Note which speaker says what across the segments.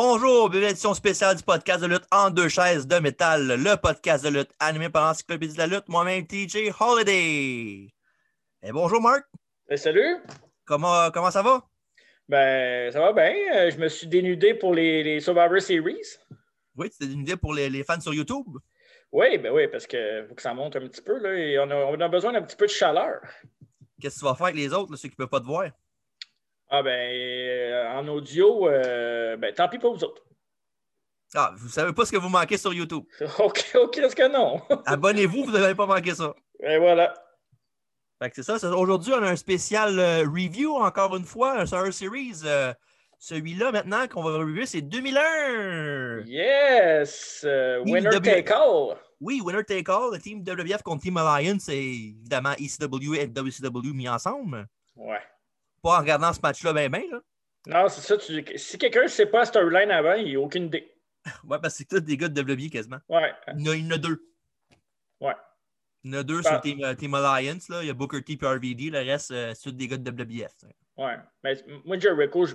Speaker 1: Bonjour, bienvenue à l'édition spéciale du podcast de lutte en deux chaises de métal, le podcast de lutte animé par l'Encyclopédie de la lutte, moi-même TJ Holiday. Et bonjour Marc,
Speaker 2: Ben, salut!
Speaker 1: comment, comment ça va?
Speaker 2: Ben, ça va bien. Euh, Je me suis dénudé pour les, les Survivor Series.
Speaker 1: Oui, c'était une idée pour les, les fans sur YouTube.
Speaker 2: Oui, ben oui, parce que faut que ça monte un petit peu. Là, et on, a, on a besoin d'un petit peu de chaleur.
Speaker 1: Qu'est-ce que tu vas faire avec les autres, là, ceux qui ne peuvent pas te voir?
Speaker 2: Ah ben, euh, en audio, euh, ben tant pis pour vous autres.
Speaker 1: Ah, vous ne savez pas ce que vous manquez sur YouTube.
Speaker 2: OK, OK, est-ce que non?
Speaker 1: Abonnez-vous, vous n'avez pas manqué ça.
Speaker 2: Et voilà.
Speaker 1: Fait que c'est ça. c'est- Aujourd'hui, on a un spécial euh, review, encore une fois, sur un series. euh, Celui-là, maintenant, qu'on va reviewer, c'est 2001.
Speaker 2: Yes! euh,
Speaker 1: Oui,
Speaker 2: winner
Speaker 1: W-
Speaker 2: take all.
Speaker 1: Oui, winner take all, le team WWF contre Team Alliance, c'est évidemment ECW et WCW mis ensemble.
Speaker 2: Ouais.
Speaker 1: Pas en regardant ce match-là, ben ben. Là.
Speaker 2: Non, c'est ça. tu- si quelqu'un ne sait pas la storyline avant, il n'a aucune idée.
Speaker 1: Ouais, parce que c'est tous des gars de WWE quasiment.
Speaker 2: Ouais.
Speaker 1: Il y en a, il y en a deux.
Speaker 2: Ouais.
Speaker 1: Il y en a deux
Speaker 2: Ah.
Speaker 1: sur team, euh, Team Alliance, là. il y a Booker T et RVD, le reste, euh, c'est tous des gars de WWF. ça.
Speaker 2: Ouais. Mais moi, Jericho, je,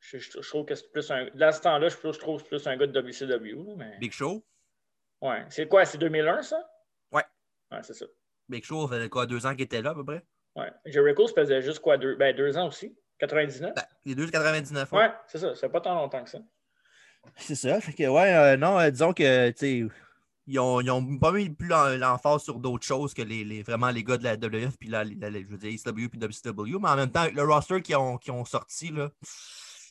Speaker 2: je- je- je trouve que c'est plus un. Dans ce temps-là, je, je trouve que c'est plus un gars de WCW. là, Mais...
Speaker 1: Big Show.
Speaker 2: Ouais. C'est quoi? C'est 2001, ça?
Speaker 1: Ouais.
Speaker 2: Ouais, c'est ça.
Speaker 1: Big Show, ça faisait quoi, deux ans qu'il était là à peu près?
Speaker 2: Ouais. Jericho se faisait juste quoi? Deux, ben, deux ans aussi? 99?
Speaker 1: Ben, les deux de 99
Speaker 2: ouais, c'est ça. C'est pas tant longtemps que ça.
Speaker 1: C'est ça. Fait que, ouais, euh, non, euh, disons que, tu sais, ils ont, ils ont pas mis plus l'en- l'emphase sur d'autres choses que les, les- vraiment les gars de la WF, puis la, la- la- je veux dire, ECW puis WCW, mais en même temps, avec le roster qu'ils ont, qu'ils ont sorti, là,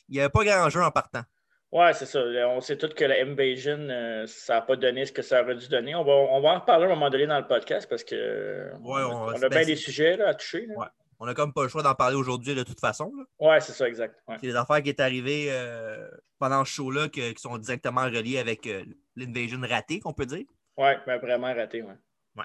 Speaker 1: il n'y avait pas grand jeu en partant.
Speaker 2: Ouais, c'est ça. Là, On sait tous que la Invasion, euh, ça n'a pas donné ce que ça aurait dû donner. On va, on va en reparler à un moment donné dans le podcast parce que euh,
Speaker 1: Ouais,
Speaker 2: on,
Speaker 1: on
Speaker 2: a-
Speaker 1: va
Speaker 2: on
Speaker 1: se
Speaker 2: a bien
Speaker 1: baisser.
Speaker 2: des sujets là, à toucher. là.
Speaker 1: Ouais. On n'a comme pas le choix d'en parler aujourd'hui de toute façon. là.
Speaker 2: Ouais, c'est ça, exact. Ouais.
Speaker 1: C'est des affaires qui est arrivées euh, pendant ce show-là que- qui sont directement reliées avec euh, l'invasion ratée, qu'on peut dire.
Speaker 2: Ouais, ben vraiment raté, ouais.
Speaker 1: Ouais.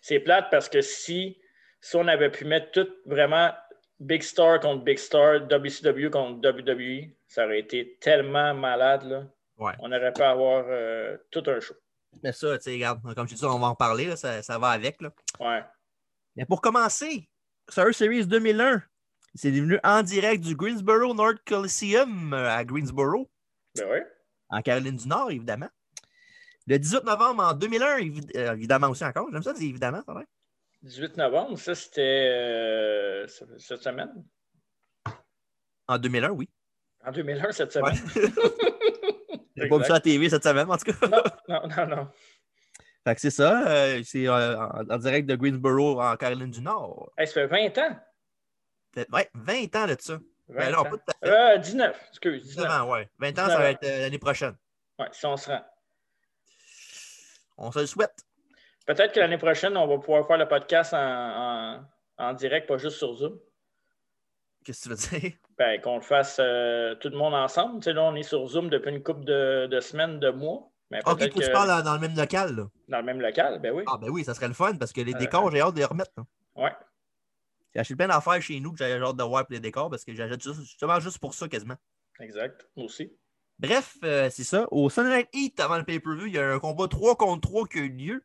Speaker 2: C'est plate parce que si, si on avait pu mettre tout vraiment Big Star contre Big Star, WCW contre WWE, ça aurait été tellement malade, là.
Speaker 1: Ouais.
Speaker 2: On aurait pu avoir euh, tout un show.
Speaker 1: Mais ça, tu sais, regarde, comme je dis, on va en parler, là, ça, ça va avec. là.
Speaker 2: Ouais.
Speaker 1: Mais pour commencer, Survivor Series 2001, c'est devenu en direct du Greensboro North Coliseum euh, à Greensboro,
Speaker 2: Ben ouais.
Speaker 1: en Caroline du Nord, évidemment. Le 18 novembre en 2001, évi- euh, évidemment aussi encore. J'aime ça, dire évidemment, ça a l'air.
Speaker 2: 18 novembre, ça c'était euh, ce- cette semaine.
Speaker 1: En 2001, oui.
Speaker 2: En 2001, cette
Speaker 1: Ouais.
Speaker 2: semaine.
Speaker 1: J'ai pas vu ça à la TV cette semaine, en tout cas.
Speaker 2: Non, non, non, non.
Speaker 1: Fait que c'est ça. euh, c'est euh, en, en direct de Greensboro, en Caroline du Nord.
Speaker 2: Hey, ça fait 20 ans.
Speaker 1: Fait- Ouais, 20 ans de ça.
Speaker 2: 20
Speaker 1: Ben non,
Speaker 2: ans.
Speaker 1: pas tout à fait.
Speaker 2: Euh, 19, excuse, 19.
Speaker 1: 19 ans, ouais. 20 ans, ça va être euh, l'année prochaine.
Speaker 2: Ouais, si on se rend.
Speaker 1: On se le souhaite.
Speaker 2: Peut-être que l'année prochaine, on va pouvoir faire le podcast en, en- en direct, pas juste sur Zoom.
Speaker 1: Qu'est-ce que tu veux dire?
Speaker 2: Ben, qu'on le fasse euh, tout le monde ensemble. Tu sais, là, on est sur Zoom depuis une couple de, de semaines, de mois. Mais
Speaker 1: Ah, Ok, toi,
Speaker 2: peut-être
Speaker 1: tu
Speaker 2: que
Speaker 1: parles dans- dans le même local, là.
Speaker 2: dans le même local, ben oui.
Speaker 1: Ah ben oui, ça serait le fun parce que les
Speaker 2: Euh,
Speaker 1: décors, j'ai hâte de les remettre. là.
Speaker 2: Ouais.
Speaker 1: J'ai acheté plein d'affaires chez nous que j'avais hâte de voir pour les décors parce que j'achète juste- justement juste pour ça quasiment.
Speaker 2: Exact. Moi aussi.
Speaker 1: Bref, euh, c'est ça. Au Sunday Night Heat, avant le pay-per-view, il y a un combat 3 contre 3 qui a eu lieu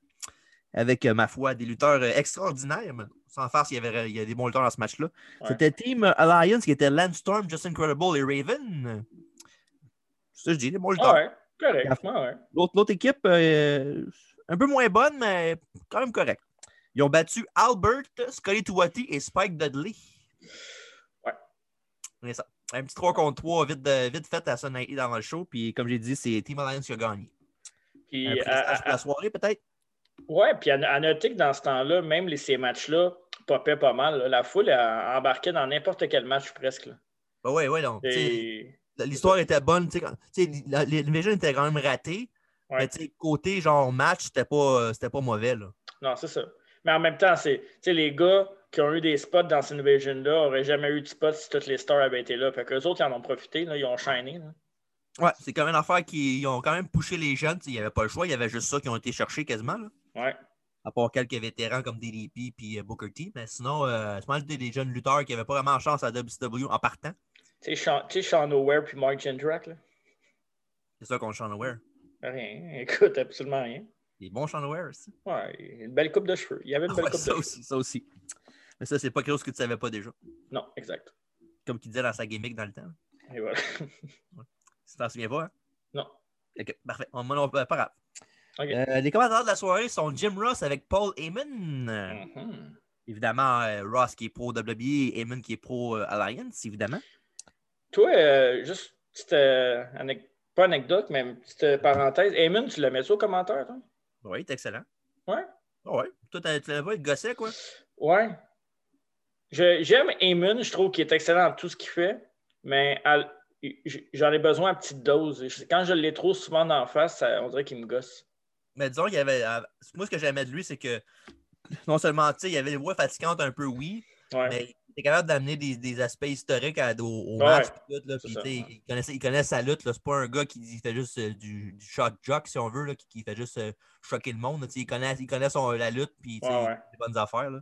Speaker 1: avec, euh, ma foi, des lutteurs euh, extraordinaires. mais sans farce, il y, avait, il y a des bons lutteurs dans ce match-là.
Speaker 2: Ouais.
Speaker 1: C'était Team Alliance qui était Landstorm, Just Incredible et Raven. C'est ça que je dis, des bons
Speaker 2: Ah
Speaker 1: lutteurs.
Speaker 2: ouais, correct. Ah Ouais, ouais.
Speaker 1: L'autre l'autre équipe, euh, un peu moins bonne, mais quand même correcte. Ils ont battu Albert, Scully Tuati et Spike Dudley.
Speaker 2: Ouais.
Speaker 1: C'est ça. Un petit 3 contre 3 vite, de- vite fait à Sunday Night dans le show. Puis comme j'ai dit, c'est Team Alliance qui a gagné.
Speaker 2: Puis, euh,
Speaker 1: Un
Speaker 2: à-
Speaker 1: prestige
Speaker 2: à-
Speaker 1: pour la soirée, peut-être.
Speaker 2: Ouais, puis à, à noter que dans ce temps-là, même les, ces matchs-là popaient pas mal. là. La foule a embarqué dans n'importe quel match presque. là.
Speaker 1: Ben ouais, ouais, non. T'sais,
Speaker 2: Et-
Speaker 1: L'histoire était bonne. t'sais, quand- t'sais, la- les- L'invasion était quand même ratée.
Speaker 2: Ouais.
Speaker 1: Mais t'sais, côté genre match, c'était pas, euh, c'était pas mauvais. Là.
Speaker 2: Non, c'est ça. Mais en même temps, c'est, tu sais, les gars qui ont eu des spots dans cette Invasion-là n'auraient jamais eu de spots si toutes les stars avaient été là. Fait qu'eux autres, ils en ont profité, là, ils ont shiné. là.
Speaker 1: Ouais, c'est quand même une affaire qui ils ont quand même poussé les jeunes. t'sais, Il n'y avait pas le choix. Il y avait juste ça qui ont été cherchés quasiment. là.
Speaker 2: Ouais.
Speaker 1: à part quelques vétérans comme DDP puis euh, Booker T. Mais sinon, euh, je pense que c'était des jeunes lutteurs qui n'avaient pas vraiment chance à WCW en partant.
Speaker 2: Tu sais, Sean- tu sais, Sean O'Ware puis Mark Jindrak, là.
Speaker 1: C'est ça contre Sean O'Ware.
Speaker 2: Rien. Écoute, absolument rien.
Speaker 1: Des bons Sean O'Ware aussi.
Speaker 2: Ouais, une belle coupe de cheveux. Il y avait une
Speaker 1: Ah
Speaker 2: belle
Speaker 1: Ouais,
Speaker 2: coupe de
Speaker 1: ça,
Speaker 2: cheveux.
Speaker 1: aussi ça aussi. Mais ça, c'est pas quelque chose que tu savais pas déjà.
Speaker 2: Non, exact.
Speaker 1: Comme qu'il disait dans sa gimmick dans le temps.
Speaker 2: Et voilà.
Speaker 1: Si t'en souviens pas, hein?
Speaker 2: Non.
Speaker 1: Ok, parfait. On, on, euh, pas grave.
Speaker 2: Ok.
Speaker 1: Euh, les commentateurs de la soirée sont Jim Ross avec Paul Heyman. Euh,
Speaker 2: Mhm.
Speaker 1: Évidemment, euh, Ross qui est pro WWE et Heyman qui est pro euh, Alliance, évidemment.
Speaker 2: Toi, euh, juste petite euh, anec- pas anecdote, mais une petite euh, parenthèse. Eamon, tu le mets ça au commentaire, toi?
Speaker 1: Oui, c'est excellent.
Speaker 2: Ouais.
Speaker 1: Oui. Toi, t'as- tu l'avais pas, il gossait, quoi.
Speaker 2: Ouais. Je- J'aime Eamon, je trouve qu'il est excellent dans tout ce qu'il fait, mais à- j- j'en ai besoin à petite dose. Je- Quand je l'ai trop souvent d'en face, ça- on dirait qu'il me gosse.
Speaker 1: Mais disons qu'il y avait. euh, Moi, ce que j'aimais de lui, c'est que non seulement, tu sais, il y avait des voix fatigantes un peu, oui,
Speaker 2: Ouais.
Speaker 1: mais il était capable d'amener des, des aspects historiques à, au, au
Speaker 2: Ouais,
Speaker 1: match. puis tout, là,
Speaker 2: c'est
Speaker 1: puis,
Speaker 2: ça.
Speaker 1: tu sais, il, connaissait, il connaît sa lutte. là. C'est pas un gars qui, qui fait juste euh, du, du shock jock, si on veut, là, qui, qui fait juste euh, choquer le monde. là. Tu sais, Il connaît, il connaît son, la lutte, puis tu sais,
Speaker 2: Ouais,
Speaker 1: il
Speaker 2: ouais.
Speaker 1: fait des bonnes affaires. Là.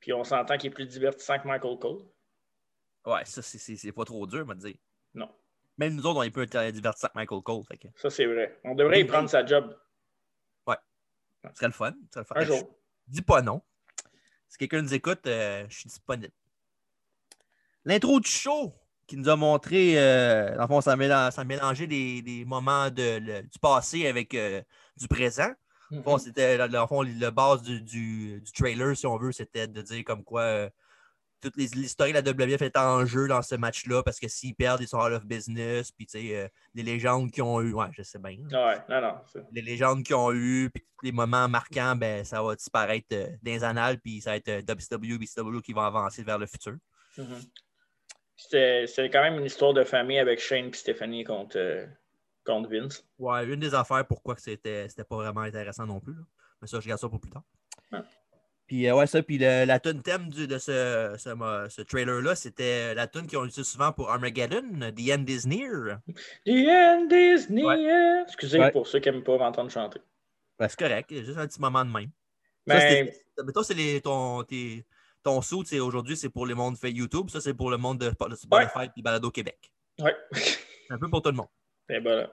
Speaker 2: Puis on s'entend qu'il est plus divertissant que Michael Cole.
Speaker 1: Ouais, ça, c'est- c'est c'est pas trop dur, me dire.
Speaker 2: Non.
Speaker 1: Même nous autres, on est peu divertissants que Michael Cole. Fait que,
Speaker 2: Ça, c'est vrai. On devrait y
Speaker 1: Oui,
Speaker 2: prendre
Speaker 1: oui.
Speaker 2: sa job
Speaker 1: ce serait le fun. ce serait le fun.
Speaker 2: un
Speaker 1: Je-
Speaker 2: jour.
Speaker 1: Dis pas non. Si quelqu'un nous écoute, euh, je suis disponible. L'intro du show qui nous a montré, euh, dans le fond, ça, méla- ça mélangeait des, des moments de, le- du passé avec euh, du présent.
Speaker 2: Mhm.
Speaker 1: Bon, c'était, dans le fond, le base du, du- du trailer, si on veut, c'était de dire comme quoi euh, toute les- l'historique de la WWF est en jeu dans ce match-là parce que s'ils perdent, ils sont out of business. Puis, tu sais, euh, les légendes qu'ils ont eues, ouais, je sais bien
Speaker 2: Ouais, non, non. c'est-
Speaker 1: les légendes qu'ils ont eues, puis tous les moments marquants, ben, ça va disparaître euh, dans les annales, puis ça va être euh, WCW, BCW qui vont avancer vers le futur.
Speaker 2: Mhm.
Speaker 1: Mm-hmm.
Speaker 2: C'était c'était quand même une histoire de famille avec Shane et Stephanie contre, euh, contre Vince.
Speaker 1: Ouais, une des affaires pourquoi que c'était c'était pas vraiment intéressant non plus. là. Mais ça, je garde ça pour plus tard.
Speaker 2: Ouais.
Speaker 1: Puis euh, ouais, ça, puis le- la tune thème du- de ce, ce, mo- ce trailer-là, c'était la tune qu'ils ont utilisée souvent pour Armageddon, The End Is Near.
Speaker 2: The end is near. Excusez
Speaker 1: Ouais.
Speaker 2: pour ceux qui n'aiment pas m'entendre chanter.
Speaker 1: Ben, c'est correct, juste un petit moment de même. Ça,
Speaker 2: Mais
Speaker 1: c'était- mais toi, c'est les- ton, tes- ton saut, c'est- aujourd'hui, c'est pour le monde fait YouTube, ça, c'est pour le monde de, de Spotify et Balado Québec.
Speaker 2: ouais.
Speaker 1: un peu pour tout le monde.
Speaker 2: Et Ben, voilà.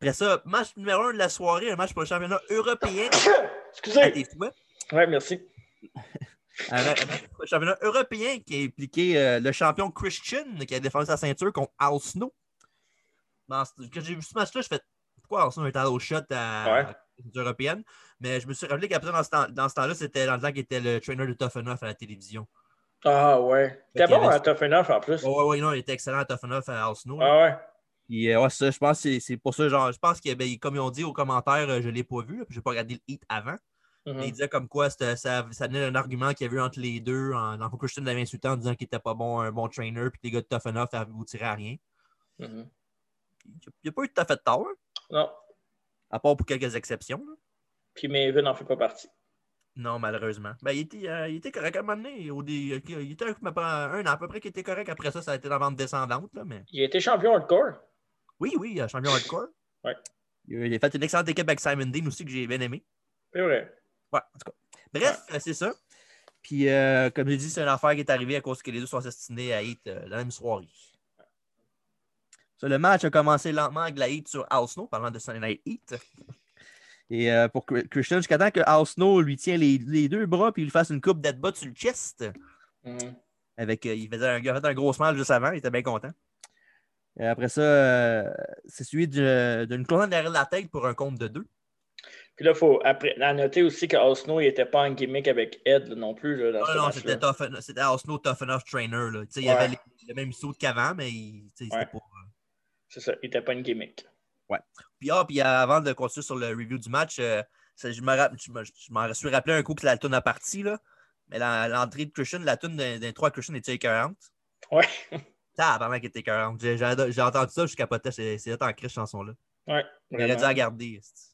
Speaker 1: Après ça, match numéro 1 de la soirée, un match pour le championnat européen. à
Speaker 2: Excusez.
Speaker 1: tes souhaits.
Speaker 2: Ouais, merci.
Speaker 1: Un, un match pour le championnat européen qui a impliqué euh, le champion Christian qui a défendu sa ceinture contre Al Snow. Dans ce- quand j'ai vu ce match-là, je fais pourquoi Al Snow est allé au shot à
Speaker 2: Ouais.
Speaker 1: à la ceinture européenne? Mais je me suis rappelé qu'après, dans ce temps- dans ce temps-là, c'était dans le temps qu'il était le trainer de Tough Enough à la télévision.
Speaker 2: Ah ouais.
Speaker 1: Fait
Speaker 2: T'es
Speaker 1: qu'il y
Speaker 2: bon
Speaker 1: avait-
Speaker 2: à Tough Enough en plus.
Speaker 1: Ouais, ouais, ouais, non, il était excellent à Tough Enough à Al Snow. là.
Speaker 2: Ah ouais.
Speaker 1: Puis, euh, ouais, ça, je pense que c'est- c'est pour ça, genre, je pense que, ben, comme ils ont dit aux commentaires, euh, je ne l'ai pas vu, là, puis je n'ai pas regardé le hit avant.
Speaker 2: Mhm.
Speaker 1: Mais Il disait comme quoi c'était- ça, ça venait d'un argument qu'il y avait eu entre les deux. En, dans le fond, Christian l'avait insulté en disant qu'il n'était pas bon, un bon trainer, puis que les gars de Tough Enough ne vous tiraient à rien.
Speaker 2: Mhm.
Speaker 1: Il n'y a pas eu tout à fait de tort, hein,
Speaker 2: Non.
Speaker 1: à part pour quelques exceptions. là.
Speaker 2: Puis Maven n'en fait pas partie.
Speaker 1: Non, malheureusement. Ben, il, était, euh, il était correct à un moment donné. Au dé- euh, il était un, un an à peu près qui était correct. Après ça, ça a été la vente descendante. Là, mais...
Speaker 2: Il a été champion hardcore.
Speaker 1: Oui, oui, euh, champion hardcore.
Speaker 2: Ouais.
Speaker 1: Il a- il a fait une excellente équipe avec Simon Dean aussi que j'ai bien aimé.
Speaker 2: C'est vrai.
Speaker 1: Ouais, en tout cas. Bref, euh, c'est ça. Puis, euh, comme j'ai dit, c'est une affaire qui est arrivée à cause que les deux sont assassinés à Heat euh, la même soirée. Ça, le match a commencé lentement avec la Heat sur Al Snow, parlant de Sunday Night Heat. Et euh, pour Cri- Christian, jusqu'à temps que Al Snow lui tient les, les deux bras puis il lui fasse une coupe d'atbat sur le chest.
Speaker 2: Mhm.
Speaker 1: Avec, euh, il, faisait un, il a fait un gros match juste avant, il était bien content. Et après ça, euh, c'est suivi d'une d'une colonne derrière la tête pour un compte de deux.
Speaker 2: Puis là, faut après, à noter aussi que Osno, il n'était pas en gimmick avec Ed là, non plus. Là, dans
Speaker 1: Ah
Speaker 2: ce
Speaker 1: non,
Speaker 2: match-là.
Speaker 1: c'était tough, en- c'était Osno Tough Enough Trainer. Là. Tu sais, Il y
Speaker 2: Ouais.
Speaker 1: avait les- le même saut qu'avant, mais il, tu sais, c'était
Speaker 2: Ouais.
Speaker 1: pas.
Speaker 2: C'est ça, il n'était pas une gimmick.
Speaker 1: Puis, ah, puis avant de continuer sur le review du match, euh, ça, je me rapp- je me- je m'en suis rappelé un coup que la toune a parti. Là. Mais la- l'entrée de Christian, la toune d'un d'un 3 Christian était écœurante.
Speaker 2: Ouais.
Speaker 1: Tabarnak, elle était écœurante. J'ai- J'ai ado- j'ai entendu ça, je capotais. C'est c'est en crise, cette chanson-là.
Speaker 2: Ouais.
Speaker 1: Il aurait dû
Speaker 2: vraiment.
Speaker 1: la garder. c'est-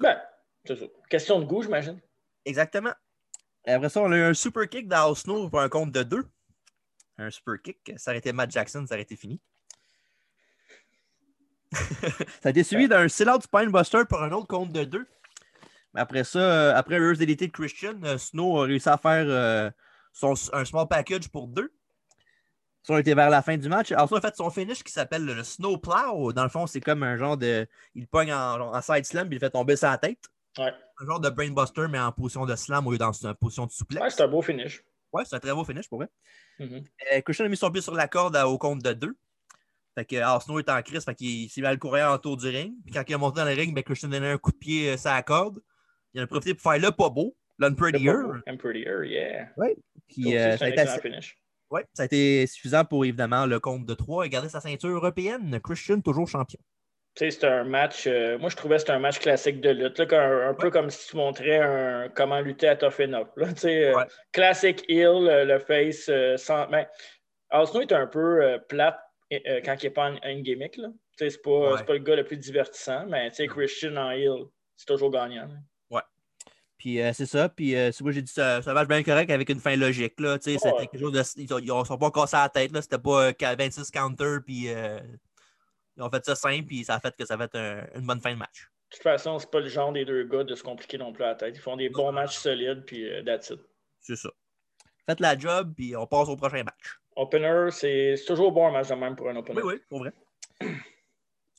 Speaker 2: Ben, c'est ça. Question de goût, j'imagine.
Speaker 1: Exactement. Et Après ça, on a eu un super kick dans Snow pour un compte de deux. Un super kick. Ça aurait été Matt Jackson, ça aurait été fini. ça a été suivi d'un sell-out du Pinebuster pour un autre compte de deux. Mais après ça, euh, après le DDT de Christian, euh, Snow a réussi à faire euh, son, un small package pour deux. Ça on était vers la fin du match. Alors, ça, a fait son finish qui s'appelle le Snow Plow. Dans le fond, c'est comme un genre de. Il pogne en, en side slam puis il le fait tomber sa tête
Speaker 2: Ouais.
Speaker 1: un genre de brainbuster, mais en position de slam au lieu d'en en position de
Speaker 2: Ouais,
Speaker 1: souplesse.
Speaker 2: c'est un beau finish.
Speaker 1: Ouais, c'est un très beau finish pour vrai.
Speaker 2: Mhm.
Speaker 1: Euh, Christian a mis son pied sur la corde à- au compte de deux. Fait que Arsenault est en crise, fait qu'il s'est mis à le courir autour du ring. Puis quand il est monté dans le ring, ben, Christian donnait un coup de pied ça la corde. Il en a profité pour faire le pas beau, l'unprettier.
Speaker 2: I'm prettier, yeah.
Speaker 1: Ouais. Puis
Speaker 2: Aussi,
Speaker 1: euh,
Speaker 2: c'est
Speaker 1: ça,
Speaker 2: un
Speaker 1: a été
Speaker 2: excellent
Speaker 1: assez-
Speaker 2: finish.
Speaker 1: ouais, ça a été suffisant pour évidemment le compte de 3 et garder sa ceinture européenne. Christian, toujours champion.
Speaker 2: Tu sais, c'était un match. euh, moi, je trouvais que c'était un match classique de lutte. là, qu'un- un, peu comme si tu montrais un- comment lutter à Tough and Up. là, tu sais, euh,
Speaker 1: Ouais.
Speaker 2: Classic Hill, euh, le face euh, sans. Ben, Arsenault est un peu euh, plate euh, quand il n'est pas en, en gimmick. là. Tu sais, C'est pas,
Speaker 1: Ouais. Mm.
Speaker 2: c'est pas le gars le plus divertissant, mais tu sais, Christian en Hill, c'est toujours gagnant. là.
Speaker 1: Puis euh, c'est ça. Puis euh, c'est- moi, j'ai dit ça, ça match bien correct avec une fin logique. Là, Tu sais, c'était
Speaker 2: Ouais.
Speaker 1: quelque chose de, ils ne sont pas cassés la tête. là. C'était pas euh, 26 counter. Puis euh, ils ont fait ça simple. Puis ça a fait que ça va être un- une bonne fin de match.
Speaker 2: De toute façon, c'est pas le genre des deux gars de se compliquer non plus à la tête. Ils font des bons matchs solides, puis euh, that's it.
Speaker 1: C'est ça. Faites la job. Puis on passe au prochain match.
Speaker 2: Opener, c'est c'est toujours bon un match de même pour un opener.
Speaker 1: Oui, oui, pour vrai.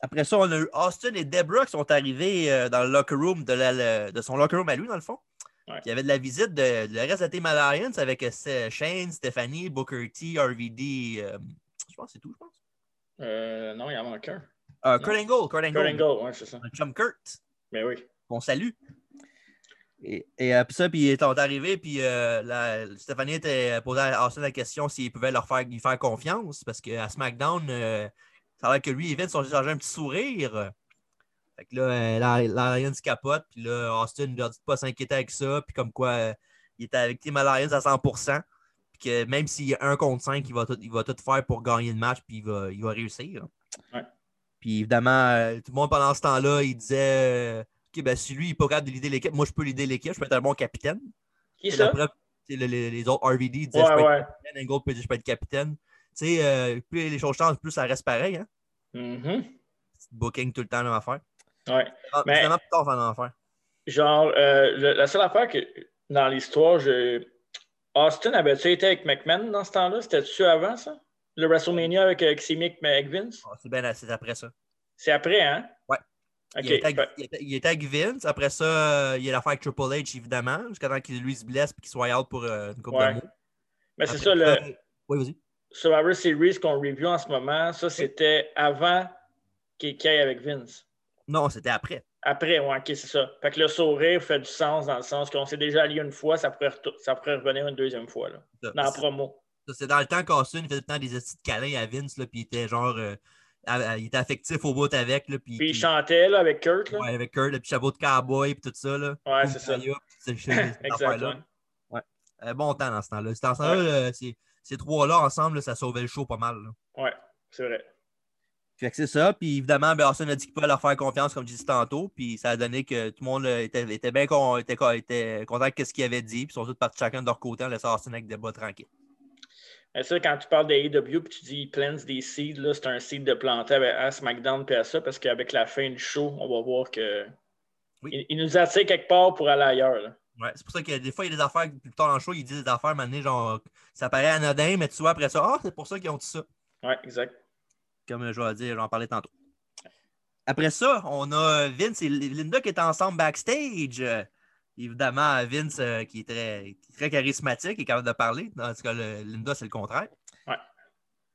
Speaker 1: Après ça, on a eu Austin et Debra qui sont arrivés euh, dans le locker room de, la- le- de son locker room à lui, dans le fond.
Speaker 2: Ouais.
Speaker 1: Puis Il y avait de la visite de, le reste de la Team Alliance avec euh, c'est- Shane, Stephanie, Booker T, RVD. euh, je pense que c'est tout, je pense.
Speaker 2: Euh, non, il en manque un.
Speaker 1: Euh, Kurt Angle, Kurt Angle.
Speaker 2: Kurt Angle, ouais, c'est ça.
Speaker 1: Notre chum Kurt,
Speaker 2: Mais oui.
Speaker 1: qu'on salue. Et, et euh, puis ça, puis ils sont arrivés, puis euh, la- Stéphanie était posée à Austin la question s'il pouvait leur faire, lui faire confiance, parce qu'à SmackDown, euh, ça a l'air que lui et Vince ont échangé un petit sourire. Fait que là, euh, la- l'Alliance capote, puis là, Austin leur dit de pas s'inquiéter avec ça, puis comme quoi, euh, il était avec Team Alliance à 100%, puis que même s'il y a un contre 5, il va tout, il va tout faire pour gagner le match, puis il va, il va réussir.
Speaker 2: Ouais.
Speaker 1: Puis évidemment, euh, tout le monde pendant ce temps-là, il disait euh, Ok, ben si lui, il est pas capable de l'idée l'équipe, moi, je peux l'idée l'équipe, je peux être un bon capitaine.
Speaker 2: Qui
Speaker 1: C'est la
Speaker 2: ça?
Speaker 1: preuve, c'est le- les, les autres RVD ils disaient
Speaker 2: Ouais,
Speaker 1: je peux
Speaker 2: ouais.
Speaker 1: être capitaine, Angle peut dire je peux être capitaine. Tu sais, euh, plus les choses changent, plus ça reste pareil. Hein?
Speaker 2: Mhm.
Speaker 1: Petit Booking tout le temps, la même affaire.
Speaker 2: Ouais.
Speaker 1: Ah,
Speaker 2: Mais-
Speaker 1: Finalement, plus tard, ça en enfer.
Speaker 2: Genre, euh, le- la seule affaire que dans l'histoire, je... Austin avait-tu été avec McMahon dans ce temps-là? C'était-tu avant ça? Le WrestleMania avec, euh, avec Simic, mais avec Vince?
Speaker 1: Ah, c'est bien, c'est après ça.
Speaker 2: C'est après, hein?
Speaker 1: Ouais.
Speaker 2: Ok.
Speaker 1: Il, était avec,
Speaker 2: Fait-
Speaker 1: il était- il était avec Vince. Après ça, euh, il y a l'affaire avec Triple H, évidemment, jusqu'à temps qu'il lui se blesse et qu'il soit out pour euh, une coupe
Speaker 2: ouais.
Speaker 1: de mois.
Speaker 2: Mais c'est
Speaker 1: Après
Speaker 2: ça, le
Speaker 1: Oui, vas-y.
Speaker 2: Survivor Series qu'on review en ce moment, ça, c'était avant qu'il qu'il aille avec Vince.
Speaker 1: Non, c'était après.
Speaker 2: Après, ouais, ok, c'est ça. Fait que le sourire fait du sens dans le sens qu'on s'est déjà allié une fois, ça pourrait, retou- ça pourrait revenir une deuxième fois, là,
Speaker 1: Ça,
Speaker 2: dans la
Speaker 1: c'est-
Speaker 2: promo.
Speaker 1: ça, c'est dans le temps qu'Austin faisait tout le temps des petits câlins à Vince, là, puis il était genre. euh, à- à- il était affectif au bout avec, là, puis.
Speaker 2: Puis il
Speaker 1: puis-
Speaker 2: chantait, là, avec Kurt, là.
Speaker 1: ouais, avec Kurt, là, puis chapeau de cowboy, puis tout ça, là.
Speaker 2: Ouais, c'est ça.
Speaker 1: Kumbaya, puis c'est- c'est- cette
Speaker 2: Exact,
Speaker 1: affaire-là.
Speaker 2: ouais.
Speaker 1: Euh, bon temps dans ce temps-là. Dans ce temps-là, là, ces- ces trois-là ensemble, là, ça sauvait le show pas mal. là.
Speaker 2: Ouais, c'est vrai.
Speaker 1: Fait que c'est ça. Puis évidemment, ben, Austin a dit qu'il pouvait leur faire confiance, comme je disais tantôt. Puis ça a donné que tout le monde euh, était, était bien con- était, co- était content de ce qu'il avait dit. Puis ils sont tous partis chacun de leur côté en laissant Austin avec des bas tranquilles.
Speaker 2: Mais ça, quand tu parles d'AEW puis tu dis plants des seeds, là, c'est un seed de planter avec- à SmackDown puis à ça, parce qu'avec la fin du show, on va voir que.
Speaker 1: Oui.
Speaker 2: Il, il nous attire quelque part pour aller ailleurs. là.
Speaker 1: Ouais, c'est pour ça que des fois, il y a des affaires, plus tard dans le show, ils disent des affaires, maintenant, genre, ça paraît anodin, mais tu vois après ça, ah, c'est pour ça qu'ils ont dit ça.
Speaker 2: Ouais, exact.
Speaker 1: Comme euh, je vais dire, j'en parlais tantôt. Après ça, on a Vince et Linda qui étaient ensemble backstage. Euh, Évidemment, Vince, euh, qui est très, qui est très charismatique, est capable de parler. En tout cas, le- Linda, c'est le contraire.
Speaker 2: Ouais.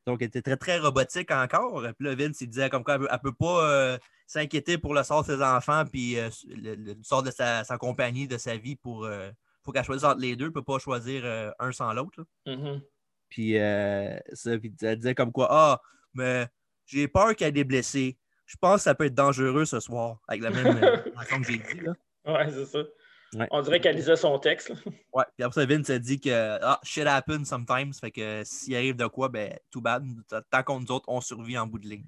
Speaker 1: Donc, elle était très, très robotique encore. Puis là, Vince, il disait comme quoi, elle ne peut pas euh, s'inquiéter pour le sort de ses enfants, puis euh, le, le- le sort de sa, sa compagnie, de sa vie. pour euh, faut qu'elle choisisse entre les deux. Elle ne peut pas choisir euh, un sans l'autre. là.
Speaker 2: Mhm.
Speaker 1: Puis, euh, ça, puis elle disait comme quoi, ah, mais j'ai peur qu'elle ait des blessés. Je pense que ça peut être dangereux ce soir, avec la même euh, façon que j'ai dit. Là.
Speaker 2: Ouais, c'est ça.
Speaker 1: Ouais.
Speaker 2: On dirait qu'elle lisait son texte. là.
Speaker 1: Ouais. Puis après ça, Vince a dit que ah, shit happens sometimes. Fait que s'il arrive de quoi, ben tout bad. Tant qu'on nous autres, on survit en bout de ligne.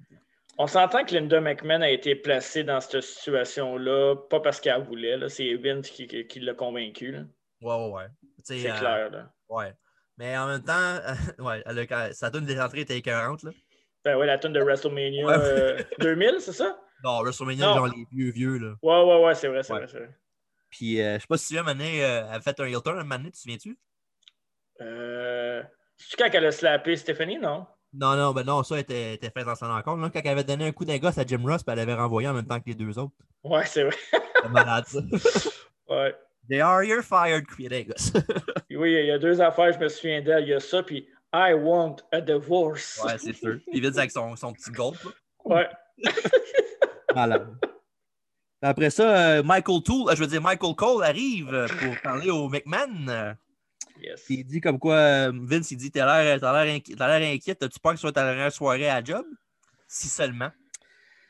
Speaker 2: On s'entend que Linda McMahon a été placée dans cette situation-là, pas parce qu'elle voulait. là, C'est Vince qui, qui- qui l'a convaincu. là.
Speaker 1: Ouais, ouais, ouais. Tu sais,
Speaker 2: C'est
Speaker 1: euh,
Speaker 2: clair. Là.
Speaker 1: Ouais. Mais en même temps, ouais, elle a- sa donne des entrées était écœurante. Là.
Speaker 2: Ben ouais, la tune de WrestleMania
Speaker 1: Ouais.
Speaker 2: euh, 2000, c'est ça?
Speaker 1: Non, WrestleMania,
Speaker 2: Non.
Speaker 1: genre les vieux, vieux. Là.
Speaker 2: Ouais, ouais, ouais, c'est vrai, c'est
Speaker 1: Ouais.
Speaker 2: vrai, c'est vrai.
Speaker 1: Puis euh, je sais pas si tu viens, Mané, elle a fait un heel turn un moment donné, tu te souviens-tu?
Speaker 2: Euh, C'est-tu quand elle a slappé Stéphanie, non?
Speaker 1: Non, non, ben non, ça était, était fait dans son rencontre. Là, quand elle avait donné un coup d'un gosse à Jim Ross, puis elle l'avait renvoyé en même temps que les deux autres.
Speaker 2: Ouais, c'est vrai.
Speaker 1: C'est malade, ça.
Speaker 2: Ouais.
Speaker 1: They are your fired, crier d'un gosse.
Speaker 2: Oui, il y a deux affaires, je me souviens d'elle. Il y a ça, puis I want a divorce.
Speaker 1: Ouais, c'est sûr. Puis vite avec son, son petit golpe. là.
Speaker 2: Ouais.
Speaker 1: Malade. Après ça, euh, Michael Toole, euh, je veux dire Michael Cole arrive euh, pour parler au McMahon. euh,
Speaker 2: Yes.
Speaker 1: Puis il dit comme quoi, euh, Vince, il dit T'as l'air t'as l'air inqui- t'as l'air inquiète, as-tu peur que ce soit ta dernière soirée à la job Si seulement.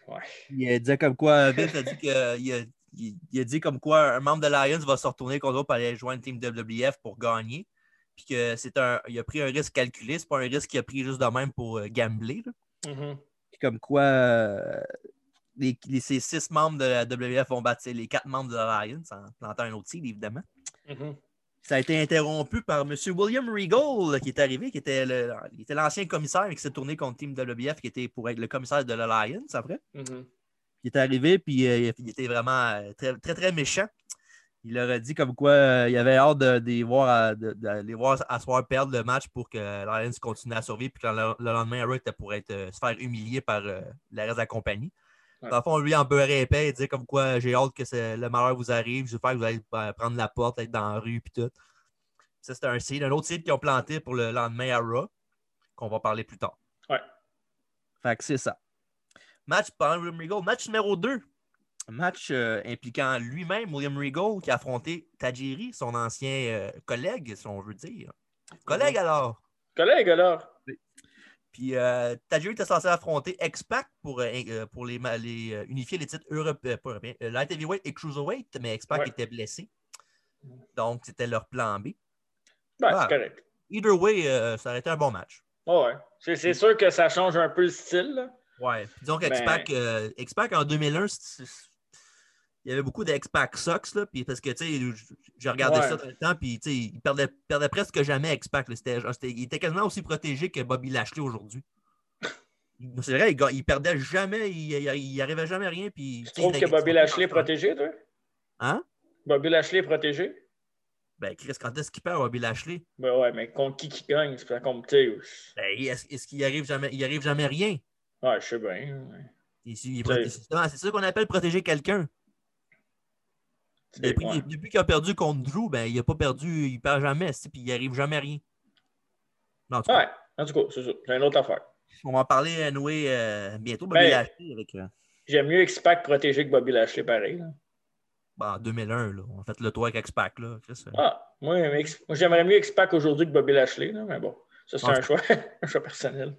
Speaker 2: Ouais.
Speaker 1: Il euh, disait comme quoi, Vince a dit que. Il a, il- il a dit comme quoi un membre de l'Alliance va se retourner contre eux pour aller joindre Team WWF pour gagner. Puis que c'est un. Il a pris un risque calculé, c'est pas un risque qu'il a pris juste de même pour euh, gambler. là.
Speaker 2: Mhm.
Speaker 1: Puis comme quoi euh, les, les- ces six membres de la WWF vont battre les quatre membres de l'Alliance en plantant un autre seed, évidemment.
Speaker 2: Mhm.
Speaker 1: Ça a été interrompu par M. William Regal qui est arrivé, qui était le- il était l'ancien commissaire mais qui s'est tourné contre Team WWF, qui était pour être le commissaire de l'Alliance après.
Speaker 2: Mhm.
Speaker 1: Il est arrivé, puis euh, il était vraiment euh, très, très, très méchant. Il leur a dit comme quoi euh, il avait hâte de, de les voir, à- de- de les voir à soir perdre le match pour que l'Alliance continue à survivre, puis que le, le lendemain, Raw était pour être, euh, se faire humilier par euh, le reste de la compagnie.
Speaker 2: Ouais.
Speaker 1: Dans le fond, lui, en beurre épais, il disait comme quoi j'ai hâte que c'est- le malheur vous arrive, j'espère que vous allez euh, prendre la porte, être dans la rue, puis tout. Ça, c'était un seed, un autre seed qu'ils ont planté pour le lendemain à Raw, qu'on va parler plus tard.
Speaker 2: Ouais.
Speaker 1: Fait que c'est ça. Match par William Regal. Match numéro 2. Match euh, impliquant lui-même, William Regal, qui a affronté Tajiri, son ancien euh, collègue, si on veut dire. Collègue alors.
Speaker 2: Collègue, alors.
Speaker 1: Puis euh, Tajiri était censé affronter X-Pac pour, euh, euh, pour les, ma- les, euh, unifier les titres européens, pas européens, euh, Light Heavyweight et Cruiserweight, mais X-Pac
Speaker 2: Ouais.
Speaker 1: était blessé. Donc, c'était leur plan B.
Speaker 2: Ben,
Speaker 1: Ah.
Speaker 2: c'est correct.
Speaker 1: Either way, euh, ça aurait été un bon match.
Speaker 2: Ouais, ouais. C'est, c'est sûr que ça change un peu le style. là.
Speaker 1: Ouais. Puis disons qu'X-Pac,
Speaker 2: Ben
Speaker 1: euh, X-Pac, en 2001, c'est- c'est- il y avait beaucoup d'X-Pac Sox, là, puis parce que, tu sais, je- je regardais
Speaker 2: Ouais.
Speaker 1: ça tout le temps, puis, tu sais, il perdait, perdait presque jamais X-Pac. là. C'était- genre, c'était- Il était quasiment aussi protégé que Bobby Lashley aujourd'hui. Il- C'est vrai, il, ga- il perdait jamais, il, il- il arrivait jamais à rien, puis...
Speaker 2: Tu trouves que Bobby Lashley est protégé, toi?
Speaker 1: Hein?
Speaker 2: Bobby Lashley est protégé?
Speaker 1: Ben, Chris, quand est-ce qu'il perd, Bobby Lashley?
Speaker 2: Ben ouais, mais contre qui qui gagne, c'est pas contre tu sais,
Speaker 1: Ben, est-ce est-ce qu'il arrive jamais, il arrive jamais rien?
Speaker 2: Ouais, Ah, je sais bien. ouais.
Speaker 1: Il- il est
Speaker 2: Ouais.
Speaker 1: protégé- C'est ça qu'on appelle protéger quelqu'un.
Speaker 2: Tu sais,
Speaker 1: Depuis,
Speaker 2: ouais.
Speaker 1: depuis qu'il a perdu contre Drew, ben, il n'a pas perdu, il perd jamais, c'est- puis il arrive jamais à rien. Non, en tout cas,
Speaker 2: Ouais, en tout cas, c'est ça. C'est une autre affaire.
Speaker 1: on va en parler à Noé euh, bientôt. Bobby
Speaker 2: Ben-
Speaker 1: Lashley avec, euh,
Speaker 2: J'aime mieux X-Pac protégé que Bobby Lashley, pareil. là.
Speaker 1: ben, en 2001, là, on a fait le tour avec X-Pac. là, Chris, euh.
Speaker 2: Ah, moi, mais X- moi, j'aimerais mieux X-Pac aujourd'hui que Bobby Lashley, là, mais bon. Ça, c'est
Speaker 1: Ouais.
Speaker 2: un choix, un choix personnel.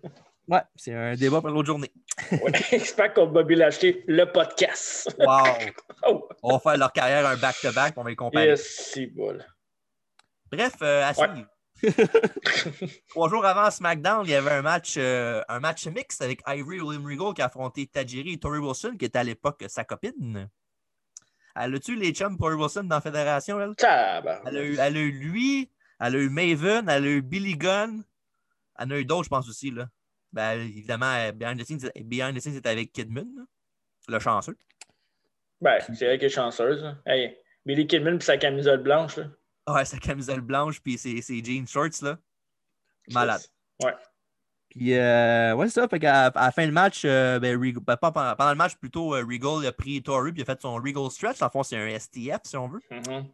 Speaker 1: Ouais, c'est un débat pour l'autre journée.
Speaker 2: Ouais, X-Pac contre Bobby Lashley, le podcast.
Speaker 1: Wow!
Speaker 2: Oh,
Speaker 1: on va faire leur carrière un back-to-back, on va les comparer.
Speaker 2: yes, c'est bon.
Speaker 1: Bref, euh, à suivre. Trois jours avant SmackDown, il y avait un match, euh, un match mixte avec Ivory William Regal qui a affronté Tajiri et Tori Wilson, qui était à l'époque sa copine. Elle a-tu les chums Tori Wilson dans la fédération, elle? Elle a, eu,
Speaker 2: Tabarnak.
Speaker 1: elle a eu lui, elle a eu Maven, elle a eu Billy Gunn. Elle en a eu d'autres, je pense aussi. Là. Ben, évidemment, euh, Behind the Scenes, Behind the Scenes était avec Kidman, là. le chanceux.
Speaker 2: Ben, c'est elle qui est chanceuse. là. Hey, Billy Kidman pis sa camisole blanche. Là.
Speaker 1: Ah Ouais, sa camisole blanche puis ses, ses jeans shorts. Là. Malade. Puis, euh, ouais, c'est ça. Fait qu'à à la fin du match, euh, ben, Regal- ben, pas pendant, pendant le match, plutôt, euh, Regal a pris Toru puis il a fait son Regal stretch. En fond, c'est un STF, si on veut.
Speaker 2: Mhm.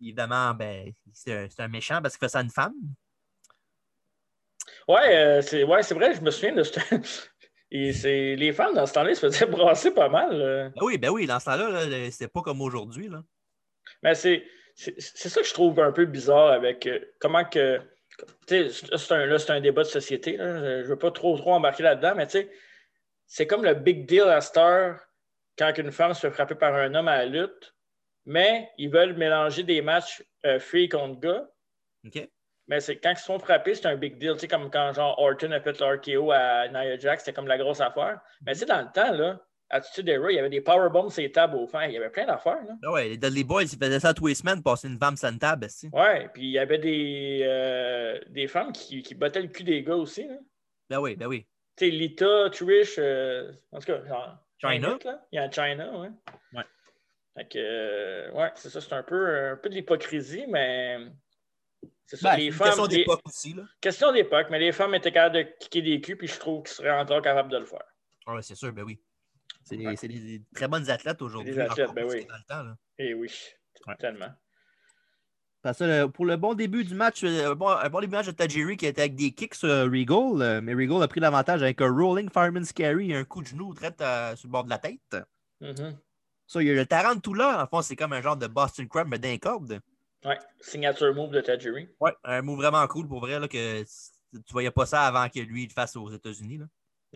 Speaker 1: Évidemment, ben, c'est un, c'est un méchant parce qu'il fait ça à une femme.
Speaker 2: Ouais, euh, c'est ouais, c'est vrai, je me souviens de ce. Et c'est- les femmes dans ce temps-là, ils se faisaient brasser pas mal. euh. là.
Speaker 1: Ben oui, ben oui, dans ce temps-là, là, le- c'était pas comme aujourd'hui. là.
Speaker 2: Mais c'est c'est- c'est ça que je trouve un peu bizarre avec euh, comment que. Tu sais, c'est- c'est un, là, c'est un débat de société. là. Je ne veux pas trop, trop embarquer là-dedans, mais tu sais, c'est comme le big deal à cette heure quand une femme se fait frapper par un homme à la lutte, mais ils veulent mélanger des matchs euh, filles contre gars.
Speaker 1: OK?
Speaker 2: Mais c'est quand ils se font frapper, c'est un big deal. Tu sais, comme quand genre Orton a fait le RKO à Nia Jax, c'était comme la grosse affaire. Mais tu sais, dans le temps, là, à Attitude Era, il y avait des powerbombs sur les tables au fond. Il y avait plein d'affaires, là.
Speaker 1: Ben ouais, les Dudley Boys, ils faisaient ça tous les semaines, passer une femme sur une table. esti.
Speaker 2: Ouais, puis il y avait des, euh, des femmes qui, qui battaient le cul des gars aussi, là.
Speaker 1: Ben oui, ben oui.
Speaker 2: Tu sais, Lita, Trish, euh, en tout cas, genre.
Speaker 1: China.
Speaker 2: là. Il y a China, ouais.
Speaker 1: Ouais.
Speaker 2: Fait que, euh, ouais, c'est ça, c'est un peu, un peu de l'hypocrisie, mais. C'est ça,
Speaker 1: Ben, c'est
Speaker 2: les
Speaker 1: une
Speaker 2: femmes.
Speaker 1: question
Speaker 2: les-
Speaker 1: d'époque aussi. Là.
Speaker 2: Question d'époque, mais les femmes étaient capables de kicker des culs, puis je trouve qu'ils seraient encore capables de le faire.
Speaker 1: Ah ouais, c'est sûr, ben oui. C'est des,
Speaker 2: Ouais.
Speaker 1: c'est des- des très bonnes athlètes aujourd'hui.
Speaker 2: Des athlètes,
Speaker 1: encore
Speaker 2: ben
Speaker 1: plus
Speaker 2: oui.
Speaker 1: que Dans le temps, là.
Speaker 2: Et oui,
Speaker 1: Ouais.
Speaker 2: tellement.
Speaker 1: Parce que euh, pour le bon début du match, euh, un bon, un bon début du match de Tajiri qui était avec des kicks sur Regal, euh, mais Regal a pris l'avantage avec un rolling fireman's carry et un coup de genou traite sur le bord de la tête.
Speaker 2: Mhm.
Speaker 1: Ça, il y a le Tarantula, en fond, c'est comme un genre de Boston Crab, mais d'un corde.
Speaker 2: Ouais. Signature move de Tajiri.
Speaker 1: Ouais, un mot vraiment cool pour vrai, là, que tu voyais pas ça avant que lui il le fasse aux États-Unis. là.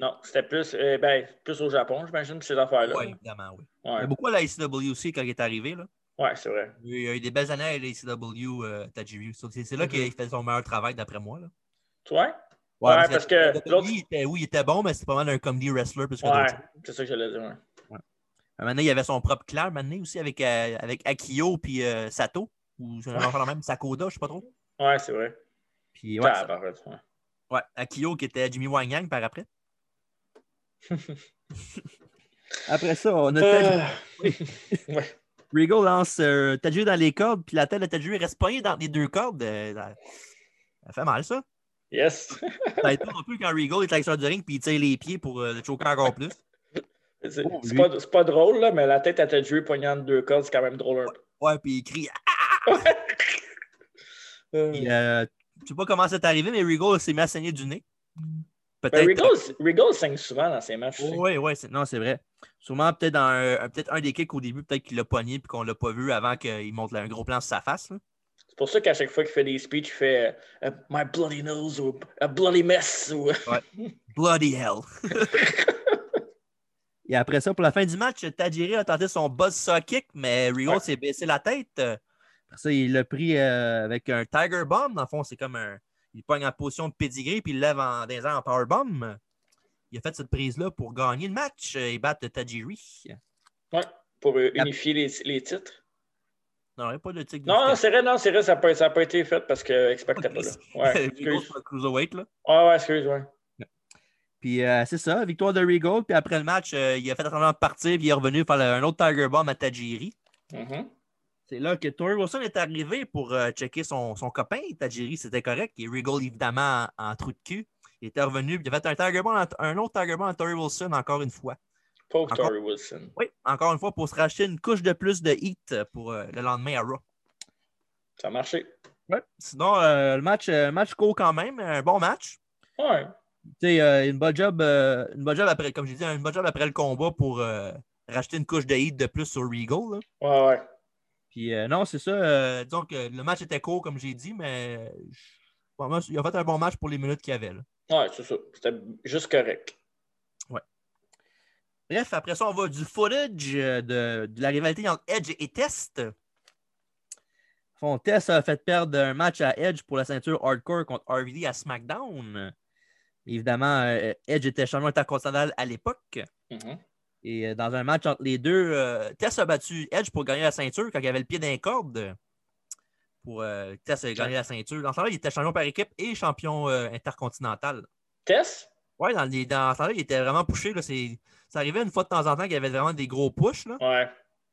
Speaker 2: Non, c'était plus, euh, ben, plus au Japon, j'imagine, ces affaires-là.
Speaker 1: Oui, évidemment, oui.
Speaker 2: Ouais,
Speaker 1: Mais beaucoup à la ICW aussi quand il est arrivé. Là.
Speaker 2: Ouais, c'est vrai.
Speaker 1: Il y a eu des belles années à la ICW, euh, Tajiri. So, C'est c'est là
Speaker 2: Mhm.
Speaker 1: qu'il fait son meilleur travail, d'après moi. Là.
Speaker 2: Tu vois?
Speaker 1: Ouais,
Speaker 2: Ouais,
Speaker 1: parce,
Speaker 2: parce
Speaker 1: que,
Speaker 2: que
Speaker 1: le
Speaker 2: l'autre-
Speaker 1: comedy, il était- oui, il était bon, mais c'était pas mal un comedy wrestler plus que
Speaker 2: Ouais,
Speaker 1: d'autres.
Speaker 2: c'est ça que j'allais dire. ouais.
Speaker 1: Un moment donné, il avait son propre clan, un moment donné, aussi, avec, euh, avec Akio puis euh, Sato. Ou je vais faire la même, Sakoda, je sais pas trop.
Speaker 2: Ouais, c'est vrai.
Speaker 1: Puis ouais, ça-
Speaker 2: Tabarouette, ouais.
Speaker 1: ouais, Akio qui était Jimmy Wang Yang par après. après ça, on a
Speaker 2: Euh,
Speaker 1: Rigo lance euh, Tajiri dans les cordes, puis la tête de Tajiri reste poignée dans les deux cordes. euh, ça... ça fait mal, ça.
Speaker 2: yes.
Speaker 1: Ça étonne un peu quand Regal est à l'extérieur du ring, puis il tire les pieds pour euh, le choquer encore plus.
Speaker 2: C'est c'est
Speaker 1: Oh, lui.
Speaker 2: pas, c'est pas drôle, là, mais la tête à tête jouée poignant de deux cordes, c'est quand même drôle un peu.
Speaker 1: Ouais, puis il crie
Speaker 2: Euh,
Speaker 1: Puis, euh, je sais pas comment c'est arrivé, mais Regal s'est mis à saigner du nez.
Speaker 2: mais
Speaker 1: Peut-être.
Speaker 2: Ben, Regal, Regal saigne souvent dans ses matchs. tu sais.
Speaker 1: Oui, oui, non, c'est vrai. Sûrement, peut-être dans un, un- peut-être un des kicks au début, peut-être qu'il l'a pogné puis qu'on l'a pas vu avant qu'il monte un gros plan sur sa face. là.
Speaker 2: C'est pour ça qu'à chaque fois qu'il fait des speeches, il fait euh, My bloody nose ou A bloody mess. Ou...
Speaker 1: Bloody hell. Et après ça, pour la fin du match, Tajiri a tenté son buzzsaw kick, mais Regal
Speaker 2: Ouais.
Speaker 1: s'est baissé la tête. Euh, Après ça, il l'a pris euh, avec un Tiger Bomb. Dans le fond, c'est comme un. Il pogne en position de pedigree puis il lève en, dans les airs en Power Bomb. Il a fait cette prise-là pour gagner le match euh, et battre Tajiri.
Speaker 2: Ouais, pour euh, unifier les, les titres.
Speaker 1: Non, il n'y a pas de tic de
Speaker 2: Non, non,
Speaker 1: tic.
Speaker 2: c'est vrai, non, c'est vrai, ça n'a pas, ça a pas été fait parce que expectait pas là. Ouais,
Speaker 1: Regal
Speaker 2: excuse.
Speaker 1: sur le cruiserweight, là.
Speaker 2: Ouais, ouais, excuse, ouais.
Speaker 1: Puis euh, c'est ça, victoire de Regal. Puis après le match, euh, il a fait semblant de partir, puis il est revenu faire le- un autre Tiger Bomb à Tajiri.
Speaker 2: Mhm.
Speaker 1: C'est là que Tori Wilson est arrivé pour euh, checker son, son copain. Tajiri, c'était correct. Et Regal, évidemment, en, en trou de cul. Il était revenu, puis il a fait un, Tiger Bomb à- un autre Tiger Bomb à Tori Wilson, encore une fois.
Speaker 2: Pauvre
Speaker 1: Encore-
Speaker 2: Tori Wilson.
Speaker 1: Oui, encore une fois, pour se racheter une couche de plus de hit pour euh, le lendemain à Raw.
Speaker 2: Ça a marché.
Speaker 1: Ouais. Sinon, euh, le match, euh, match court quand même, un bon match.
Speaker 2: Ouais.
Speaker 1: Tu sais, euh, une bonne job, euh, une bonne job après, comme j'ai dit, une bonne job après le combat pour euh, racheter une couche de hit de plus sur Regal. là.
Speaker 2: Ouais, ouais.
Speaker 1: Puis euh, non, c'est ça. euh, disons que le match était court, comme j'ai dit, mais je- bon, moi, il a fait un bon match pour les minutes qu'il y avait. là.
Speaker 2: Ouais, c'est ça. C'était juste correct.
Speaker 1: Bref, après ça, on va du footage euh, de, de la rivalité entre Edge et Test. Font Test a fait perdre un match à Edge pour la ceinture hardcore contre RVD à SmackDown. Évidemment, euh, Edge était champion intercontinental à l'époque.
Speaker 2: Mhm.
Speaker 1: Et euh, dans un match entre les deux, euh, Tess a battu Edge pour gagner la ceinture quand il avait le pied d'un corde. Pour euh, Tess a gagné la ceinture. Dans ce temps-là, il était champion par équipe et champion euh, intercontinental.
Speaker 2: Tess?
Speaker 1: Ouais, dans, les- dans ce temps-là, il était vraiment pushé. Là, c'est, ça arrivait une fois de temps en temps qu'il y avait vraiment des gros pushs. Là.
Speaker 2: Ouais.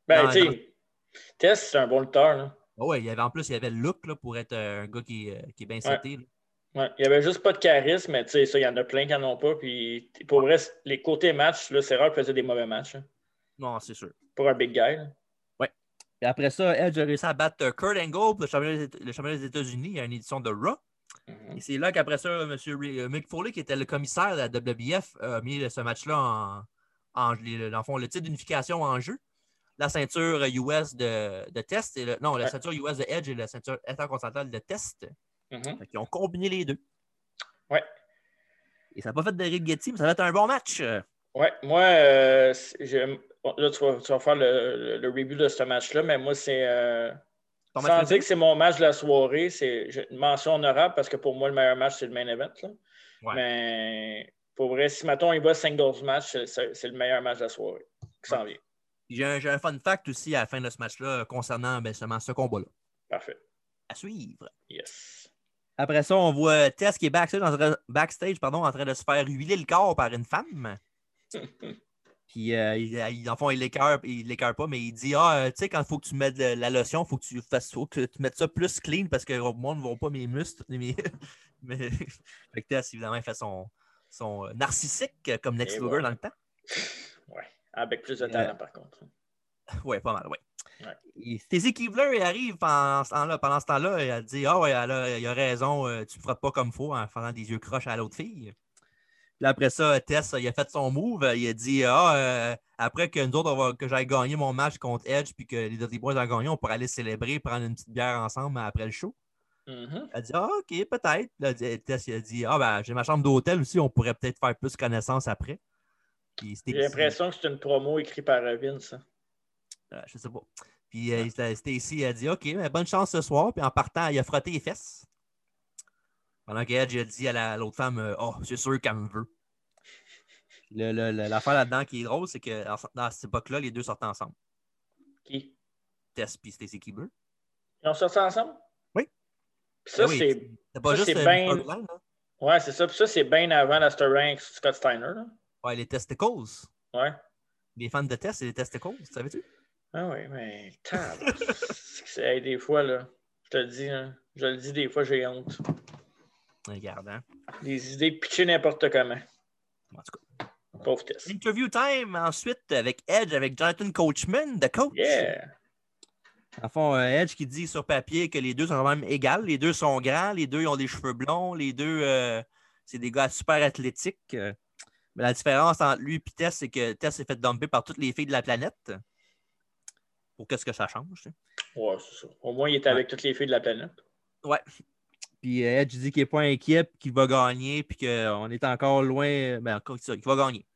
Speaker 2: Ben,
Speaker 1: Non,
Speaker 2: tu
Speaker 1: non.
Speaker 2: sais, Tess, c'est un bon lutteur. Là.
Speaker 1: Ah Ouais, il y avait, en plus, il y avait le look là, pour être euh, un gars qui, euh, qui est bien sauté. là.
Speaker 2: Ouais. Il n'y avait juste pas de charisme, mais tu sais, ça, il y en a plein qui n'en ont pas. Puis, t- pour vrai, c- les côtés matchs, là, c'est rare qu'ils faisaient des mauvais matchs. hein.
Speaker 1: Non, c'est sûr.
Speaker 2: Pour un big guy. là.
Speaker 1: Et après ça, Edge a réussi à battre euh, Kurt Angle, pour le championnat des- le championnat des États-Unis, à une édition de Raw.
Speaker 2: Mhm.
Speaker 1: Et c'est là qu'après ça, M. euh, Mick Foley, qui était le commissaire de la WBF, a mis ce match-là en, en- les- dans le fond, le titre d'unification en jeu. La ceinture US de, de test, et le- non, la
Speaker 2: Ouais.
Speaker 1: ceinture US de Edge et la ceinture intercontinentale de test.
Speaker 2: Mhm.
Speaker 1: Ils ont combiné les deux.
Speaker 2: Ouais.
Speaker 1: Et ça n'a pas fait de Rigetti, mais ça va être un bon match. Euh,
Speaker 2: Ouais, moi, euh, c'est- j'aime- bon, là, tu vas, tu vas faire le, le- le review de ce match-là, mais moi, c'est. euh,
Speaker 1: ton match
Speaker 2: Sans
Speaker 1: préféré?
Speaker 2: dire que c'est mon match de la soirée, c'est j'ai une mention honorable parce que pour moi, le meilleur match, c'est le main event. là.
Speaker 1: Ouais.
Speaker 2: Mais pour vrai, si mettons, il va singles match, c'est- c'est c'est le meilleur match de la soirée qui s'en vient.
Speaker 1: J'ai un, j'ai un fun fact aussi à la fin de ce match-là euh, concernant ben, justement ce combat-là.
Speaker 2: Parfait.
Speaker 1: À suivre.
Speaker 2: Yes.
Speaker 1: Après ça, on voit Tess qui est backstage, en train- backstage, pardon, en train de se faire huiler le corps par une femme. Puis, euh, il, il- en fond, il l'écœure, il l'écœure pas, mais il dit Ah, euh, tu sais, quand il faut que tu mettes de la lotion, il faut que tu fasses faut que tu mettes ça plus clean parce que au monde ne voit pas mes muscles. Mes... mais... fait que Tess, évidemment, il fait son, son euh, narcissique euh, comme Lex
Speaker 2: Et
Speaker 1: Luger
Speaker 2: voilà.
Speaker 1: dans le temps.
Speaker 2: ouais. Avec plus de talent, par contre.
Speaker 1: Ouais, pas mal, ouais. Et Stacy Keebler, il arrive pendant ce temps-là, pendant ce temps-là, et elle dit Ah ouais, elle a, il a raison, euh, tu ne feras pas comme faux en faisant des yeux croches à l'autre fille. Puis après ça, Tess, il a fait son move. Il a dit Ah, euh, après que nous autres, on va- que j'aille gagner mon match contre Edge, puis que les Dirty Boys ont gagné, on pourrait aller célébrer, prendre une petite bière ensemble après le show.
Speaker 2: Mhm.
Speaker 1: Elle dit Ah, OK, peut-être. Là, d- Tess, il a dit Ah, ben, j'ai ma chambre d'hôtel aussi, on pourrait peut-être faire plus connaissance après. Puis
Speaker 2: J'ai
Speaker 1: Stacy-
Speaker 2: l'impression que c'est une promo écrite par euh, Vince. hein.
Speaker 1: euh, je sais pas. Puis euh, Sta- Stacy a dit OK, mais bonne chance ce soir. Puis en partant, il a frotté les fesses. Pendant qu'Edge a dit à la- l'autre femme euh, Oh, c'est sûr qu'elle me veut. Le- le- le- L'affaire là-dedans qui est drôle, c'est que en- dans cette époque-là, les deux sortent ensemble.
Speaker 2: Qui?
Speaker 1: Tess puis Stacy Keebler.
Speaker 2: Ils ont sorti ensemble?
Speaker 1: Oui.
Speaker 2: Puis ça,
Speaker 1: Ah oui,
Speaker 2: c'est.
Speaker 1: C'est pas
Speaker 2: ça,
Speaker 1: juste
Speaker 2: c'est
Speaker 1: euh,
Speaker 2: ben-
Speaker 1: storyline, hein.
Speaker 2: Ouais, c'est ça. Puis ça, c'est bien avant la story avec Scott Steiner. là.
Speaker 1: Ouais, les testicles.
Speaker 2: Ouais.
Speaker 1: Les fans de Tess, c'est les testicles, savais-tu?
Speaker 2: Ah oui, mais. tab- c'est que c'est- hey, des fois, là. Je te le dis, hein, je le dis des fois, j'ai honte.
Speaker 1: Regarde, hein.
Speaker 2: Des idées pitchées n'importe comment.
Speaker 1: En tout cas.
Speaker 2: Pauvre test.
Speaker 1: Interview time ensuite avec Edge, avec Jonathan Coachman, de coach.
Speaker 2: Yeah!
Speaker 1: En fond, euh, Edge qui dit sur papier que les deux sont quand même égales. Les deux sont grands, les deux ils ont des cheveux blonds, les deux, euh, c'est des gars super athlétiques. euh. mais la différence entre lui et Tess, c'est que Tess s'est fait dumper par toutes les filles de la planète. Pour qu'est-ce que ça change? tu sais.
Speaker 2: Ouais, c'est ça. Au moins, il était avec toutes les filles de la planète.
Speaker 1: Puis euh, Edge dit qu'il n'est pas inquiet, puis qu'il va gagner, puis qu'on est encore loin. Ben, encore ça, qu'il va gagner.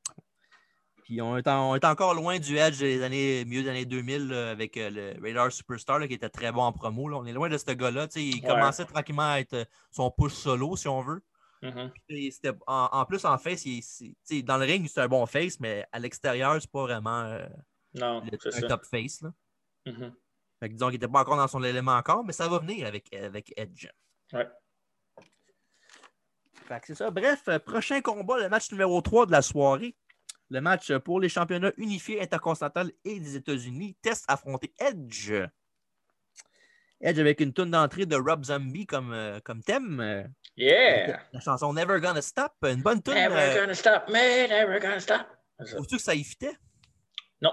Speaker 1: Puis on est, en- on est encore loin du Edge des années, milieu des années 2000 là, avec euh, le Radar Superstar là, qui était très bon en promo. là. On est loin de ce gars-là. tu sais, Il
Speaker 2: Ouais.
Speaker 1: commençait tranquillement à être euh, son push solo, si on veut.
Speaker 2: Mhm.
Speaker 1: Puis c'était- en, en plus, en face, il- c'est- tu sais, dans le ring, c'est un bon face, mais à l'extérieur, c'est pas vraiment euh,
Speaker 2: Non,
Speaker 1: le-
Speaker 2: c'est
Speaker 1: un
Speaker 2: ça.
Speaker 1: top face. Là.
Speaker 2: Mhm.
Speaker 1: Fait que disons qu'il n'était pas encore dans son élément encore, mais ça va venir avec, avec Edge.
Speaker 2: Ouais.
Speaker 1: Fait que c'est ça. Bref, euh, prochain combat, le match numéro 3 de la soirée. Le match euh, pour les championnats unifiés intercontinental et des États-Unis. Test affronté Edge. Edge avec une toune d'entrée de Rob Zombie comme, euh, comme thème. euh,
Speaker 2: Yeah!
Speaker 1: La chanson Never Gonna Stop. Une bonne toune.
Speaker 2: Never
Speaker 1: euh,
Speaker 2: gonna stop, man, never gonna stop. C'est ça.
Speaker 1: Trouves-tu que ça y fitait?
Speaker 2: Non.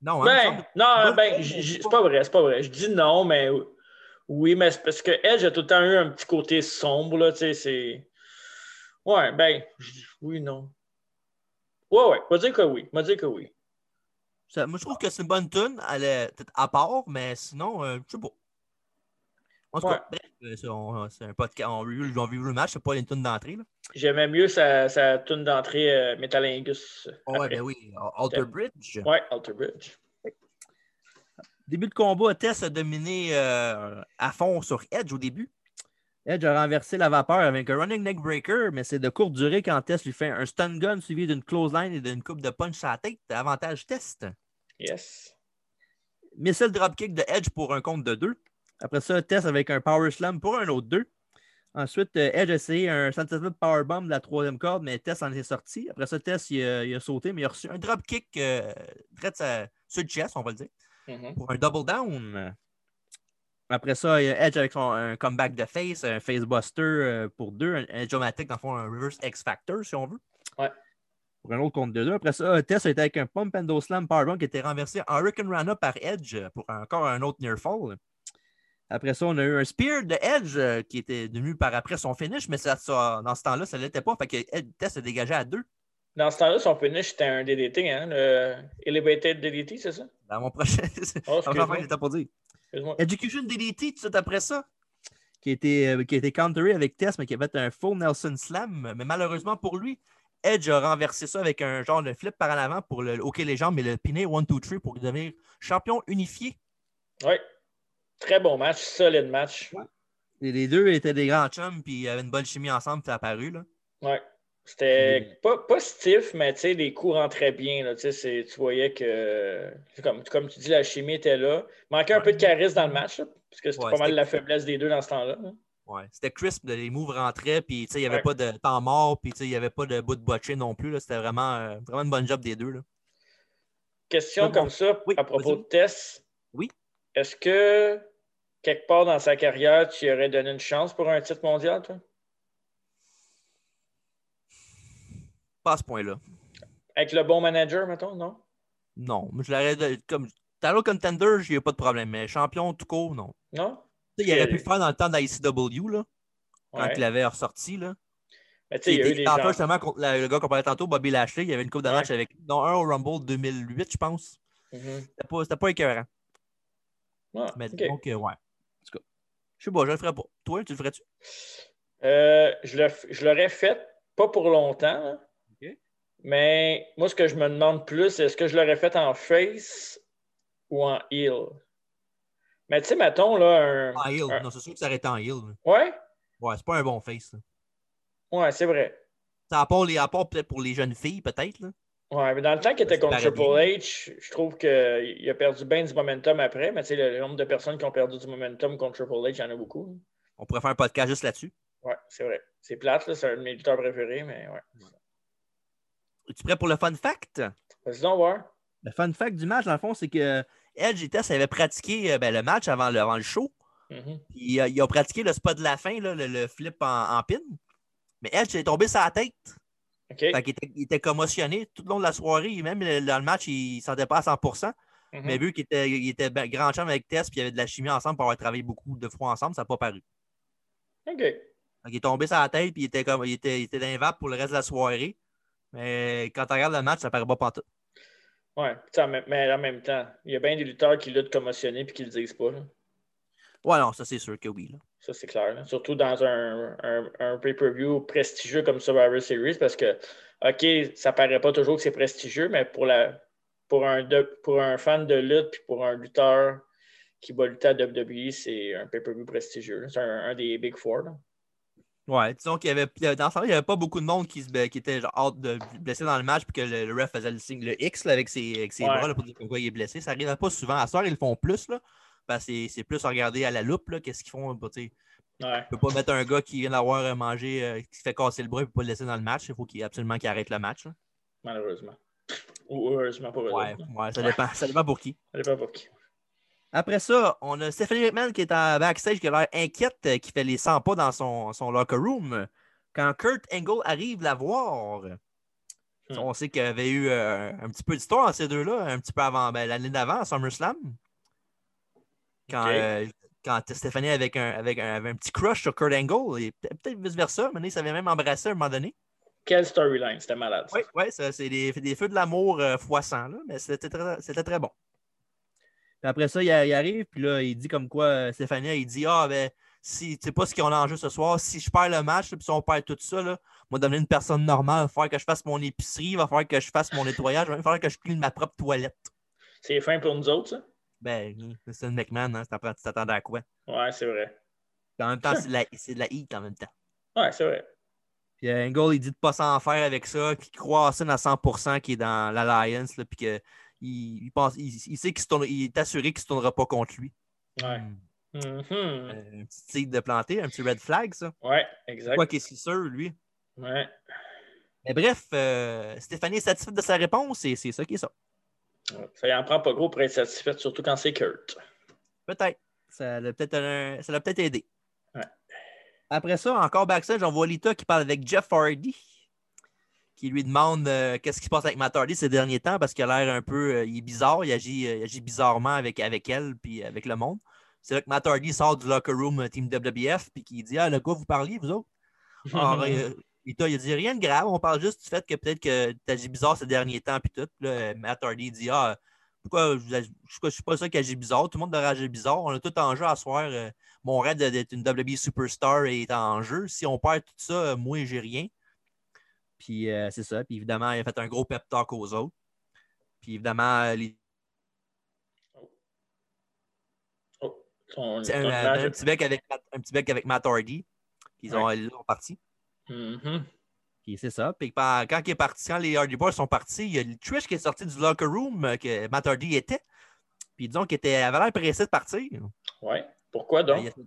Speaker 1: Non, hein, il me
Speaker 2: Ben,
Speaker 1: semble-
Speaker 2: non,
Speaker 1: bonne
Speaker 2: ben,
Speaker 1: idée,
Speaker 2: j-
Speaker 1: mais
Speaker 2: j-
Speaker 1: pas-
Speaker 2: c'est pas vrai, c'est pas vrai. Je dis non, mais oui, mais c'est parce que Edge a tout le temps eu un petit côté sombre, là, tu sais, c'est. Ouais, ben, je dis oui, non. Ouais, ouais, va dire que oui, va dire que oui.
Speaker 1: ça- moi, je trouve que c'est une bonne toune. Elle est peut-être à part, mais sinon, euh, je sais pas. En tout cas, bref, euh, c'est- on- c'est un podcast. On review, on review le match, c'est pas une toune d'entrée. là.
Speaker 2: J'aimais mieux sa, sa tune d'entrée euh, Metalingus.
Speaker 1: Ah ouais,
Speaker 2: après.
Speaker 1: ben oui, Alter Bridge.
Speaker 2: Ouais, Alter Bridge.
Speaker 1: Début de combat, Tess a dominé euh, à fond sur Edge au début. Edge a renversé la vapeur avec un running neck breaker, mais c'est de courte durée quand Tess lui fait un stun gun suivi d'une close line et d'une coupe de punch à la tête. Avantage Test.
Speaker 2: Yes.
Speaker 1: Missile dropkick de Edge pour un compte de 2. Après ça, Tess avec un power slam pour un autre 2. Ensuite, euh, Edge a essayé un Sentinel powerbomb de la troisième corde, mais Tess en est sorti. Après ça, Tess, il a, il a sauté, mais il a reçu un dropkick euh, direct sa- sur le chest, on va le dire
Speaker 2: Mhm.
Speaker 1: pour un double down. Après ça, il y a Edge avec son un comeback de face, un facebuster euh, pour deux, un edge dans le fond, un reverse X Factor, si on veut.
Speaker 2: Ouais.
Speaker 1: Pour un autre contre deux. Après ça, Tess était avec un pump and slam powerbomb qui était renversé en Hurricane Rana par Edge pour encore un autre near fall. Après ça, on a eu un spear de Edge euh, qui était devenu par après son finish, mais ça, ça- dans ce temps-là, ça ne l'était pas. Fait que Ed- Tess se dégageait à deux.
Speaker 2: Dans ce temps-là, son finish, c'était un DDT, hein? Le Elevated DDT, c'est ça?
Speaker 1: Dans mon prochain. c'est
Speaker 2: Oh,
Speaker 1: la première fois
Speaker 2: excuse-moi.
Speaker 1: que j'étais pour dire.
Speaker 2: excuse-moi.
Speaker 1: Education DDT, tout de suite après ça, qui a été, euh, qui a été counteré avec Tess, mais qui avait un faux Nelson Slam. Mais malheureusement pour lui, Edge a renversé ça avec un genre de flip par en avant pour le hockey les jambes et le piner 1, 2, 3 pour devenir champion unifié.
Speaker 2: Ouais. Très bon match, solide match.
Speaker 1: Et les deux étaient des grands chums, puis ils avaient une bonne chimie ensemble, c'est apparu. Là.
Speaker 2: Ouais.
Speaker 1: euh,
Speaker 2: C'était pas, pas stiff, mais tu sais, les coups rentraient bien. Là, tu sais, c'est- tu voyais que, c'est comme, comme tu dis, la chimie était là. Manquait un
Speaker 1: Ouais.
Speaker 2: peu de charisme dans le match, là, parce que c'était
Speaker 1: Ouais,
Speaker 2: pas mal
Speaker 1: c'était-
Speaker 2: la faiblesse des deux dans ce temps-là. hein.
Speaker 1: Ouais, C'était crisp, les moves rentraient, puis tu sais, il n'y avait
Speaker 2: Ouais.
Speaker 1: pas de temps mort, puis tu sais, il n'y avait pas de bout de botché non plus. là. C'était vraiment, euh, vraiment une bonne job des deux. Là.
Speaker 2: Question
Speaker 1: Bon, bon.
Speaker 2: comme ça
Speaker 1: Oui,
Speaker 2: à propos
Speaker 1: vas-y.
Speaker 2: de Tess.
Speaker 1: Oui.
Speaker 2: Est-ce que quelque part dans sa carrière, tu lui aurais donné une chance pour un titre mondial, toi?
Speaker 1: Pas à ce point-là.
Speaker 2: Avec le bon manager, mettons, non?
Speaker 1: Non, je l'aurais de- comme Title contender, il n'y a pas de problème, mais champion tout court, non.
Speaker 2: Non?
Speaker 1: Tu sais, il aurait pu le faire dans le temps d'ICW, là, quand
Speaker 2: Euh, Ouais.
Speaker 1: il l'avait ressorti, là.
Speaker 2: Mais tu sais,
Speaker 1: Il
Speaker 2: il y a
Speaker 1: était
Speaker 2: eu des
Speaker 1: en
Speaker 2: gens-
Speaker 1: face, justement, contre la- le gars qu'on parlait tantôt, Bobby Lashley, il y avait une coupe de
Speaker 2: Ouais.
Speaker 1: match avec non un au Rumble 2008, je pense.
Speaker 2: Mhm.
Speaker 1: C'était pas, c'était pas écœurant.
Speaker 2: Ah,
Speaker 1: Mais
Speaker 2: ok.
Speaker 1: donc, euh, ouais. En tout cas, je sais pas, je le ferais pas. Toi, tu le ferais-tu?
Speaker 2: Euh, je le f- je l'aurais fait, pas pour longtemps. là.
Speaker 1: Ok.
Speaker 2: Mais moi, ce que je me demande plus, est-ce que je l'aurais fait en face ou en heel? Mais tu sais, mettons, là, un...
Speaker 1: En heel.
Speaker 2: un-
Speaker 1: Non, c'est sûr que ça aurait été en heel. là.
Speaker 2: Ouais?
Speaker 1: Ouais, c'est pas un bon face. là.
Speaker 2: Ouais, c'est vrai.
Speaker 1: Ça, À part, les, à part peut-être pour les jeunes filles, peut-être. là.
Speaker 2: Ouais, mais dans le temps qu'il était
Speaker 1: Ça
Speaker 2: contre
Speaker 1: paraît
Speaker 2: Triple H, je trouve qu'il a perdu bien du momentum après, mais tu sais, le nombre de personnes qui ont perdu du momentum contre Triple H, il y en a beaucoup. hein.
Speaker 1: On pourrait faire un podcast juste là-dessus.
Speaker 2: Ouais, c'est vrai. C'est plate, là, c'est un de mes lutteurs préférés, mais ouais.
Speaker 1: Es-tu prêt pour le fun fact?
Speaker 2: Vas-y donc voir.
Speaker 1: Le fun fact du match, dans le fond, c'est que euh, Edge et Tess avaient pratiqué euh, ben, le match avant le, avant le show.
Speaker 2: Mhm.
Speaker 1: Puis, euh, ils ont pratiqué le spot de la fin, là, le, le flip en, en pin. Mais Edge est tombé sur la tête.
Speaker 2: OK.
Speaker 1: Fait qu'il était, il était commotionné tout le long de la soirée. Même le- dans le match, il ne sentait pas à 100
Speaker 2: Mhm.
Speaker 1: Mais vu qu'il était, il était ben- grand champ avec Tess puis il y avait de la chimie ensemble pour avoir travaillé beaucoup de fois ensemble, ça n'a pas paru.
Speaker 2: OK.
Speaker 1: il est tombé sur la tête puis il était comme il était, il était dans les vapes pour le reste de la soirée. Mais quand tu regardes le match, ça paraît pas pantoute.
Speaker 2: Ouais, tu sais, en même- mais en même temps, il y a bien des lutteurs qui luttent commotionnés puis qui le disent pas. là.
Speaker 1: Ouais, non, ça c'est sûr que oui. là.
Speaker 2: Ça, c'est clair. là. Surtout dans un, un- un pay-per-view prestigieux comme Survivor Series, parce que, OK, ça paraît pas toujours que c'est prestigieux, mais pour, la, pour, un, de- pour un fan de lutte puis pour un lutteur qui va lutter à WWE, c'est un pay-per-view prestigieux. là. C'est un, un des Big Four. là.
Speaker 1: Ouais, disons qu'il y avait dans ce temps-là, il n'y avait pas beaucoup de monde qui, se blessait- qui était genre hâte de blessé dans le match puis que le, le ref faisait le signe le X là, avec ses, avec ses
Speaker 2: Ouais.
Speaker 1: bras là, pour dire pourquoi il est blessé. Ça n'arrivait pas souvent. À soir, ils le font plus là. Parce que c'est- c'est plus à regarder à la loupe, là, qu'est-ce qu'ils font. bah, tu sais,
Speaker 2: Ouais.
Speaker 1: Tu peux pas mettre un gars qui vient d'avoir euh, mangé, euh, qui se fait casser le bras et pas le laisser dans le match. Il faut qu'il, absolument qu'il arrête le match. là.
Speaker 2: malheureusement. Ou heureusement pour eux
Speaker 1: Ouais,
Speaker 2: autres, là.
Speaker 1: ouais, ça dépend, ça dépend pour qui.
Speaker 2: Ça dépend pour qui.
Speaker 1: Après ça, on a Stephanie McMahon qui est en backstage, qui a l'air inquiète, euh, qui fait les 100 pas dans son, son locker room. Quand Kurt Angle arrive la voir, on sait qu'il y avait eu euh, un petit peu d'histoire entre ces deux-là, un petit peu avant, ben, l'année d'avant, à SummerSlam. Quand,
Speaker 2: Ok.
Speaker 1: euh, quand Stephanie avait un, avec un, avait un petit crush sur Kurt Angle, et peut- peut-être vice-versa, mais ça avait même embrassé à un moment donné.
Speaker 2: Quelle storyline, c'était malade. ça.
Speaker 1: Oui, ouais, ça, c'est des, des feux de l'amour euh, fois 100, là, mais c'était très, c'était très bon. Puis après ça, il, a- il arrive, puis là, il dit comme quoi, euh, Stéphanie, il dit Ah, ben, si, tu sais pas ce qu'on a en jeu ce soir, si je perds le match, là, puis si on perd tout ça, là, moi, devenir une personne normale, il va falloir que je fasse mon épicerie, il va falloir que je fasse mon nettoyage, il va même falloir que je clean ma propre toilette.
Speaker 2: C'est fin pour nous autres, ça?
Speaker 1: Ben, c'est une McMahon, hein, t'apprends- tu t'attendais à quoi?
Speaker 2: Ouais, c'est vrai.
Speaker 1: Puis en même temps, c'est de la, c'est de la heat en même temps.
Speaker 2: Ouais, c'est vrai.
Speaker 1: Puis euh, Angle, il dit de pas s'en faire avec ça, qu'il croit à Sin à 100% qui est dans l'Alliance, là, puis que il, il pense, il, il sait qu'il se tourne- il est assuré qu'il ne se tournera pas contre lui.
Speaker 2: Ouais.
Speaker 1: Hmm.
Speaker 2: Mhm.
Speaker 1: Euh, un petit tigre de planter, un petit red flag, ça.
Speaker 2: Ouais, exact.
Speaker 1: Quoi qu'il est si sûr, lui.
Speaker 2: Ouais.
Speaker 1: Mais bref, euh, Stéphanie est satisfaite de sa réponse et c'est ça qui est ça.
Speaker 2: Ça y en prend pas gros pour être satisfaite, surtout quand c'est Kurt.
Speaker 1: Peut-être. Ça l'a peut-être un- ça l'a peut-être aidé.
Speaker 2: Ouais.
Speaker 1: Après ça, encore backstage, on voit Lita qui parle avec Jeff Hardy, qui lui demande euh, qu'est-ce qui se passe avec Matt Hardy ces derniers temps parce qu'il a l'air un peu euh, il est bizarre, il agit, euh, il agit bizarrement avec, avec elle puis avec le monde. C'est là que Matt Hardy sort du locker room euh, Team WWF puis qui dit Ah, le gars, vous parliez, vous autres Alors, euh, Lita, il a dit rien de grave, on parle juste du fait que peut-être que tu agis bizarre ces derniers temps puis tout. Puis là, euh, Matt Hardy dit Ah, pourquoi je, je, je suis pas sûr qu'il agit bizarre. Tout le monde devrait agir bizarre. On a tout en jeu à soir. Euh, mon rêve de- d'être une WB superstar est en jeu. Si on perd tout ça, euh, moi, j'ai rien. Puis euh, c'est ça. Puis évidemment, il a fait un gros pep talk aux autres. Puis évidemment, euh, les-
Speaker 2: Oh, son-
Speaker 1: c'est
Speaker 2: son
Speaker 1: un,
Speaker 2: image-
Speaker 1: un petit bec avec, Matt- un petit bec avec Matt Hardy. Puis Ils ont, ils sont partis.
Speaker 2: Mhm.
Speaker 1: Puis c'est ça. Puis quand, quand il est parti, quand les Hardy Boys sont partis, il y a le Trish qui est sorti du locker room euh, que Matt Hardy était. Puis disons qu'il était, avait l'air pressé de partir.
Speaker 2: Ouais. Pourquoi
Speaker 1: Ben, il y
Speaker 2: donc?
Speaker 1: a-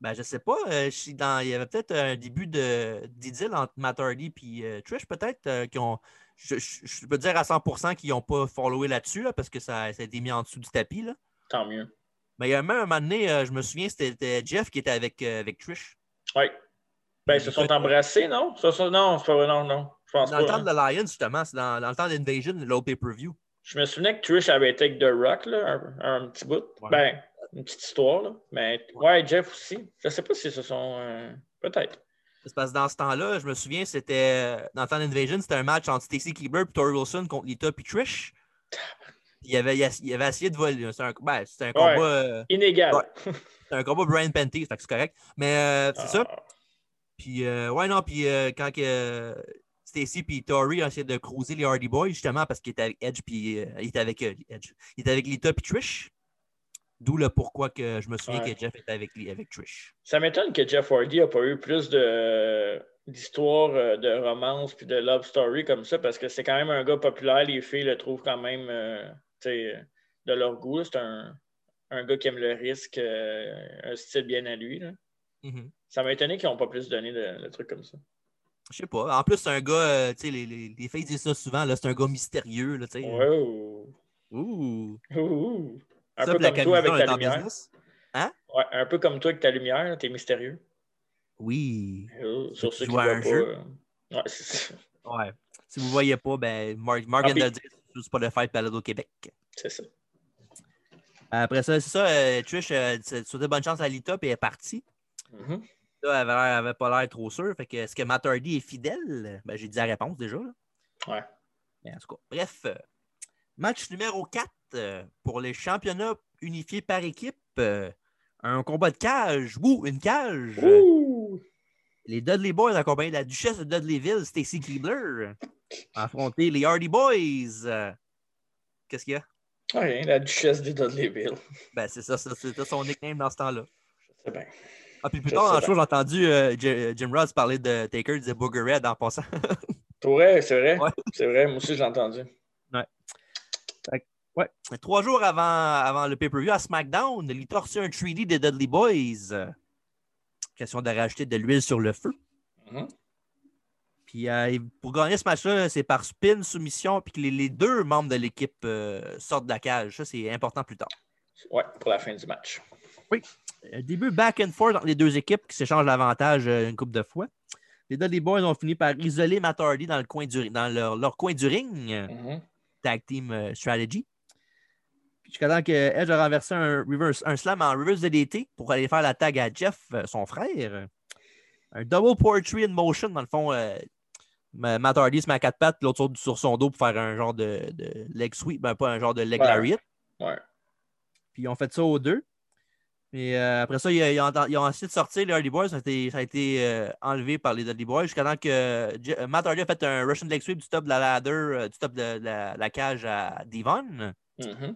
Speaker 1: ben, je sais pas. euh, je suis dans- il y avait peut-être un début de- d'idylle entre Matt Hardy et Trish, peut-être. euh, qui ont- je, je- je peux dire à 100% qu'ils n'ont pas followé là-dessus, là, parce que ça, ça a été mis en dessous du tapis. Là.
Speaker 2: Tant mieux.
Speaker 1: Mais il y a même un moment donné, euh, je me souviens, c'était- c'était Jeff qui était avec, euh, avec Trish.
Speaker 2: Ouais. Ben, ils se sont embrassés, non? Se sont- Non, c'est pas vrai, non, non. Je pense
Speaker 1: Dans le
Speaker 2: pas.
Speaker 1: temps
Speaker 2: hein.
Speaker 1: de l'Alliance, justement, c'est dans, dans le temps d'Invasion, l'autre pay-per-view.
Speaker 2: Je me souvenais que Trish avait été avec The Rock, là, un, un petit bout.
Speaker 1: Ouais.
Speaker 2: Ben, une petite histoire, là. Mais ouais, Jeff aussi. Je sais pas si ce sont. euh, Peut-être.
Speaker 1: C'est parce que dans ce temps-là, je me souviens, c'était euh, dans le temps d'Invasion, c'était un match entre Stacy Keebler et Tori Wilson contre Lita puis Trish. Il avait, il a- il avait essayé de voler. C'est un, ben, c'était un combat. euh,
Speaker 2: Inégal.
Speaker 1: Ouais. c'était un combat Brian Penty, fait que c'est correct. Mais euh, c'est ça.
Speaker 2: Ah,
Speaker 1: Puis, euh, ouais, non, puis euh, quand que, euh, Stacy puis Tori ont essayé de croiser les Hardy Boys, justement, parce qu'il était avec Edge, puis euh, il était avec euh, Edge. Il était avec Lita puis Trish. D'où le pourquoi que je me souviens
Speaker 2: Ouais.
Speaker 1: que Jeff était avec, lui- avec Trish.
Speaker 2: Ça m'étonne que Jeff Hardy n'a pas eu plus de d'histoires euh, de romance puis de love story comme ça parce que c'est quand même un gars populaire les filles le trouvent quand même euh, tu sais, euh, de leur goût c'est un, un gars qui aime le risque euh, un style bien à lui là.
Speaker 1: Mhm.
Speaker 2: ça m'a étonné qu'ils n'ont pas plus donné de, de trucs comme ça
Speaker 1: Je sais pas. En plus, c'est un gars, euh, tu sais, les, les, les filles disent ça souvent, là, c'est un gars mystérieux, là, tu sais.
Speaker 2: Wow.
Speaker 1: Ouh!
Speaker 2: Ouh, ouh. un
Speaker 1: Ça,
Speaker 2: peu
Speaker 1: puis la
Speaker 2: comme toi avec
Speaker 1: camisole est
Speaker 2: ta
Speaker 1: en
Speaker 2: lumière
Speaker 1: business?
Speaker 2: Ouais, un peu comme toi avec ta lumière là, t'es mystérieux
Speaker 1: Oui.
Speaker 2: Oh, sur ceux qui
Speaker 1: joues à
Speaker 2: voient
Speaker 1: un
Speaker 2: pas
Speaker 1: jeu.
Speaker 2: euh, ouais, c'est ça.
Speaker 1: Ouais. Si vous voyez pas, ben, Mark, Mark
Speaker 2: Ah,
Speaker 1: vient de
Speaker 2: puis-
Speaker 1: le dire sur Spotify Palado Québec.
Speaker 2: c'est ça
Speaker 1: Après ça, c'est ça, euh, Trish euh, c'est- souhaitait bonne chance à Lita, puis elle est partie.
Speaker 2: Mhm.
Speaker 1: Là, elle avait, l'air- elle avait pas l'air trop sûre. Fait que est-ce que Matt Hardy est fidèle? Ben, j'ai dit la réponse déjà. là.
Speaker 2: Ouais.
Speaker 1: Mais en tout cas, bref. euh, match numéro 4 pour les championnats unifiés par équipe. euh, un combat de cage. Ouh, une cage.
Speaker 2: Ouh.
Speaker 1: Les Dudley Boys accompagnés de la duchesse de Dudleyville, Stacy Keebler, affronter les Hardy Boys. euh, Qu'est-ce qu'il y a?
Speaker 2: Oui, Ah, la duchesse des Dudleyville.
Speaker 1: Ben, c'est ça, ça, c'était son nickname dans ce temps-là.
Speaker 2: C'est bien.
Speaker 1: Ah, puis plus
Speaker 2: Je
Speaker 1: tard,
Speaker 2: sais
Speaker 1: dans le
Speaker 2: bien.
Speaker 1: show, j'ai entendu euh, J- Jim Ross parler de Taker, il disait Booger Red en passant.
Speaker 2: Pour vrai, c'est vrai.
Speaker 1: Ouais.
Speaker 2: C'est vrai, moi aussi, je l'ai entendu.
Speaker 1: Trois jours avant, avant le pay-per-view à SmackDown, Lita a reçu un 3D des Dudley Boys. Euh, Question de rajouter de l'huile sur le feu.
Speaker 2: Mhm.
Speaker 1: Puis euh, pour gagner ce match-là, c'est par spin, soumission, puis que les, les deux membres de l'équipe euh, sortent de la cage. Ça, c'est important plus tard.
Speaker 2: Ouais, pour la fin du match.
Speaker 1: Euh, Début back and forth entre les deux équipes qui s'échangent l'avantage euh, une couple de fois. Les Dudley Boys ont fini par isoler Matt Hardy dans, le coin du, dans leur, leur coin du ring. euh,
Speaker 2: Mhm.
Speaker 1: tag team euh, strategy. Puis jusqu'à temps que Edge a renversé un, reverse, un slam en reverse DDT pour aller faire la tag à Jeff, euh, son frère. Un double poetry in motion, dans le fond. euh, Ma- Matt Hardy se met à quatre pattes, l'autre sur, sur son dos pour faire un genre de, de leg sweep, ben pas un genre de leg
Speaker 2: Ouais.
Speaker 1: lariat.
Speaker 2: Ouais.
Speaker 1: Puis ils ont fait ça aux deux. Mais euh, après ça, ils, ils ont, ils ont essayé de sortir les Hardy Boys. Ça a été, ça a été, euh, enlevé par les Dudley Boys jusqu'à temps que Je- Matt Hardy a fait un Russian leg sweep du top de la ladder, euh, du top de la, la cage à Devon.
Speaker 2: Mhm.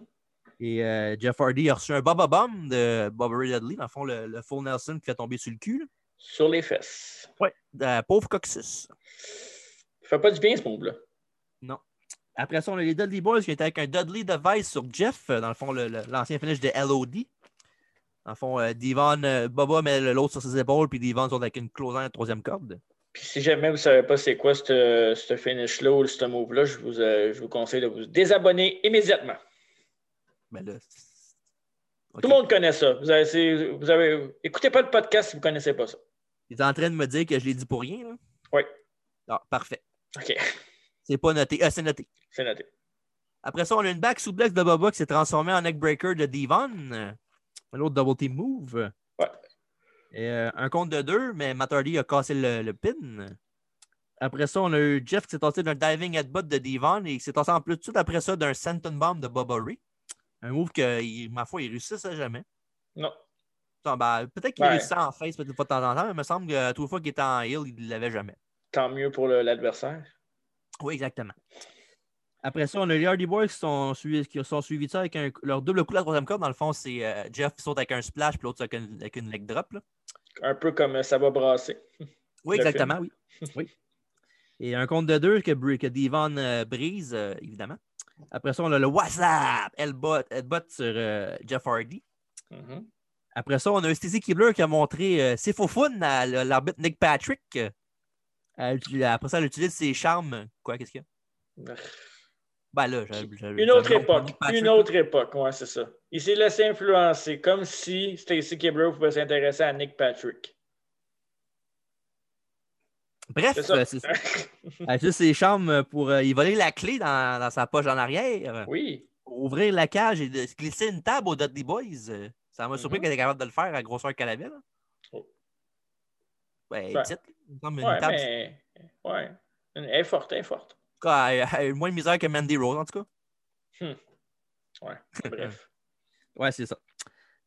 Speaker 1: Et euh, Jeff Hardy a reçu un Baba Bomb de Bobby Ray Dudley, dans le fond, le, le full Nelson qui fait tomber sur le cul. là.
Speaker 2: Sur les fesses.
Speaker 1: Euh, pauvre Coccyx.
Speaker 2: Ça fait pas du bien, ce move-là.
Speaker 1: Après ça, on a les Dudley Boys qui étaient avec un Dudley Device sur Jeff, euh, dans le fond, le- le- l'ancien finish de LOD. Dans le fond, euh, Devon, euh, Baba met l'autre sur ses épaules, puis Devon sort avec une closant à la troisième corde.
Speaker 2: Puis si jamais vous savez pas c'est quoi ce ce finish-là ou ce move-là, je vous, euh, je vous conseille de vous désabonner immédiatement.
Speaker 1: Mais là, c'est- Ok.
Speaker 2: Tout le monde connaît ça. Vous avez, c'est- vous avez, écoutez pas le podcast si vous connaissez pas ça.
Speaker 1: Il est en train de me dire que je l'ai dit pour rien. là?
Speaker 2: Oui.
Speaker 1: Ah, parfait.
Speaker 2: OK,
Speaker 1: C'est pas noté. Ah, c'est noté.
Speaker 2: c'est noté.
Speaker 1: Après ça, on a une back suplex de Baba qui s'est transformée en neckbreaker de Devon. Un autre double team move.
Speaker 2: Ouais.
Speaker 1: Et, euh, un compte de deux, mais Matt Hardy a cassé le, le pin. Après ça, on a eu Jeff qui s'est tossé d'un diving headbutt de Devon et qui s'est tossé en plus tout de suite après ça d'un senton bomb de Baba Ray. Un move que, il- ma foi, il réussissait à jamais.
Speaker 2: Non.
Speaker 1: Non, ben, peut-être qu'il
Speaker 2: Ouais.
Speaker 1: réussissait en face, peut-être pas de temps en temps, mais il me semble que toute fois qu'il était en heel, il ne l'avait jamais.
Speaker 2: Tant mieux pour le- l'adversaire.
Speaker 1: Oui, exactement. Après ça, on a les Hardy Boys qui sont suivis, qui sont suivis de ça avec un- leur double coup de la troisième corde. Dans le fond, c'est euh, Jeff qui saute avec un splash, puis l'autre saute avec une, avec une leg drop. là.
Speaker 2: Un peu comme euh, ça va brasser.
Speaker 1: Oui,
Speaker 2: Le
Speaker 1: exactement, oui. oui. Et un compte de deux que, Bru- que Devon euh, brise, euh, évidemment. Après ça, on a le WhatsApp, Elbot, Elbot sur euh, Jeff Hardy.
Speaker 2: Mhm.
Speaker 1: Après ça, on a Stacy Kibler qui a montré euh, ses faux fun à l- l'arbitre Nick Patrick. Elle utilise- après ça, elle utilise ses charmes. Quoi, qu'est-ce qu'il y a? Ben là, je- je-
Speaker 2: Une
Speaker 1: je-
Speaker 2: autre
Speaker 1: je-
Speaker 2: époque.
Speaker 1: Nick Patrick,
Speaker 2: Une autre époque, ouais, c'est ça. Il s'est laissé influencer, comme si Stacy Kibler pouvait s'intéresser à Nick Patrick.
Speaker 1: Bref,
Speaker 2: C'est ça.
Speaker 1: euh, c'est- elle juste ses chambres pour euh, y voler la clé dans, dans sa poche en arrière, euh,
Speaker 2: oui.
Speaker 1: ouvrir la cage et de, se glisser une table aux Dudley Boys. Euh, Ça m'a surpris
Speaker 2: Mhm.
Speaker 1: qu'elle était capable de le faire à grosseur calabelle.
Speaker 2: Oh.
Speaker 1: Ouais,
Speaker 2: Ouais.
Speaker 1: petite, il me semble une
Speaker 2: Ouais,
Speaker 1: table.
Speaker 2: mais. Ouais. Elle est forte, elle est forte.
Speaker 1: En tout cas, elle- elle a eu moins de misère que Mandy Rose, en tout cas.
Speaker 2: Ouais. Bref.
Speaker 1: Ouais, c'est ça.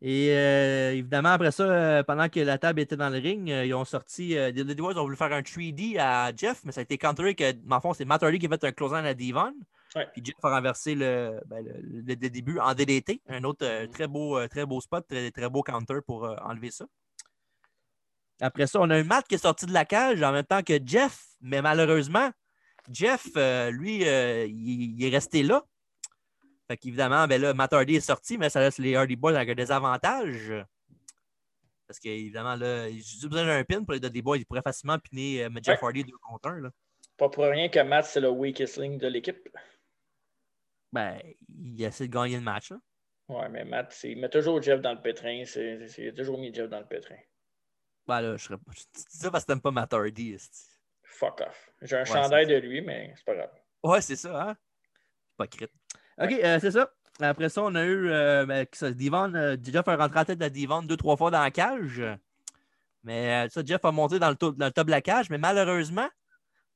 Speaker 1: Et euh, évidemment, après ça, euh, pendant que la table était dans le ring, euh, ils ont sorti. euh, les Dudley Boys ont voulu faire un 3D à Jeff, mais ça a été counteré que, en fond, c'est Matt Hardy qui a fait un closing à Devon.
Speaker 2: Ouais.
Speaker 1: Puis Jeff a renversé le, ben, le- le- le début en DDT. Un autre euh, très, beau, euh, très beau spot, très, très beau counter pour euh, enlever ça. Après ça, on a un Matt qui est sorti de la cage en même temps que Jeff, mais malheureusement, Jeff, euh, lui, euh, il, il est resté là. Fait qu'évidemment, ben là, Matt Hardy est sorti, mais ça laisse les Hardy Boys avec un désavantage. Parce qu'évidemment, là, j'ai besoin d'un pin pour les Dudley Boys. Ils pourraient facilement piner euh, Jeff Hardy deux contre un. là.
Speaker 2: Pas pour rien que Matt, c'est le weakest link de l'équipe.
Speaker 1: Ben, il essaie de gagner le match. là.
Speaker 2: Ouais, mais Matt, c'est- il met toujours Jeff dans le pétrin. C'est... c'est- Il a toujours mis Jeff dans le pétrin.
Speaker 1: Ben là, je serais pas. Tu dis ça parce que t'aimes pas Matt Hardy. esti.
Speaker 2: Fuck off. J'ai un
Speaker 1: Ouais,
Speaker 2: chandail de lui, mais c'est pas grave.
Speaker 1: Ouais, c'est ça, hein? Hypocrite. OK, euh, c'est ça. Après ça, on a eu euh, ben, ça, Devon, euh, Jeff a rentré en tête de Devon deux, trois fois dans la cage. Mais euh, ça, Jeff a monté dans le, top, dans le top de la cage, mais malheureusement,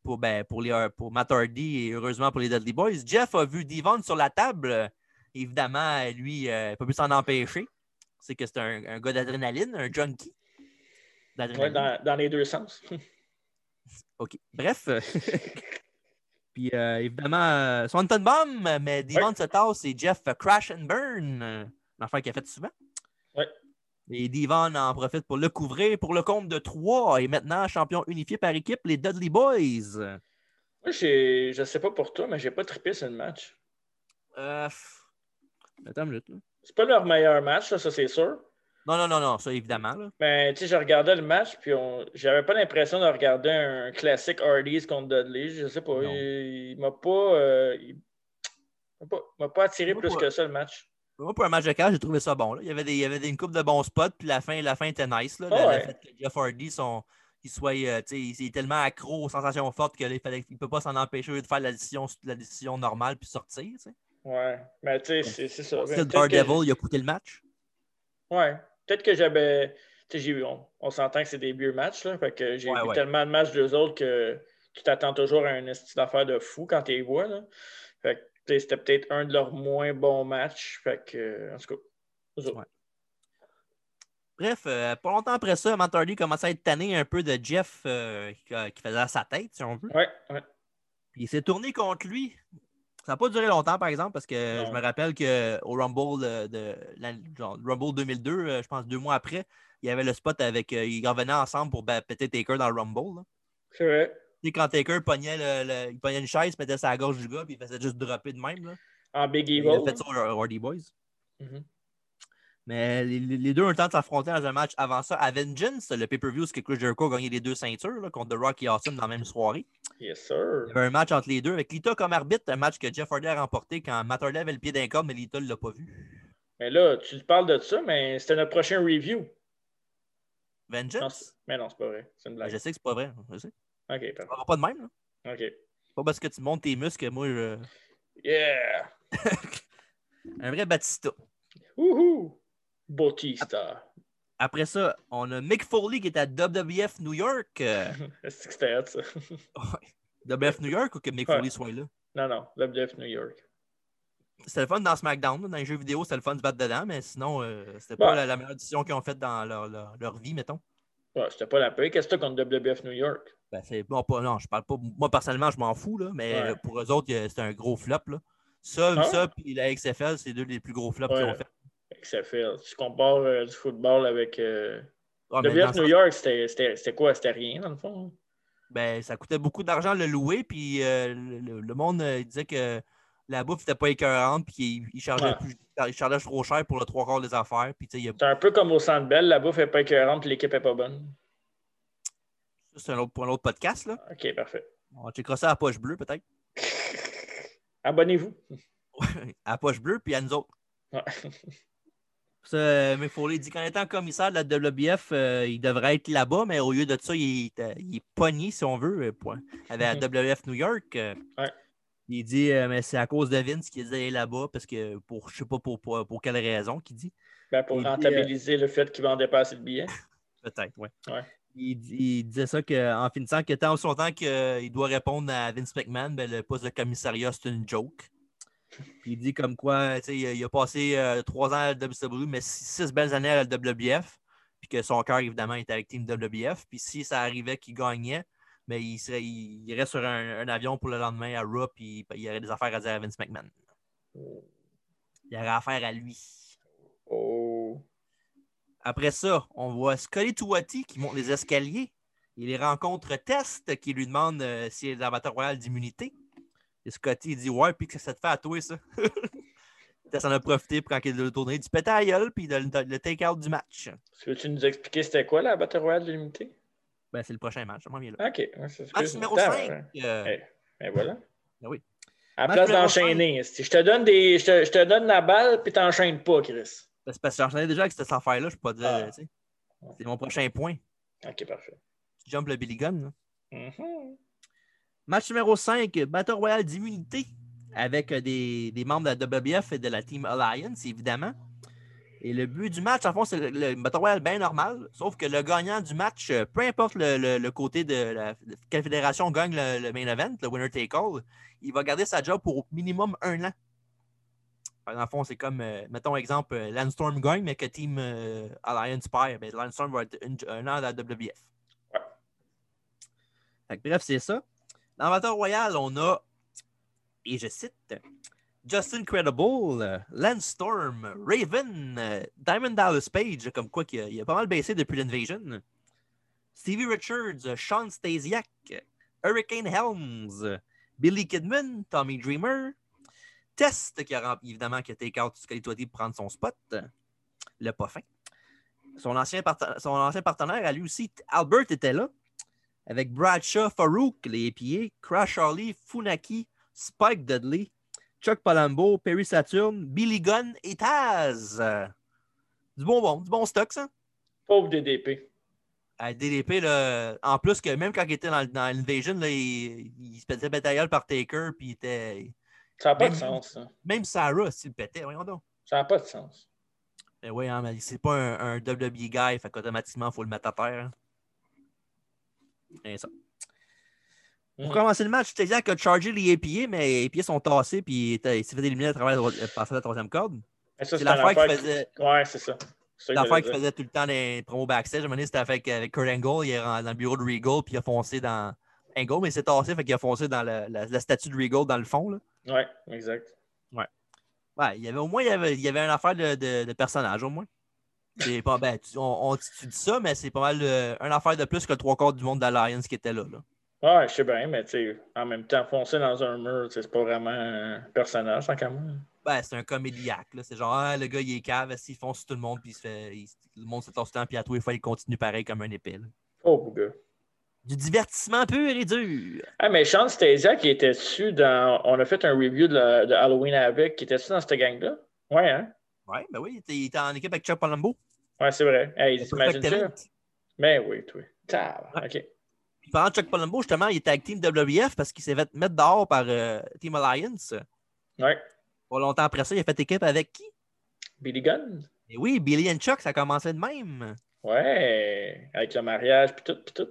Speaker 1: pour, ben, pour, les, pour Matt Hardy et heureusement pour les Dudley Boys, Jeff a vu Devon sur la table. Évidemment, lui, euh, il n'a pas pu s'en empêcher. C'est que c'est un, un gars d'adrénaline, un junkie.
Speaker 2: Ouais,
Speaker 1: D'adrénaline.
Speaker 2: dans, dans les deux sens.
Speaker 1: OK. Bref. Puis euh, évidemment, euh, Swanton Bomb, mais Devon se tasse et Jeff euh, crash and burn, euh, l'enfer qu'il a fait souvent.
Speaker 2: Ouais.
Speaker 1: Et Devon en profite pour le couvrir pour le compte de 3 et maintenant champion unifié par équipe, les Dudley Boys.
Speaker 2: Moi, j'ai... je sais pas pour toi, mais j'ai pas trippé sur le match.
Speaker 1: Euh, pff, Attends une minute. là.
Speaker 2: C'est pas leur meilleur match, là, ça c'est sûr.
Speaker 1: Non, non, non, non, ça évidemment. là.
Speaker 2: Mais Ben, tu sais, je regardais le match, puis on... j'avais pas l'impression de regarder un classique Hardy's contre Dudley. Je sais pas.
Speaker 1: Non.
Speaker 2: Il, il m'a pas, euh, il- il m'a pas. il m'a pas attiré
Speaker 1: Moi,
Speaker 2: plus
Speaker 1: pas.
Speaker 2: que ça le match.
Speaker 1: Moi, pour un match de cage, j'ai trouvé ça bon. là. Il y avait, des, il y avait des- une coupe de bons spots, puis la fin, la fin était nice. Là. Le-
Speaker 2: Ah
Speaker 1: le
Speaker 2: ouais.
Speaker 1: fait que Jeff Hardy, son, il, soit, euh, tu sais, il est tellement accro aux sensations fortes qu'il ne peut pas s'en empêcher de faire la décision, la décision normale puis sortir. tu sais.
Speaker 2: Ouais. Mais tu sais, c'est c'est ça.
Speaker 1: C'est
Speaker 2: Mais
Speaker 1: le
Speaker 2: peut-être que-
Speaker 1: Daredevil, il a coûté le match.
Speaker 2: Ouais. Peut-être que j'avais. Tu sais, j'ai vu- on, on s'entend que c'est des vieux matchs, là. Fait que j'ai
Speaker 1: Ouais,
Speaker 2: vu
Speaker 1: ouais.
Speaker 2: tellement de matchs d'eux autres que tu t'attends toujours à un esti d'affaires de fou quand tu les vois, là. Fait que tu sais, c'était peut-être un de leurs moins bons matchs. Fait que, euh, en tout cas, eux autres.
Speaker 1: Ouais. Bref, euh, pas longtemps après ça, Matt Hardy commençait à être tanné un peu de Jeff euh, qui, qui faisait à sa tête, si on veut.
Speaker 2: Ouais, ouais.
Speaker 1: Puis il s'est tourné contre lui. Ça n'a pas duré longtemps, par exemple, parce que
Speaker 2: Non.
Speaker 1: je me rappelle qu'au Rumble euh, de, la- genre, Rumble 2002, euh, je pense deux mois après, il y avait le spot avec. euh, ils revenaient ensemble pour ba- péter Taker dans le Rumble. là.
Speaker 2: C'est vrai.
Speaker 1: Tu sais, quand Taker pognait, le- le- il pognait une chaise, mettait ça à la gorge du gars, puis il faisait juste dropper de même. là.
Speaker 2: En Big
Speaker 1: Il
Speaker 2: Evil.
Speaker 1: a fait
Speaker 2: hein.
Speaker 1: ça aux Hardy Boys.
Speaker 2: Mhm.
Speaker 1: Mais les, les- les deux ont eu le temps de s'affronter dans un match avant ça à Vengeance, le pay-per-view, ce que Chris Jericho a gagné les deux ceintures là, contre The Rock et Austin dans la même soirée.
Speaker 2: Yes,
Speaker 1: Il y
Speaker 2: sir.
Speaker 1: avait un match entre les deux avec Lita comme arbitre, un match que Jeff Hardy a remporté quand Matt Hardy avait le pied d'un corps, mais Lita ne l'a pas vu.
Speaker 2: Mais là, tu te parles de ça, mais c'était notre prochain review. Non, c'est-
Speaker 1: Vengeance?
Speaker 2: mais non, c'est pas vrai. C'est une
Speaker 1: Ben,
Speaker 2: blague.
Speaker 1: je sais que c'est pas vrai. Je sais.
Speaker 2: Ok,
Speaker 1: Ça
Speaker 2: parfait.
Speaker 1: va pas de même. là.
Speaker 2: Ok.
Speaker 1: Pas parce que tu montes tes muscles, que moi, je...
Speaker 2: Yeah!
Speaker 1: un vrai Batista.
Speaker 2: Wouhou! Bautista.
Speaker 1: Après ça, on a Mick Foley qui est à WWF New York. Euh,
Speaker 2: Est-ce que c'était hot, ça?
Speaker 1: WWF New York ou que Mick
Speaker 2: Ouais.
Speaker 1: Foley soit là?
Speaker 2: Non, non, WWF New York.
Speaker 1: C'était le fun dans SmackDown. là. Dans les jeux vidéo, c'était le fun de se battre dedans, mais sinon, euh, c'était
Speaker 2: Ouais.
Speaker 1: pas la, la meilleure décision qu'ils ont faite dans leur, leur- leur vie, mettons.
Speaker 2: Ouais, c'était pas la paix. Qu'est-ce que t'as contre WWF New York?
Speaker 1: Ben, c'est bon, pas, non, je parle pas. Moi, personnellement, je m'en fous, là, mais
Speaker 2: Ouais.
Speaker 1: euh, pour eux autres, euh, c'était un gros flop. Là. Ça,
Speaker 2: Ah.
Speaker 1: ça, puis la XFL, c'est deux des plus gros flops qu'ils
Speaker 2: Ouais.
Speaker 1: ont fait.
Speaker 2: XFL. Tu compares euh, du football avec. euh,
Speaker 1: Ah, mais dans le
Speaker 2: WWF
Speaker 1: sens-
Speaker 2: New York, c'était- c'était c'était quoi? C'était rien, dans le fond.
Speaker 1: ben, ça coûtait beaucoup d'argent le louer, puis euh, le, le monde euh, disait que la bouffe n'était pas écœurante, puis qu'ils ils chargeaient,
Speaker 2: Ouais.
Speaker 1: plus- ils chargeaient trop cher pour le trois quarts des affaires. Puis, tu sais, il y a-
Speaker 2: C'est un peu comme au Centre Bell, la bouffe est pas écœurante et l'équipe est pas bonne.
Speaker 1: ça, c'est un autre, pour un autre podcast. Là.
Speaker 2: Ok, parfait.
Speaker 1: On checkera ça à poche bleue, peut-être.
Speaker 2: Abonnez-vous.
Speaker 1: à poche bleue, puis à nous autres.
Speaker 2: Ouais.
Speaker 1: Ça, euh, mais Foley dit qu'en étant commissaire de la WBF, euh, il devrait être là-bas, mais au lieu de ça, il, est, euh, il est pogné, si on veut, euh, point. avec la WF New York. euh,
Speaker 2: Ouais.
Speaker 1: Il dit, euh, mais c'est à cause de Vince qu'ils allaient là-bas, parce que pour, je sais pas pour, pour, pour quelle raison qu'il dit.
Speaker 2: Ben, pour
Speaker 1: Il dit, euh,
Speaker 2: rentabiliser le fait qu'il vendait pas assez de billets.
Speaker 1: Peut-être, oui.
Speaker 2: Ouais.
Speaker 1: Il, dit- il disait ça qu'en finissant, que tant son temps qu'il doit répondre à Vince McMahon, ben, le poste de commissariat, c'est une joke. Puis il dit comme quoi, tu sais, il a- il a passé euh, trois ans à la WCW, mais six, six belles années à la WBF. Puis que son cœur, évidemment, était avec Team WBF. Puis si ça arrivait qu'il gagnait, mais il, serait, il irait sur un, un avion pour le lendemain à Raw, puis ben, il aurait des affaires à dire à Vince McMahon. Il aurait affaire à lui.
Speaker 2: Oh.
Speaker 1: Après ça, on voit Scully Tuati qui monte les escaliers. Il les rencontre Test qui lui demande euh, si est amateur royal d'immunité. Et Scotty il dit Ouais, puis que ça te fait à toi, ça. Test en a profité pour quand il le tourné, il dit Pète à la gueule, puis il donne le, le take-out du match.
Speaker 2: Veux-tu nous expliquer c'était quoi la Battle Royale de l'unité?
Speaker 1: Ben, c'est le prochain match, on m'en vient là.
Speaker 2: Ok. Ouais, c'est ce que
Speaker 1: Match
Speaker 2: je
Speaker 1: numéro euh,
Speaker 2: me
Speaker 1: 5.
Speaker 2: disais, ouais. Ben voilà.
Speaker 1: Ben oui.
Speaker 2: À
Speaker 1: Match
Speaker 2: place
Speaker 1: numéro
Speaker 2: d'enchaîner, si je te donne des. Je te, je te donne la balle puis t'enchaînes pas, Chris.
Speaker 1: c'est parce que j'enchaînais déjà avec cette affaire-là, je peux pas dire.
Speaker 2: Ah.
Speaker 1: tu sais. C'est mon prochain point.
Speaker 2: Ok, parfait.
Speaker 1: Tu jumpes le Billy Gunn. là.
Speaker 2: Mhm.
Speaker 1: Match numéro 5, Battle Royale d'immunité avec euh, des, des membres de la WBF et de la Team Alliance, évidemment. Et le but du match, en fond, c'est le, le Battle Royale bien normal, sauf que le gagnant du match, euh, peu importe le, le- le côté de la de quelle fédération gagne le, le main event, le winner take all, il va garder sa job pour au minimum un an. En fond, c'est comme, euh, mettons exemple, euh, Landstorm gagne, mais que Team euh, Alliance perd. Ben, Landstorm va être une- un an à la WBF.
Speaker 2: Ouais.
Speaker 1: Fait que bref, c'est ça. Dans le Battle Royale, on a, et je cite, Justin Credible, euh, Lance Storm, Raven, euh, Diamond Dallas Page, comme quoi qu'il a- il a, pas mal baissé depuis l'Invasion, Stevie Richards, euh, Sean Stasiak, euh, Hurricane Helms, euh, Billy Kidman, Tommy Dreamer, Test, qui a rem- évidemment qui a take out Scully Twitty pour prendre son spot, euh, le pas fin. Son ancien, parten- son ancien partenaire, à lui aussi, T- Albert était là, avec Bradshaw, Farouk, les pieds, Crash Harley, Funaki, Spike Dudley, Chuck Palambo, Perry Saturn, Billy Gunn et Taz. Euh, Du bonbon, du bon stock, ça.
Speaker 2: Pauvre DDP.
Speaker 1: À DDP, là, en plus que même quand il était dans, dans l'Invasion, là, il, il se pétait bataille par Taker, puis il était.
Speaker 2: Ça n'a pas de
Speaker 1: Mais-
Speaker 2: sens, ça.
Speaker 1: Même Sarah, s'il le pétait, voyons donc.
Speaker 2: Ça n'a pas de sens.
Speaker 1: Mais oui, hein, mais c'est pas un, un WWE guy, fait qu'automatiquement, il faut le mettre à terre. hein. Et ça. Pour
Speaker 2: Mhm.
Speaker 1: commencer le match, Stasiak a chargé les épiers, mais les épiers sont tassés, puis il, était- il s'est fait éliminer à travers le- passer la troisième corde.
Speaker 2: Mais ça,
Speaker 1: C'est
Speaker 2: c'est
Speaker 1: l'affaire
Speaker 2: l'affaire
Speaker 1: qui faisait.
Speaker 2: Ouais, c'est ça. C'est ça que
Speaker 1: L'affaire
Speaker 2: j'allais
Speaker 1: qu'il
Speaker 2: dire.
Speaker 1: faisait tout le temps des promos backstage, à un moment donné, c'était avec, avec Kurt Angle, il est rentré dans le bureau de Regal, puis il a foncé dans. Angle, mais il s'est tassé, fait qu'il a foncé dans la, la- la statue de Regal dans le fond. Là.
Speaker 2: Ouais, exact.
Speaker 1: Ouais, il y avait, au moins, il y avait, il y avait une affaire de, de- de personnage, au moins. C'est pas, ben, tu, on, on- tu dis ça, mais c'est pas mal euh, une affaire de plus que le trois quarts du monde d'Alliance qui était là. là.
Speaker 2: Ouais, je sais bien, mais tu sais, en même temps, foncer dans un mur, tu sais, c'est pas vraiment un personnage, tant qu'à moi.
Speaker 1: Ben, c'est un comédiaque. là. C'est genre, ah, le gars, il est cave, il fonce sur tout le monde, puis il se fait, il- le monde se tasse tout le temps, puis à tous les fois, il continue pareil comme un épée. là.
Speaker 2: Pauvre gars.
Speaker 1: Du divertissement pur et dur.
Speaker 2: Ah, mais Sean Stasiak, qui était dessus dans. On a fait un review de, la- de Halloween avec, qui était dessus dans cette gang-là? Ouais, hein?
Speaker 1: Ouais, ben oui, il était- il était en équipe avec Chuck Palumbo.
Speaker 2: Ouais, c'est vrai. Hey, t'imagines
Speaker 1: Perfect
Speaker 2: ça?
Speaker 1: Talent.
Speaker 2: Mais oui, toi. Tab, ok.
Speaker 1: Puis pendant Chuck Palumbo, justement, il était avec Team WBF parce qu'il s'est fait mettre dehors par euh, Team Alliance.
Speaker 2: Ouais.
Speaker 1: Pas longtemps après ça, il a fait équipe avec qui?
Speaker 2: Billy Gunn?
Speaker 1: Et oui, Billy and Chuck, ça commençait de même.
Speaker 2: Ouais. Avec le mariage, pis tout, pis tout.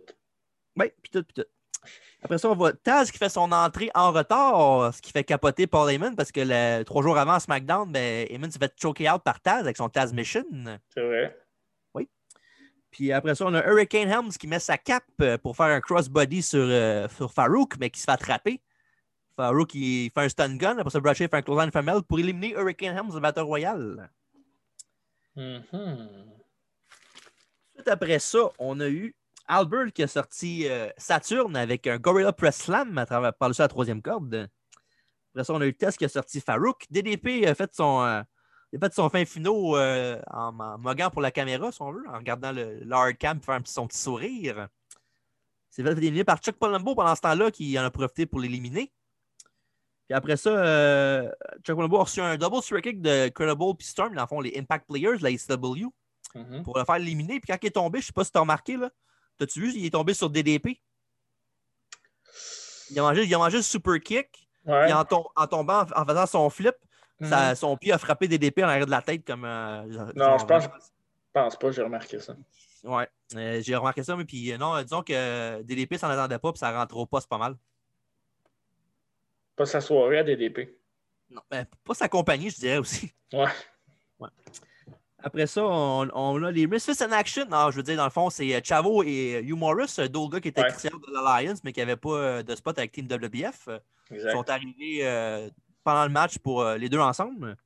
Speaker 1: Oui, Ben, puis tout, puis tout. Après ça, on voit Taz qui fait son entrée en retard, ce qui fait capoter Paul Heyman parce que le- trois jours avant SmackDown, ben, Heyman s'est fait choker out par Taz avec son Taz Mission.
Speaker 2: C'est vrai.
Speaker 1: Puis après ça, on a Hurricane Helms qui met sa cape euh, pour faire un crossbody sur, euh, sur Farouk, mais qui se fait attraper. Farouk, il fait un stun gun. Après ça, Bradshaw fait un close-line femelle pour éliminer Hurricane Helms de Battle Royale.
Speaker 2: Mhm.
Speaker 1: Tout après ça, on a eu Albert qui a sorti euh, Saturne avec un Gorilla Press Slam à travers, par-dessus la troisième corde. Après ça, on a eu Tess qui a sorti Farouk. DDP a fait son, euh, il a fait son fin finaux euh, en, en moguant pour la caméra, si on veut, en regardant le, le hard cam pour faire un petit- son petit sourire. C'est fait éliminer par Chuck Palumbo pendant ce temps-là qui en a profité pour l'éliminer. Puis après ça, euh, Chuck Willebaugh a reçu un double strike kick de Credible puis Storm, dans le fond, les Impact Players, la ICW,
Speaker 2: Mhm.
Speaker 1: pour le faire éliminer. Puis quand il est tombé, je sais pas si t'as remarqué, là, t'as-tu vu, il est tombé sur DDP. Il a mangé, il a mangé le super kick,
Speaker 2: Ouais.
Speaker 1: puis en, tom- en tombant, en faisant son flip,
Speaker 2: Mhm.
Speaker 1: sa- son pied a frappé DDP en arrière de la tête comme. euh,
Speaker 2: Non,
Speaker 1: genre-
Speaker 2: je pense- Je pense pas, j'ai remarqué ça.
Speaker 1: Ouais, euh, j'ai remarqué ça, mais puis euh, non, euh, disons que euh, DDP s'en attendait pas, puis ça rentre au poste pas mal.
Speaker 2: Pas sa soirée à DDP.
Speaker 1: Non, ben, pas sa compagnie, je dirais aussi.
Speaker 2: Ouais.
Speaker 1: Ouais. Après ça, on, on a les Misfits in Action. Non, je veux dire, dans le fond, c'est euh, Chavo et euh, Hugh Morris, euh, d'autres gars qui étaient
Speaker 2: Ouais.
Speaker 1: critères de l'Alliance, mais qui n'avaient pas euh, de spot avec Team WBF. euh,
Speaker 2: Exact.
Speaker 1: sont arrivés euh, pendant le match pour euh, les deux ensemble.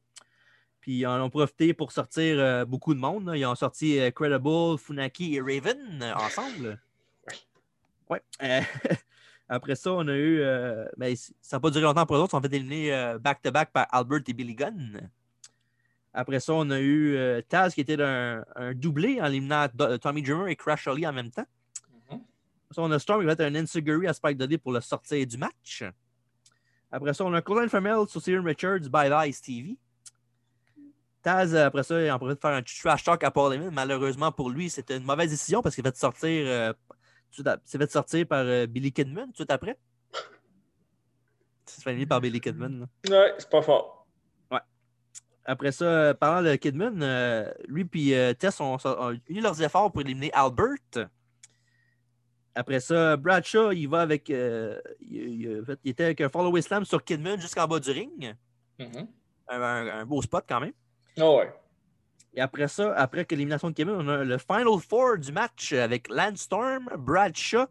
Speaker 1: Puis ils en ont profité pour sortir euh, beaucoup de monde. là. Ils ont sorti euh, Credible, Funaki et Raven euh, ensemble. Ouais. Euh, après ça, on a eu. euh, ben, c- ça n'a pas duré longtemps pour eux autres. Ils sont fait éliminer euh, back-to-back par Albert et Billy Gunn. Après ça, on a eu euh, Taz qui était d'un- un doublé en éliminant Do- Tommy Dreamer et Crash Holly en même temps.
Speaker 2: Mhm.
Speaker 1: Après ça, on a Storm qui va être un Insiguri à Spike Dudley pour le sortir du match. Après ça, on a Colin Femel sur Steven Richards, Bye Bye Stevie. Taz, euh, après ça, il en profite de faire un petit trash talk à Paul Heyman. Malheureusement pour lui, c'était une mauvaise décision parce qu'il s'est fait sortir, euh, tout de suite à- s'est fait sortir par euh, Billy Kidman tout de suite après. C'est fait éliminer par Billy Kidman. là.
Speaker 2: Ouais, c'est pas fort.
Speaker 1: Après ça, euh, parlant de Kidman, euh, lui puis euh, Tess ont, sont- ont uni leurs efforts pour éliminer Albert. Après ça, Bradshaw, il va avec. euh, il, il- en fait, il était avec un follow slam sur Kidman jusqu'en bas du ring.
Speaker 2: Mhm.
Speaker 1: Un, un- un beau spot quand même.
Speaker 2: Ah ouais.
Speaker 1: Et après ça, après que l'élimination de Kidman, on a le Final Four du match avec Landstorm, Bradshaw,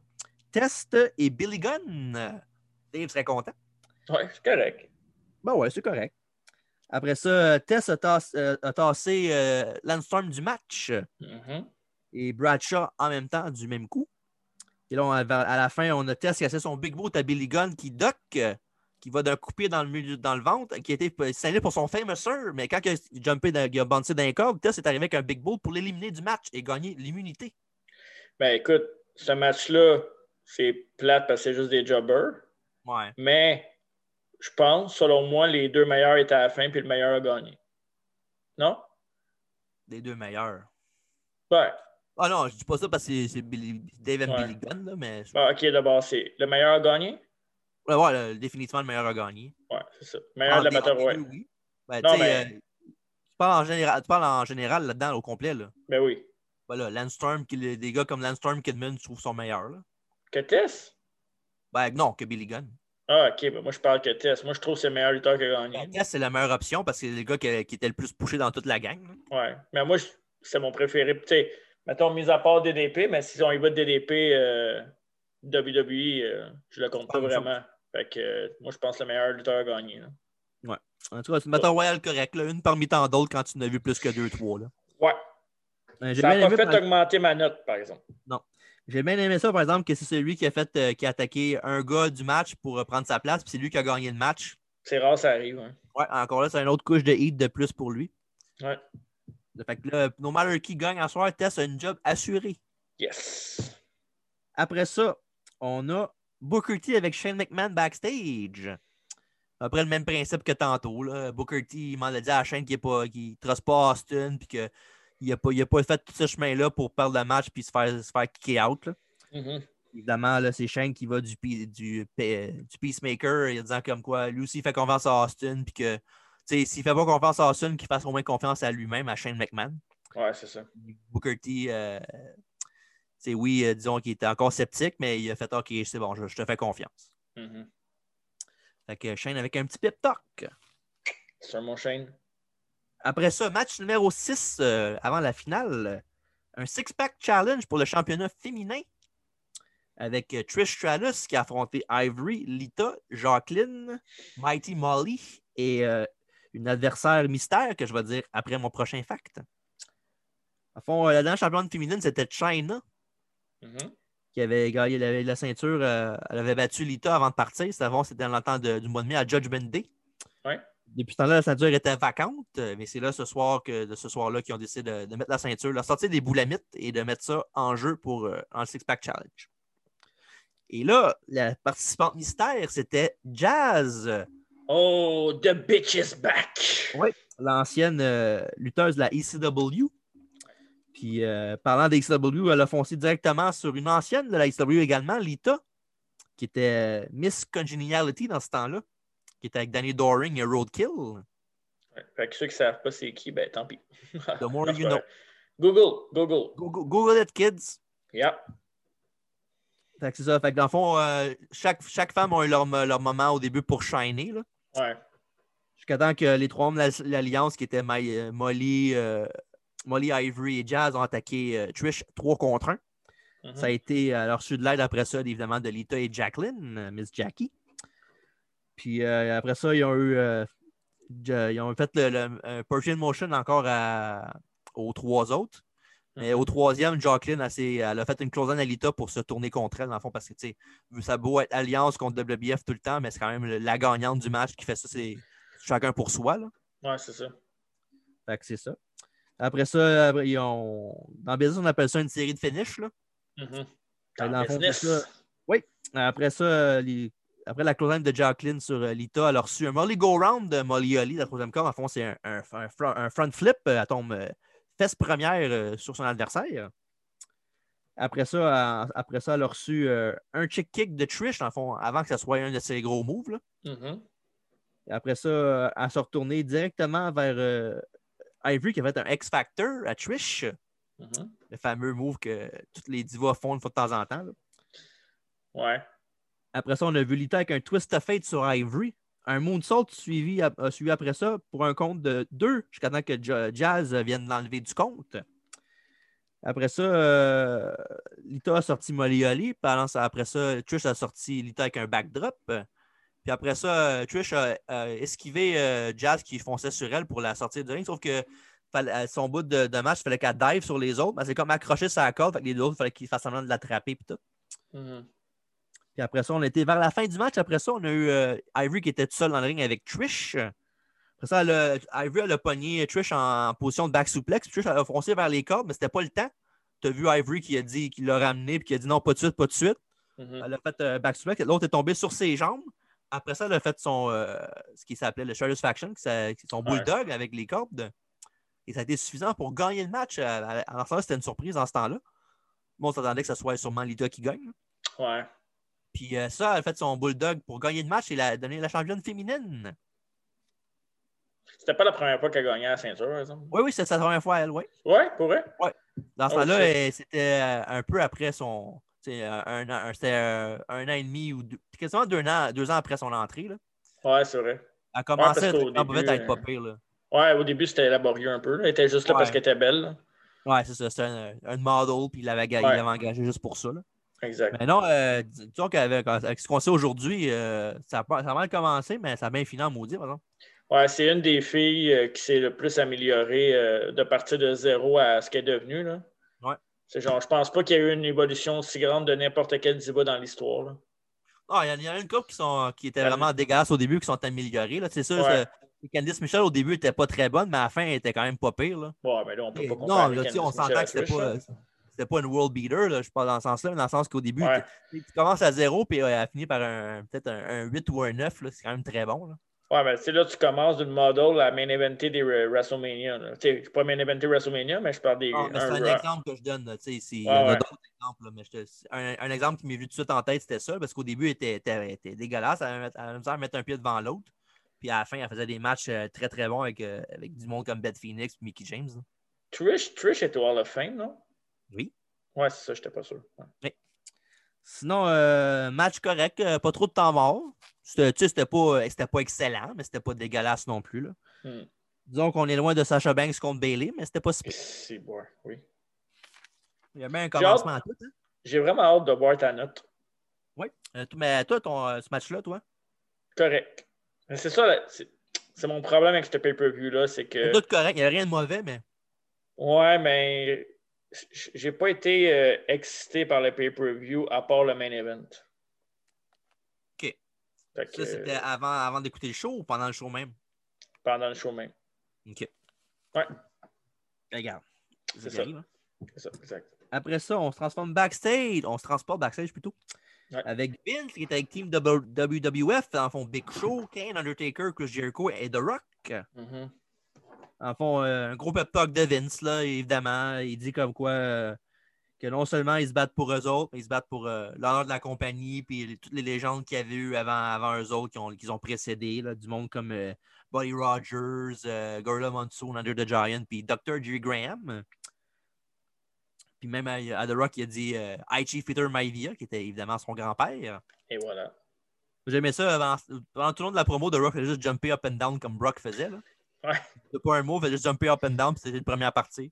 Speaker 1: Test et Billy Gunn. Dave serait content.
Speaker 2: Ouais, c'est correct.
Speaker 1: Ben ouais, c'est correct. Après ça, Tess a, tass- euh, a tassé euh, Landstorm du match
Speaker 2: Mhm.
Speaker 1: et Bradshaw en même temps du même coup. Et là, on avait- à la fin, on a Tess qui a fait son big boot à Billy Gunn qui dock, euh, qui va d'un coupé dans le, milieu- dans le ventre, qui a été euh, signalé pour son fameux sur, mais quand il a jumpé, dans- il a bouncé d'un corps, Tess est arrivé avec un big boot pour l'éliminer du match et gagner l'immunité.
Speaker 2: Ben écoute, ce match-là, c'est plate parce que c'est juste des jobbers.
Speaker 1: Ouais.
Speaker 2: Mais je pense, selon moi, les deux meilleurs étaient à la fin, puis le meilleur a gagné. Non?
Speaker 1: Des deux meilleurs.
Speaker 2: Ouais.
Speaker 1: Ah non, je dis pas ça parce que c'est- c'est Billy- Dave and
Speaker 2: Ouais.
Speaker 1: Billy Gunn, là, mais
Speaker 2: Bon, Ah, ok, d'abord, c'est le meilleur a gagné?
Speaker 1: ouais, ouais, le- définitivement le meilleur a gagné.
Speaker 2: Ouais, c'est ça. Le meilleur de
Speaker 1: Ah,
Speaker 2: l'amateur,
Speaker 1: des-
Speaker 2: ouais.
Speaker 1: oui. Ben,
Speaker 2: Non,
Speaker 1: tu sais,
Speaker 2: mais-
Speaker 1: euh, tu parles en général, tu parles en général là-dedans au complet. Là.
Speaker 2: Ben oui.
Speaker 1: Voilà, Landstorm, qui- les- des gars comme Landstorm Kidman, je trouve sont meilleurs. Là.
Speaker 2: Que Tess?
Speaker 1: Ben non, que Billy Gunn.
Speaker 2: Ah, ok, ben moi je parle que Tess. Moi je trouve que c'est le meilleur lutteur qui a gagné.
Speaker 1: Tess, c'est la meilleure option parce que c'est le gars qui, qui était le plus poussé dans toute la gang. là.
Speaker 2: Ouais. Mais moi, je- c'est mon préféré. Puis, tu sais, mettons, mis à part DDP, mais si on y va de DDP, euh, WWE, euh, je le compte
Speaker 1: Ah,
Speaker 2: pas
Speaker 1: mais ça-
Speaker 2: vraiment. Fait que euh, moi je pense que le meilleur lutteur a gagné. là.
Speaker 1: En tout cas, c'est une Battle Royale correcte, là, une parmi tant d'autres quand tu n'as vu plus que deux, trois. Là.
Speaker 2: Ouais.
Speaker 1: Euh, J'ai
Speaker 2: Ça
Speaker 1: bien,
Speaker 2: n'a
Speaker 1: aimé,
Speaker 2: pas fait
Speaker 1: par-
Speaker 2: augmenter ma note, par exemple.
Speaker 1: j'ai bien aimé ça, par exemple, que c'est celui qui a fait euh, qui a attaqué un gars du match pour euh, prendre sa place, puis c'est lui qui a gagné le match.
Speaker 2: C'est rare, ça arrive. hein.
Speaker 1: Ouais, encore là, c'est une autre couche de hit de plus pour lui.
Speaker 2: Ouais.
Speaker 1: Fait que là, no matter qui gagne en soir, Tess a une job assurée.
Speaker 2: Yes.
Speaker 1: Après ça, on a Booker T avec Shane McMahon backstage. Après le même principe que tantôt. Là. Booker T, il m'en a dit à Shane qu'il ne trace pas Austin puis qu'il n'a pas, il a pas fait tout ce chemin-là pour perdre le match puis se faire, se faire kicker out. là.
Speaker 2: Mhm.
Speaker 1: Évidemment, là, c'est Shane qui va du, pi- du, pe- du Peacemaker en disant comme quoi lui aussi il fait confiance à Austin puis que tu sais, s'il ne fait pas confiance à Austin, qu'il fasse au moins confiance à lui-même, à Shane McMahon.
Speaker 2: Ouais, c'est ça.
Speaker 1: Booker T, euh, c'est oui, euh, disons qu'il était encore sceptique, mais il a fait OK, c'est bon, je, je te fais confiance.
Speaker 2: Mhm.
Speaker 1: Fait que Shane avec un petit pip talk.
Speaker 2: Sur mon chaîne.
Speaker 1: Après ça, match numéro 6 euh, avant la finale. Un six-pack challenge pour le championnat féminin avec euh, Trish Stratus qui a affronté Ivory, Lita, Jacqueline, Mighty Molly et euh, une adversaire mystère que je vais dire après mon prochain fact. À fond, euh, la dernière championne féminine, c'était China.
Speaker 2: Mhm.
Speaker 1: qui avait gagné la, la ceinture, euh, elle avait battu Lita avant de partir. C'était avant, c'était dans le temps de- du mois de mai à Judgment Day.
Speaker 2: Ouais.
Speaker 1: Depuis ce temps-là, la ceinture était vacante, euh, mais c'est là ce soir que de ce soir-là qu'ils ont décidé de, de mettre la ceinture, de sortir des boulamites et de mettre ça en jeu pour euh, en six-pack challenge. Et là, la participante mystère, c'était Jazz
Speaker 2: Oh, The Bitch is back!
Speaker 1: Oui, l'ancienne euh, lutteuse de la ECW. Puis, euh, parlant d'ECW, elle a foncé directement sur une ancienne de la ECW également, Lita, qui était euh, Miss Congeniality dans ce temps-là, qui était avec Danny Doring et Roadkill.
Speaker 2: Ouais, fait que ceux qui ne savent pas c'est qui, ben tant pis.
Speaker 1: The more you know.
Speaker 2: Google, Google.
Speaker 1: Google, Google it, kids.
Speaker 2: Yeah.
Speaker 1: Fait que c'est ça. Fait que dans le fond, euh, chaque, chaque femme a eu leur, leur moment au début pour shiner. là.
Speaker 2: Ouais.
Speaker 1: Jusqu'à temps que les trois hommes de l'Alliance, qui étaient My- euh, Molly, euh, Molly, Ivory et Jazz, ont attaqué euh, Trish 3 contre 1.
Speaker 2: Mhm.
Speaker 1: Ça a été, euh, alors, reçu de l'aide après ça, évidemment, de Lita et Jacqueline, euh, Miss Jackie. Puis euh, après ça, ils ont eu. euh, ja- ils ont fait le, le- un Persian Motion encore à- aux trois autres. Mais au troisième, Jacqueline, elle, s'est- elle a fait une close à Lita pour se tourner contre elle, dans le fond, parce que, tu sais, ça a beau être alliance contre WBF tout le temps, mais c'est quand même le- la gagnante du match qui fait ça, c'est chacun pour soi, là.
Speaker 2: Ouais, c'est ça.
Speaker 1: Fait que c'est ça. Après ça, après, ils ont... dans le business, on appelle ça une série de finish. Là.
Speaker 2: Mhm.
Speaker 1: Dans
Speaker 2: Dans
Speaker 1: le fond,
Speaker 2: business.
Speaker 1: c'est ça. Après ça, euh, les- après la closing de Jacqueline sur euh, Lita, elle a reçu un Molly Go Round de Molly Holly, la troisième corde. En fond, c'est un, un- un front, un front flip. euh, Elle tombe euh, fesse première euh, sur son adversaire. Après ça, elle- après ça, elle a reçu euh, un chick kick de Trish, en fond, avant que ça soit un de ses gros moves. là.
Speaker 2: Mhm.
Speaker 1: Et Après ça, euh, elle s'est retournée directement vers euh, Ivory qui a fait un X-Factor à Trish.
Speaker 2: Mhm.
Speaker 1: le fameux move que toutes les divas font une fois de temps en temps. là.
Speaker 2: Ouais.
Speaker 1: Après ça, on a vu Lita avec un twist of fate sur Ivory. Un moonsault suivi, ap- euh, suivi après ça pour un compte de 2 jusqu'à temps que Ja- Jazz euh, vienne l'enlever du compte. Après ça, euh, Lita a sorti Molly Holly. Puis alors, ça- après ça, Trish a sorti Lita avec un backdrop. Puis après ça, euh, Trish a, a esquivé euh, Jazz qui fonçait sur elle pour la sortir du ring. Sauf que fallait- son bout de, de match, il fallait qu'elle dive sur les autres. Elle s'est comme accrochée sur la corde. Fait que les deux autres, il fallait qu'ils fassent semblant de l'attraper. puis tout.
Speaker 2: Mhm.
Speaker 1: Puis après ça, on était vers la fin du match. Après ça, on a eu euh, Ivory qui était tout seul dans le ring avec Trish. Après ça, elle a- Ivory, elle a pogné Trish en, position de back suplex. Trish, elle a foncé vers les cordes, mais c'était pas le temps. Tu as vu Ivory qui a dit qu'il l'a ramené puis qui a dit non, pas de suite, pas de suite.
Speaker 2: Mhm.
Speaker 1: Elle a fait euh, back suplex. L'autre est tombé sur ses jambes. Après ça, elle a fait son euh, ce qui s'appelait le Shadows Faction, qui s'a- qui est son
Speaker 2: Ouais.
Speaker 1: bulldog avec les cordes. Et ça a été suffisant pour gagner le match. Euh, Alors ça, c'était une surprise en ce temps-là. Bon, on s'attendait que ce soit sûrement Lita qui gagne.
Speaker 2: Ouais.
Speaker 1: Puis euh, ça, elle a fait son bulldog pour gagner le match et la donner la championne féminine.
Speaker 2: C'était pas la première fois qu'elle gagnait la ceinture, par exemple.
Speaker 1: Oui, oui, c'est sa première fois, elle, oui.
Speaker 2: Ouais, pour vrai?
Speaker 1: Dans ce
Speaker 2: Oh,
Speaker 1: temps-là,
Speaker 2: shit.
Speaker 1: elle- c'était euh, un peu après son. tu sais, euh, Un, an- un- c'était euh, un an et demi ou deux, quasiment deux ans, deux ans après son entrée. Là.
Speaker 2: Ouais, c'est vrai.
Speaker 1: Elle commençait
Speaker 2: parce
Speaker 1: à
Speaker 2: qu'au
Speaker 1: être- elle pouvait
Speaker 2: début,
Speaker 1: être pas
Speaker 2: euh,
Speaker 1: pire. Là.
Speaker 2: Ouais, au début, c'était laborieux un peu. là. Elle était juste là
Speaker 1: Ouais.
Speaker 2: parce qu'elle était belle. là.
Speaker 1: Ouais, c'est ça. C'était un, un model, puis il l'avait ga- il
Speaker 2: Ouais.
Speaker 1: l'avait engagé juste pour ça. Là.
Speaker 2: Exact.
Speaker 1: Mais non, euh, dis- disons qu'avec avec ce qu'on sait aujourd'hui, euh, ça, a pas- ça a mal commencé, mais ça a bien fini en maudit, par exemple.
Speaker 2: Ouais, c'est une des filles euh, qui s'est le plus améliorée euh, de partir de zéro à ce qu'elle est devenue. Là.
Speaker 1: Ouais.
Speaker 2: C'est genre, je pense pas qu'il y a eu une évolution aussi grande de n'importe quel diva dans l'histoire. là.
Speaker 1: Ah, il y en- il y, en a une couple qui, sont, qui étaient
Speaker 2: Ouais.
Speaker 1: vraiment dégueulasses au début, qui sont améliorées. là. C'est sûr,
Speaker 2: Ouais.
Speaker 1: c'est- Candice Michel au début n'était pas très bonne, mais à la fin, elle était quand même pas pire. Là.
Speaker 2: Ouais, mais là, on peut
Speaker 1: Et
Speaker 2: pas
Speaker 1: non,
Speaker 2: comparer
Speaker 1: là, tu sais, on
Speaker 2: Candice Michel
Speaker 1: s'entend
Speaker 2: à
Speaker 1: que c'était
Speaker 2: Trish,
Speaker 1: pas,
Speaker 2: là.
Speaker 1: c'était pas une world beater, là, je parle dans ce sens-là, mais dans le sens qu'au début,
Speaker 2: Ouais,
Speaker 1: tu tu commences à zéro, puis euh, elle finit par un, peut-être un, un 8 ou un 9, là, c'est quand même très bon. là.
Speaker 2: ouais mais tu sais, là, tu commences d'une model à main eventer des euh, WrestleMania. là. Tu sais, je suis pas main eventer WrestleMania, mais je parle des.
Speaker 1: Ah, mais c'est
Speaker 2: un
Speaker 1: un
Speaker 2: Raw.
Speaker 1: exemple que je donne. là, tu sais, c'est- il y
Speaker 2: Ouais,
Speaker 1: en a
Speaker 2: ouais.
Speaker 1: d'autres exemples, là, mais je te- c'est un, un exemple qui m'est venu tout de suite en tête, c'était ça, parce qu'au début, elle était, était- était dégueulasse. Elle avait elle avait misère à mettre un pied devant l'autre. Puis à la fin, elle faisait des matchs euh, très très bons avec, euh, avec du monde comme Beth Phoenix et Mickey James. là.
Speaker 2: Trish, Trish était au Hall of Fame, non?
Speaker 1: Oui.
Speaker 2: Ouais, c'est ça, j'étais pas sûr. Ouais.
Speaker 1: Sinon, euh, match correct, euh, pas trop de temps mort. C'était tu sais, c'était pas, euh, c'était pas excellent, mais c'était pas dégueulasse non plus. Là.
Speaker 2: Hmm.
Speaker 1: Disons qu'on est loin de Sasha Banks contre Bailey, mais c'était pas si pire.
Speaker 2: C'est bon, oui.
Speaker 1: Il y a bien un
Speaker 2: J'ai hâte.
Speaker 1: commencement à tout. hein.
Speaker 2: J'ai vraiment hâte de voir ta note.
Speaker 1: Euh, t- mais toi, ton, euh, ce match-là, toi,
Speaker 2: Correct. Mais c'est ça, là, c'est c'est mon problème avec ce pay-per-view-là, c'est que.
Speaker 1: tout correct, il n'y a rien de mauvais, mais
Speaker 2: Ouais, mais j- j'ai pas été euh, excité par le pay-per-view à part le main event.
Speaker 1: OK.
Speaker 2: Fait que,
Speaker 1: ça, c'était
Speaker 2: euh,
Speaker 1: avant, avant d'écouter le show ou pendant le show même?
Speaker 2: pendant le show même.
Speaker 1: OK.
Speaker 2: Ouais.
Speaker 1: Regarde.
Speaker 2: C'est
Speaker 1: qui
Speaker 2: ça.
Speaker 1: arrive, hein.
Speaker 2: C'est ça, exact.
Speaker 1: Après ça, on se transforme backstage. On se transporte backstage plutôt.
Speaker 2: Ouais.
Speaker 1: Avec Vince, qui est avec Team WWF, en font Big Show, Kane, Undertaker, Chris Jericho et The Rock.
Speaker 2: Mhm.
Speaker 1: En font euh, un gros pep talk de Vince, là, évidemment. Il dit comme quoi euh, que non seulement ils se battent pour eux autres, mais ils se battent pour euh, l'honneur de la compagnie, puis les- toutes les légendes qu'il y avait eu avant, avant eux autres, qui ont, qu'ils ont précédé, là, du monde comme euh, Buddy Rogers, euh, Gorilla Monsoon, Under the Giant, puis Dr. Jerry Graham. Puis même à, à The Rock, il a dit euh, Aichi Peter Maivia, qui était évidemment son grand-père.
Speaker 2: Et voilà.
Speaker 1: J'aimais ça avant, pendant tout le long de la promo, The Rock faisait juste jumper up and down comme Brock faisait. Là.
Speaker 2: Ouais.
Speaker 1: C'était pas un mot, il faisait juste jumper up and down, puis c'était le premier à partir.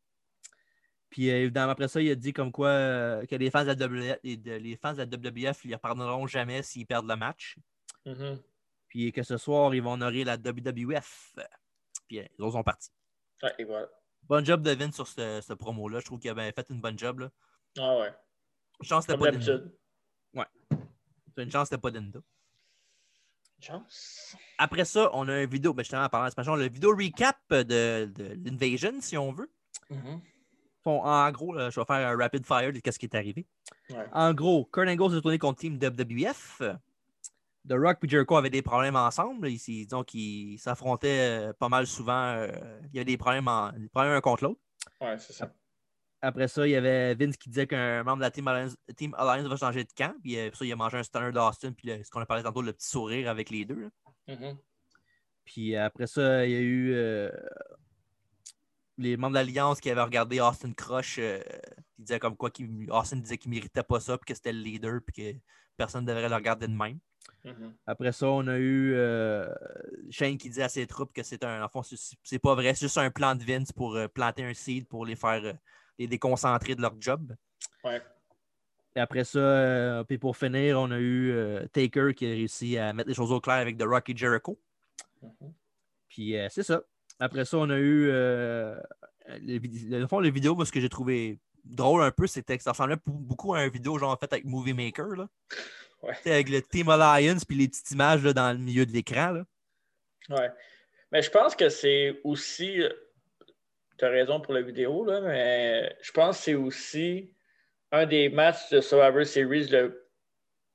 Speaker 1: Puis euh, évidemment, après ça, il a dit comme quoi euh, que les fans de la WWF, et de- les fans de la WWF ils pardonneront jamais s'ils perdent le match.
Speaker 2: Mhm.
Speaker 1: Puis que ce soir, ils vont honorer la WWF. Puis euh, les autres sont partis.
Speaker 2: Ouais, et voilà.
Speaker 1: Bon job de Vince sur ce, ce promo-là. Je trouve qu'il a bien fait une bonne job. Là.
Speaker 2: Ah ouais.
Speaker 1: Une chance c'était
Speaker 2: Comme
Speaker 1: pas Dinda.
Speaker 2: d'habitude.
Speaker 1: Une chance c'était pas Dinda.
Speaker 2: Chance.
Speaker 1: Après ça, on a une vidéo, ben justement, en parlant de Smash Bros, le vidéo recap de, de l'Invasion, si on veut.
Speaker 2: Mhm.
Speaker 1: Bon, en gros, là, je vais faire un rapid fire de ce qui est arrivé.
Speaker 2: Ouais.
Speaker 1: En gros, Kurt Angle s'est tourné contre Team WWF. The Rock et Jericho avaient des problèmes ensemble. Ils, ils- disons qu'ils s'affrontaient euh, pas mal souvent. euh, il y avait des problèmes, en- des problèmes un contre l'autre.
Speaker 2: Ouais, c'est ça.
Speaker 1: Après ça, il y avait Vince qui disait qu'un membre de la Team Alliance, Team Alliance va changer de camp. Puis euh, pour ça, il a mangé un stunner d'Austin. Puis le- ce qu'on a parlé tantôt, le petit sourire avec les deux. là.
Speaker 2: Mhm.
Speaker 1: Puis après ça, il y a eu euh, les membres de l'Alliance qui avaient regardé Austin Crush. euh, qui disait comme quoi qu'il- Austin disait qu'il méritait pas ça, puis que c'était le leader, puis que personne ne devrait le regarder de même.
Speaker 2: Mhm.
Speaker 1: Après ça, on a eu euh, Shane qui dit à ses troupes que c'est un. En fond, c'est- c'est pas vrai, c'est juste un plan de Vince pour euh, planter un seed pour les faire euh, les déconcentrer de leur job.
Speaker 2: Ouais.
Speaker 1: Et après ça, euh, puis pour finir, on a eu euh, Taker qui a réussi à mettre les choses au clair avec The Rock et Jericho.
Speaker 2: Mhm.
Speaker 1: Puis euh, c'est ça. Après ça, on a eu. euh, le, vid- le fond, les vidéos, moi, ce que j'ai trouvé drôle un peu, c'était que ça ressemblait pou- beaucoup à une vidéo genre faite avec Movie Maker. Là.
Speaker 2: Ouais.
Speaker 1: Tu sais, Avec le Team Alliance puis les petites images là, dans le milieu de l'écran. là.
Speaker 2: Ouais. Mais je pense que c'est aussi. Tu as raison pour la vidéo, là, mais je pense que c'est aussi un des matchs de Survivor Series le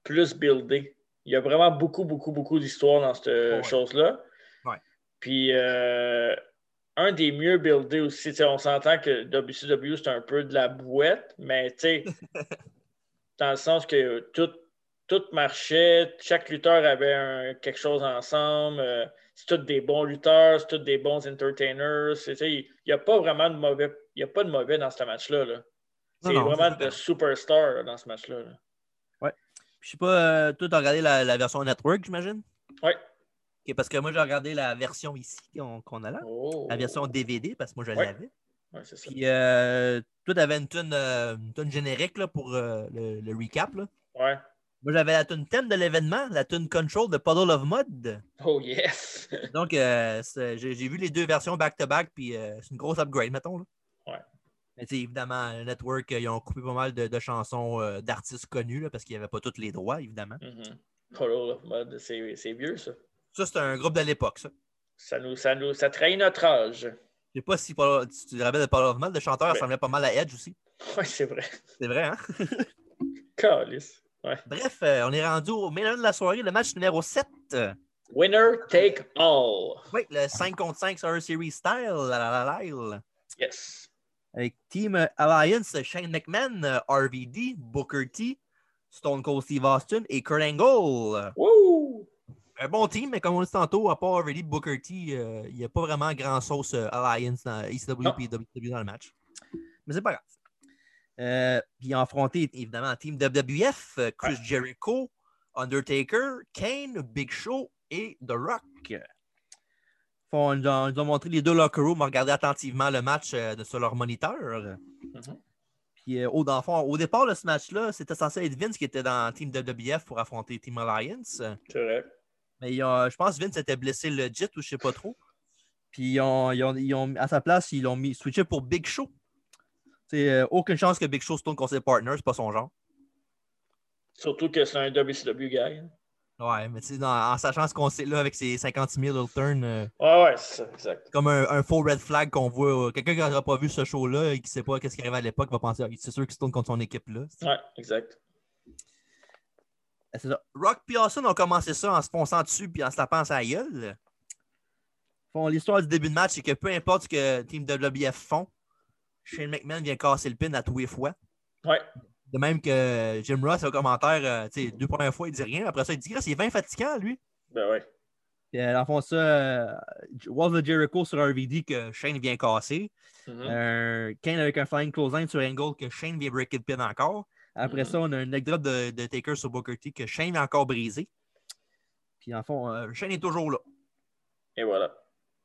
Speaker 2: plus buildé. Il y a vraiment beaucoup, beaucoup, beaucoup d'histoires dans cette
Speaker 1: Ouais.
Speaker 2: chose-là.
Speaker 1: Ouais.
Speaker 2: Puis euh, un des mieux buildés aussi. Tu sais, On s'entend que WCW, c'est un peu de la bouette, mais tu sais, dans le sens que tout, tout marchait, chaque lutteur avait un- quelque chose ensemble. euh, c'est tous des bons lutteurs, c'est tous des bons entertainers. C'est- tu sais, Il n'y a pas vraiment de mauvais. Il y a pas de mauvais dans ce match-là. là.
Speaker 1: Non,
Speaker 2: C'est
Speaker 1: non,
Speaker 2: vraiment
Speaker 1: c'est vrai.
Speaker 2: de superstars là, dans ce match-là. là.
Speaker 1: Je sais pas, tout toi, t'as regardé la, la version Network, j'imagine?
Speaker 2: Ouais.
Speaker 1: Ok, parce que moi, j'ai regardé la version ici qu'on qu'on a là.
Speaker 2: Oh.
Speaker 1: La version DVD, parce que moi, je
Speaker 2: Ouais.
Speaker 1: l'avais.
Speaker 2: Ouais, c'est ça.
Speaker 1: Puis, euh, toi, t'avais une tune, euh, une tune générique là, pour euh, le, le recap. Là.
Speaker 2: Ouais.
Speaker 1: Moi, j'avais la tune thème de l'événement, la tune Control de Puddle of Mud.
Speaker 2: Oh yes!
Speaker 1: Donc, euh, c'est- j'ai j'ai vu les deux versions back-to-back, puis euh, c'est une grosse upgrade, mettons. là.
Speaker 2: Ouais.
Speaker 1: Mais tu sais, évidemment, le Network, euh, ils ont coupé pas mal de, de chansons euh, d'artistes connus, là, parce qu'ils n'avaient pas tous les droits, évidemment.
Speaker 2: Mhm. Color of Mud, c'est c'est vieux ça.
Speaker 1: Ça, c'est un groupe de l'époque, ça.
Speaker 2: Ça, nous, ça, nous, ça trahit notre âge.
Speaker 1: Je sais pas si Paul- tu tu te rappelles de Paul Hoffman, le chanteur
Speaker 2: Ouais.
Speaker 1: ressemblait pas mal à Edge aussi.
Speaker 2: Ouais, c'est vrai.
Speaker 1: C'est vrai, hein?
Speaker 2: Calice. Ouais.
Speaker 1: Bref, euh, on est rendu au milieu de la soirée, le match numéro 7.
Speaker 2: Winner take all.
Speaker 1: Oui, le 5 contre 5 sur Series Style. la, la, la, la.
Speaker 2: Yes.
Speaker 1: avec Team euh, Alliance, Shane McMahon, euh, RVD, Booker T, Stone Cold Steve Austin et Kurt Angle.
Speaker 2: Woo!
Speaker 1: Un bon team, mais comme on le dit tantôt, à part RVD, Booker T, euh, il n'y a pas vraiment grand sauce euh, Alliance dans ECW
Speaker 2: Non.
Speaker 1: et WWE E dans le match. Mais c'est pas grave. Euh, Puis ils ont affronté évidemment Team WWF, euh, Chris
Speaker 2: Ouais.
Speaker 1: Jericho, Undertaker, Kane, Big Show et The Rock. Font- ils, nous ont, ils nous ont montré les deux locker rooms, ont regardé attentivement le match euh, de- sur leur moniteur.
Speaker 2: Mhm.
Speaker 1: Puis euh, au, dans le fond, au départ de ce match-là, c'était censé être Vince qui était dans Team WWF pour affronter Team Alliance.
Speaker 2: C'est vrai.
Speaker 1: Mais ils ont- je pense que Vince était blessé legit ou je sais pas trop. Puis ils ont, ils ont- ils ont- à sa place, ils l'ont mis switché pour Big Show. C'est aucune chance que Big Show se tourne contre ses partners, c'est pas son genre.
Speaker 2: Surtout que c'est un WCW guy. hein.
Speaker 1: Ouais, mais tu sais, dans- en sachant ce qu'on sait là avec ses 56 000 little turn, euh,
Speaker 2: Ouais, ouais, c'est ça, exact.
Speaker 1: comme un, un faux red flag qu'on voit. euh, Quelqu'un qui n'aura pas vu ce show-là et qui sait pas qu'est-ce qui arrive à l'époque va penser, Ah, c'est sûr qu'il se tourne contre son équipe là.
Speaker 2: Ouais, exact.
Speaker 1: c'est ça. Rock et Austin ont commencé ça en se fonçant dessus puis en se tapant sa gueule. Bon, L'histoire du début de match, c'est que peu importe ce que Team WWF font, Shane McMahon vient casser le pin à tous les fois.
Speaker 2: Ouais.
Speaker 1: De même que Jim Ross, au commentaire, euh, tu sais, deux premières fois, il dit rien. Après ça, il dit que c'est bien fatigant, lui.
Speaker 2: Ben ouais.
Speaker 1: Puis, euh, dans le fond, ça, euh, Wall of Jericho sur un VD que Shane vient casser.
Speaker 2: Mhm.
Speaker 1: Un Euh, Kane avec un flying close-in sur Angle que Shane vient breaker le pin encore. Après
Speaker 2: Mhm.
Speaker 1: ça, on a un leg drop de, de Taker sur Booker T que Shane a encore brisé. Puis en fond, euh, Shane est toujours là.
Speaker 2: Et voilà.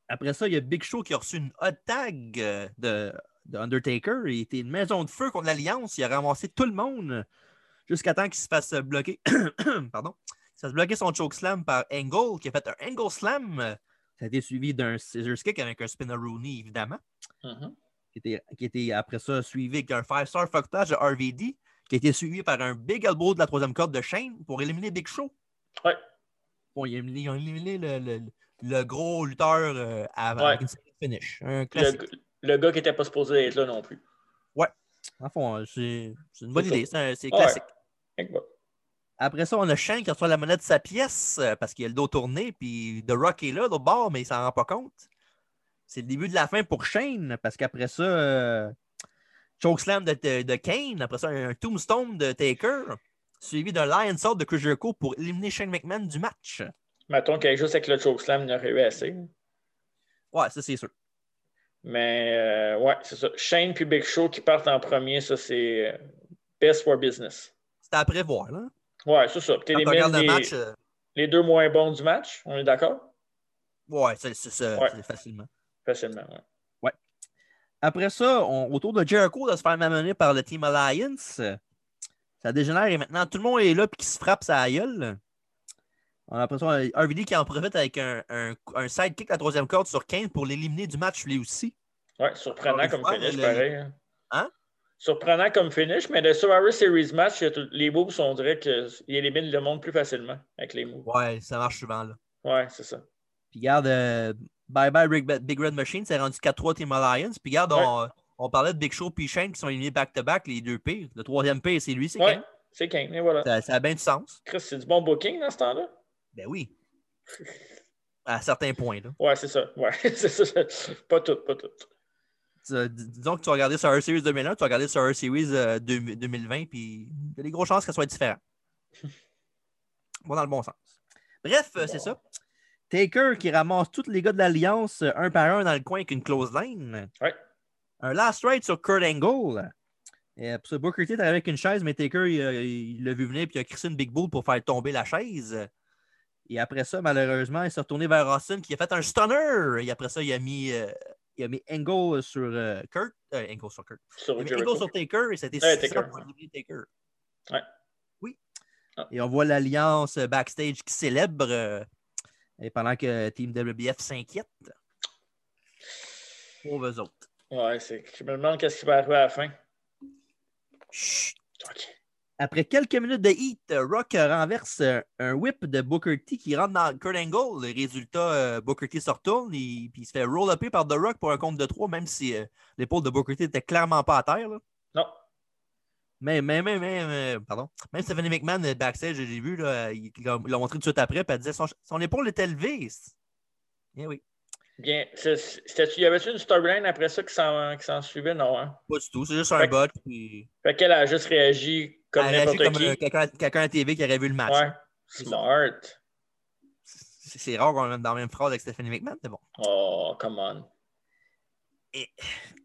Speaker 1: Après ça, il y a Big Show qui a reçu une hot tag euh, de, de Undertaker. Il était une maison de feu contre l'Alliance. Il a ramassé tout le monde jusqu'à temps qu'il se fasse bloquer. Pardon. Il se fasse bloquer son chokeslam par Angle, qui a fait un Angle Slam. Ça a été suivi d'un scissors kick avec un spinner Rooney, évidemment
Speaker 2: Mhm.
Speaker 1: qui était, qui était après ça suivi avec un Five Star Fucktage de RVD, qui a été suivi par un Big Elbow de la troisième corde de Shane pour éliminer Big Show.
Speaker 2: Ouais.
Speaker 1: Bon, ils ont éliminé, ils ont éliminé le, le- le gros lutteur euh, avant
Speaker 2: Ouais.
Speaker 1: avec une série de finish. Un
Speaker 2: Le,
Speaker 1: classique.
Speaker 2: le gars qui était pas supposé être là non plus.
Speaker 1: En fond, euh, c'est c'est une bonne
Speaker 2: C'est
Speaker 1: idée, c'est un- c'est
Speaker 2: Ouais.
Speaker 1: classique.
Speaker 2: Fait que bon.
Speaker 1: Après ça, on a Shane qui reçoit la monnaie de sa pièce euh, parce qu'il a le dos tourné, puis The Rock est là, l'autre bord, mais il s'en rend pas compte. C'est le début de la fin pour Shane, parce qu'après ça, euh, Chokeslam de, de, de Kane, après ça, un Tombstone de Taker, suivi d'un Lion Sword de Chris Jericho pour éliminer Shane McMahon du match.
Speaker 2: Mettons qu'avec juste avec le chokeslam, il y aurait eu assez.
Speaker 1: Ouais, ça c'est sûr.
Speaker 2: Mais euh, ouais, c'est ça. Shane puis Big Show qui partent en premier, ça c'est euh, best for business.
Speaker 1: C'était à prévoir, là.
Speaker 2: Ouais, c'est ça. Puis
Speaker 1: Quand
Speaker 2: t'élimines
Speaker 1: on regarde
Speaker 2: les,
Speaker 1: le match, euh,
Speaker 2: les deux moins bons du match, on est d'accord?
Speaker 1: ouais, c'est c'est ça,
Speaker 2: Ouais.
Speaker 1: c'est facilement.
Speaker 2: Facilement, ouais.
Speaker 1: Après ça, on- autour de Jericho de se faire mamonner par le Team Alliance, euh, ça dégénère et maintenant tout le monde est là puis qui se frappe sa gueule. On a l'impression euh, RVD qui en profite avec un, un, un sidekick de la troisième corde sur Kane pour l'éliminer du match lui aussi.
Speaker 2: Ouais, surprenant
Speaker 1: Encore
Speaker 2: comme
Speaker 1: une fois,
Speaker 2: finish,
Speaker 1: le-
Speaker 2: pareil. hein.
Speaker 1: Hein?
Speaker 2: Surprenant comme finish, mais le Survivor Series match, il y a tout- les moves, on dirait qu'ils éliminent le monde plus facilement avec les moves.
Speaker 1: Ouais, ça marche souvent là.
Speaker 2: Ouais, c'est ça.
Speaker 1: Puis garde, euh, bye bye Big, Big Red Machine, c'est rendu 4-3 Team Alliance. Puis garde, on, on parlait de Big Show puis Shane qui sont éliminés back-to-back, les deux pires. Le troisième pire, c'est lui, c'est
Speaker 2: Ouais,
Speaker 1: Kane.
Speaker 2: c'est Kane, et voilà.
Speaker 1: Ça, ça a bien du sens.
Speaker 2: Chris, c'est du bon booking dans ce temps-là?
Speaker 1: Ben oui. À certains points, là.
Speaker 2: Ouais, c'est ça. Ouais, c'est ça. Pas tout, pas tout.
Speaker 1: Tu- dis- disons que tu vas regarder sur Earth Series 2001, tu vas regarder sur Earth Series euh, 2000 2020, puis il y a des grosses chances qu'elles soient différentes. bon, dans le bon sens. Bref, euh, c'est
Speaker 2: Bon.
Speaker 1: ça. Taker qui ramasse tous les gars de l'Alliance euh, un par un dans le coin avec une close line.
Speaker 2: Ouais.
Speaker 1: Un last ride sur Kurt Angle. Et euh, pour ce Booker T est arrivé avec une chaise, mais Taker, il a- il l'a vu venir, puis il a crissé une big bull pour faire tomber la chaise. Et après ça, malheureusement, il s'est retourné vers Austin qui a fait un stunner. Et après ça, il a mis, euh, il a mis Angle sur euh, Kurt. euh, Angle sur Kurt.
Speaker 2: Sur
Speaker 1: Il y avait Eagles
Speaker 2: Jericho.
Speaker 1: sur Taker et c'était
Speaker 2: Ouais,
Speaker 1: 600
Speaker 2: Taker.
Speaker 1: pour éliminer Taker.
Speaker 2: Ouais.
Speaker 1: Oui.
Speaker 2: Ah.
Speaker 1: Et on voit l'alliance euh, backstage qui célèbre euh, et pendant que Team WBF s'inquiète. Pour eux autres.
Speaker 2: Ouais, c'est. Je me demande qu'est-ce qui va arriver à la fin.
Speaker 1: Chut.
Speaker 2: Ok.
Speaker 1: Après quelques minutes de heat, euh, Rock euh, renverse euh, un whip de Booker T qui rentre dans Kurt Angle. Le résultat, euh, Booker T se retourne et puis il se fait roll-upper par The Rock pour un compte de 3, même si euh, l'épaule de Booker T était clairement pas à terre. là.
Speaker 2: Non.
Speaker 1: Mais, mais, mais, mais, mais- euh, pardon. Même Stephanie McMahon, euh, backstage, j'ai vu, là, euh, il il l'a il l'a montré tout de suite après, puis elle disait son, son épaule est élevée. Eh oui.
Speaker 2: Bien. c'est- c'était- Y avait-tu une storyline après ça qui s'en qui s'en suivait? Non, hein?
Speaker 1: Pas du tout. C'est juste un
Speaker 2: Fait-
Speaker 1: bot. Puis
Speaker 2: Fait qu'elle a juste réagi comme
Speaker 1: elle réagit
Speaker 2: n'importe
Speaker 1: comme
Speaker 2: qui.
Speaker 1: euh, quelqu'un quelqu'un à TV qui aurait vu le match.
Speaker 2: ouais. Smart.
Speaker 1: C'est c'est rare qu'on est dans la même phrase avec Stephanie McMahon, mais bon.
Speaker 2: Oh, come on.
Speaker 1: Et-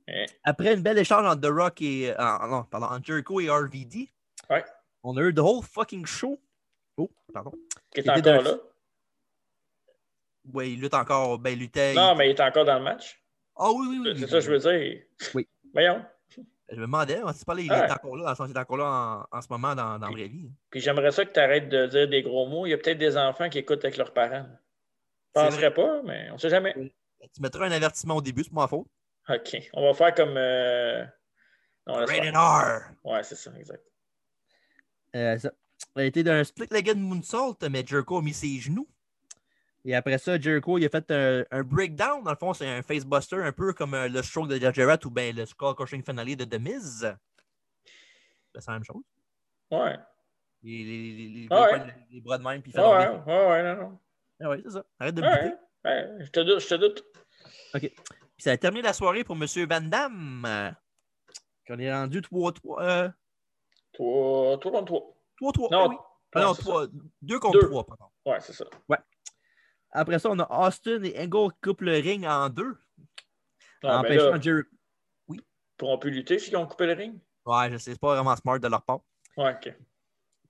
Speaker 2: Eh.
Speaker 1: Après une belle échange entre The Rock et. euh, en- non, pardon, entre Jericho et RVD.
Speaker 2: Ouais.
Speaker 1: On a eu The Whole Fucking Show. Oh, pardon.
Speaker 2: Qui
Speaker 1: Il
Speaker 2: est
Speaker 1: était
Speaker 2: encore
Speaker 1: dans
Speaker 2: là?
Speaker 1: le- Ouais, il lutte encore. Ben, il luttait. il- Ah
Speaker 2: Non, mais il est encore dans le match.
Speaker 1: oui, oui, oui.
Speaker 2: C'est
Speaker 1: il-
Speaker 2: ça que je veux dire.
Speaker 1: Hmm. Oui.
Speaker 2: Voyons.
Speaker 1: Je me demandais, on s'est parlé, il
Speaker 2: Ouais.
Speaker 1: est encore là, dans son- il est encore là en, en ce moment dans, dans la vraie vie.
Speaker 2: Puis j'aimerais ça que tu arrêtes de dire des gros mots. Il y a peut-être des enfants qui écoutent avec leurs parents. Je
Speaker 1: C'est
Speaker 2: penserais pas, mais on sait jamais.
Speaker 1: Tu mettras un avertissement au début, c'est pas ma faute.
Speaker 2: OK. On va faire comme. euh, Non, laisse
Speaker 1: Rated
Speaker 2: faire.
Speaker 1: R!
Speaker 2: Ouais, c'est ça, exact.
Speaker 1: Euh, ça ça a été d'un split legged moonsault, mais Jericho a mis ses genoux. Et après ça, Jericho, il a fait un, un breakdown. Dans le fond, c'est un facebuster, un peu comme euh, le stroke de Jarrett ou ben, le score coaching finale de The Miz. Ben, C'est la même chose.
Speaker 2: Ouais.
Speaker 1: Les, les, les, les-
Speaker 2: Ah ouais.
Speaker 1: les- les bras de même, puis il fait
Speaker 2: Ah ouais,
Speaker 1: dormir.
Speaker 2: ouais, ouais, non, non.
Speaker 1: Ah ouais, c'est ça. Arrête de me
Speaker 2: Ah
Speaker 1: buter.
Speaker 2: ouais, ouais, je te doute, je te doute.
Speaker 1: Puis ça a terminé la soirée pour M. Van Damme. euh, Qu'on est rendu 3-3. euh,
Speaker 2: Toi, toi contre toi.
Speaker 1: 3-3.
Speaker 2: Non,
Speaker 1: ah oui. Ah non,
Speaker 2: c'est
Speaker 1: 2 contre
Speaker 2: Deux.
Speaker 1: 3, pardon.
Speaker 2: ça. Ouais, c'est ça.
Speaker 1: Après ça, on a Austin et Angle qui coupent le ring en deux.
Speaker 2: Non,
Speaker 1: en
Speaker 2: mais là,
Speaker 1: empêchant Jericho.
Speaker 2: pourront plus lutter s'ils ont coupé le ring?
Speaker 1: Ouais, je sais, c'est pas vraiment smart de leur part.
Speaker 2: Ouais, ok.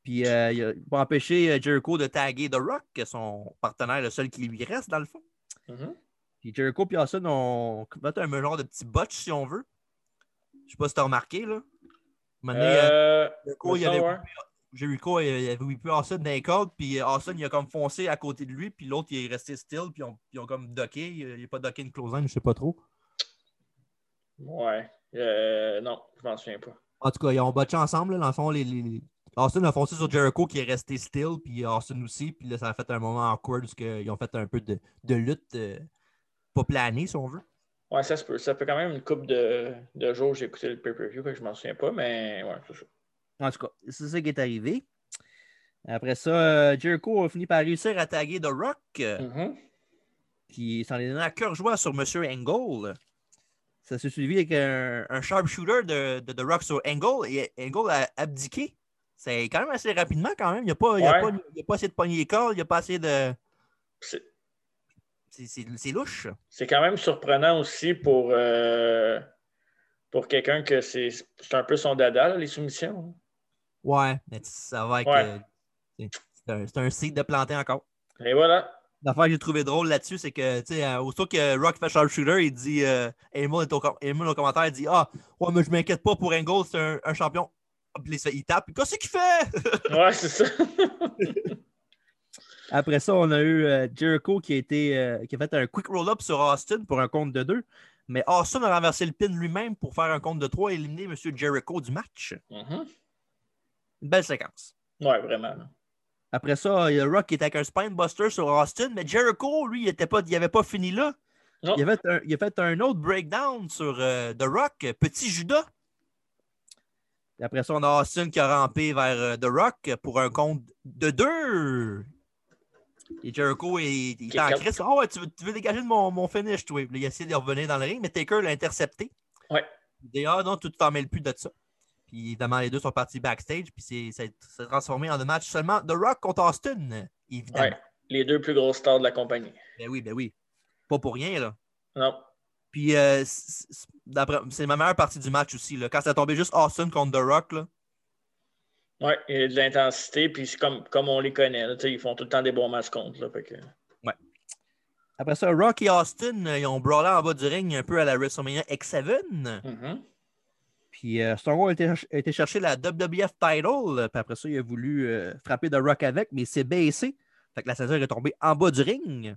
Speaker 1: Puis euh, il a- pour empêcher euh, Jericho de taguer The Rock, son partenaire, le seul qui lui reste dans le fond.
Speaker 2: Mhm.
Speaker 1: Puis Jericho et Austin ont fait un genre de petit botch, si on veut. Je sais pas si t'as remarqué, là. À un moment donné, euh,
Speaker 2: Euh,
Speaker 1: Jericho, il
Speaker 2: ça,
Speaker 1: avait-
Speaker 2: ouais.
Speaker 1: Jericho, il avait whippé Austin dans les cordes, puis euh, Austin, il a comme foncé à côté de lui, puis l'autre, il est resté still, puis ils ont, ils ont comme docké. Il n'a pas docké une closing, je sais pas trop.
Speaker 2: Ouais. Euh, non, je m'en souviens pas.
Speaker 1: En tout cas, ils ont botché ensemble, là, dans le fond, les, les- les- Austin a foncé sur Jericho qui est resté still, puis Austin aussi, puis là, ça a fait un moment awkward parce qu'ils ont fait un peu de, de lutte euh, pas planée, si on veut.
Speaker 2: Ouais, ça se peut. Ça fait quand même une couple de, de jours que j'ai écouté le pay-per-view, fait que je m'en souviens pas, mais ouais, c'est ça.
Speaker 1: En tout cas, c'est ça qui est arrivé. Après ça, euh, Jericho a fini par réussir à taguer The Rock, euh,
Speaker 2: Mhm.
Speaker 1: qui s'en est donné à cœur joie sur M. Angle. Ça s'est suivi avec un, un sharpshooter de, de The Rock sur Angle, et Angle a abdiqué. C'est quand même assez rapidement, quand même. Il n'a pas, il a
Speaker 2: Ouais.
Speaker 1: pas, il a pas essayé de pogner les cordes, il n'a pas essayé de.
Speaker 2: C'est-
Speaker 1: C'est- C'est c'est louche.
Speaker 2: C'est quand même surprenant aussi pour, euh, pour quelqu'un que c'est c'est un peu son dada, là, les soumissions.
Speaker 1: Ouais, mais tu- ça va avec.
Speaker 2: Ouais.
Speaker 1: euh, c'est- c'est un- c'est un site de planter encore.
Speaker 2: Et voilà.
Speaker 1: L'affaire que j'ai trouvé drôle là-dessus, c'est que, tu sais, euh, aussitôt que Rock fait sharpshooter, il dit, euh, Emma, est au com- Emma, au commentaire, il dit Ah, ouais, mais je m'inquiète pas pour Angle, c'est un, un champion. Puis il se fait- il tape, puis qu'est-ce qu'il fait
Speaker 2: Ouais, c'est ça.
Speaker 1: Après ça, on a eu euh, Jericho qui a, été, euh, qui a fait un quick roll-up sur Austin pour un compte de deux. Mais Austin a renversé le pin lui-même pour faire un compte de trois et éliminer M. Jericho du match.
Speaker 2: Mhm.
Speaker 1: Une belle séquence.
Speaker 2: Ouais, vraiment. là.
Speaker 1: Après ça, il y a Rock qui était avec un spinebuster sur Austin, mais Jericho, lui, il n'avait pas, il avait pas fini là.
Speaker 2: Non.
Speaker 1: Il, avait un, il a fait un autre breakdown sur euh, The Rock, euh, Petit Judas. Et après ça, on a Austin qui a rampé vers euh, The Rock pour un compte de deux. Et Jericho, il, il est en
Speaker 2: Kick out.
Speaker 1: crise. Ah ouais, tu veux, tu veux dégager de mon, mon finish, toi. Puis là, Il a essayé de revenir dans le ring, mais Taker l'a intercepté.
Speaker 2: Ouais.
Speaker 1: Il dit Ah non, tu t'en mêles plus de ça. Puis évidemment, les deux sont partis backstage, puis c'est- ça s'est transformé en un match seulement The Rock contre Austin, évidemment.
Speaker 2: Ouais. Les deux plus grosses stars de la compagnie.
Speaker 1: Ben oui, ben oui. Pas pour rien, là.
Speaker 2: Non.
Speaker 1: Puis euh, c- c- d'après- c'est ma meilleure partie du match aussi, là. Quand ça tombait juste Austin contre The Rock, là.
Speaker 2: Ouais, il y a de l'intensité, puis c'est comme, comme on les connaît. là, tu sais, ils font tout le temps des bons matchs contre. Là, fait que...
Speaker 1: Après ça, Rock et Austin, euh, ils ont brawlé en bas du ring un peu à la WrestleMania X7.
Speaker 2: Mhm.
Speaker 1: Puis euh, Stone Cold a été, cher- a été chercher la WWF title. euh, Puis après ça, il a voulu euh, frapper The Rock avec, mais il s'est baissé. Fait que la ceinture est tombée en bas du ring.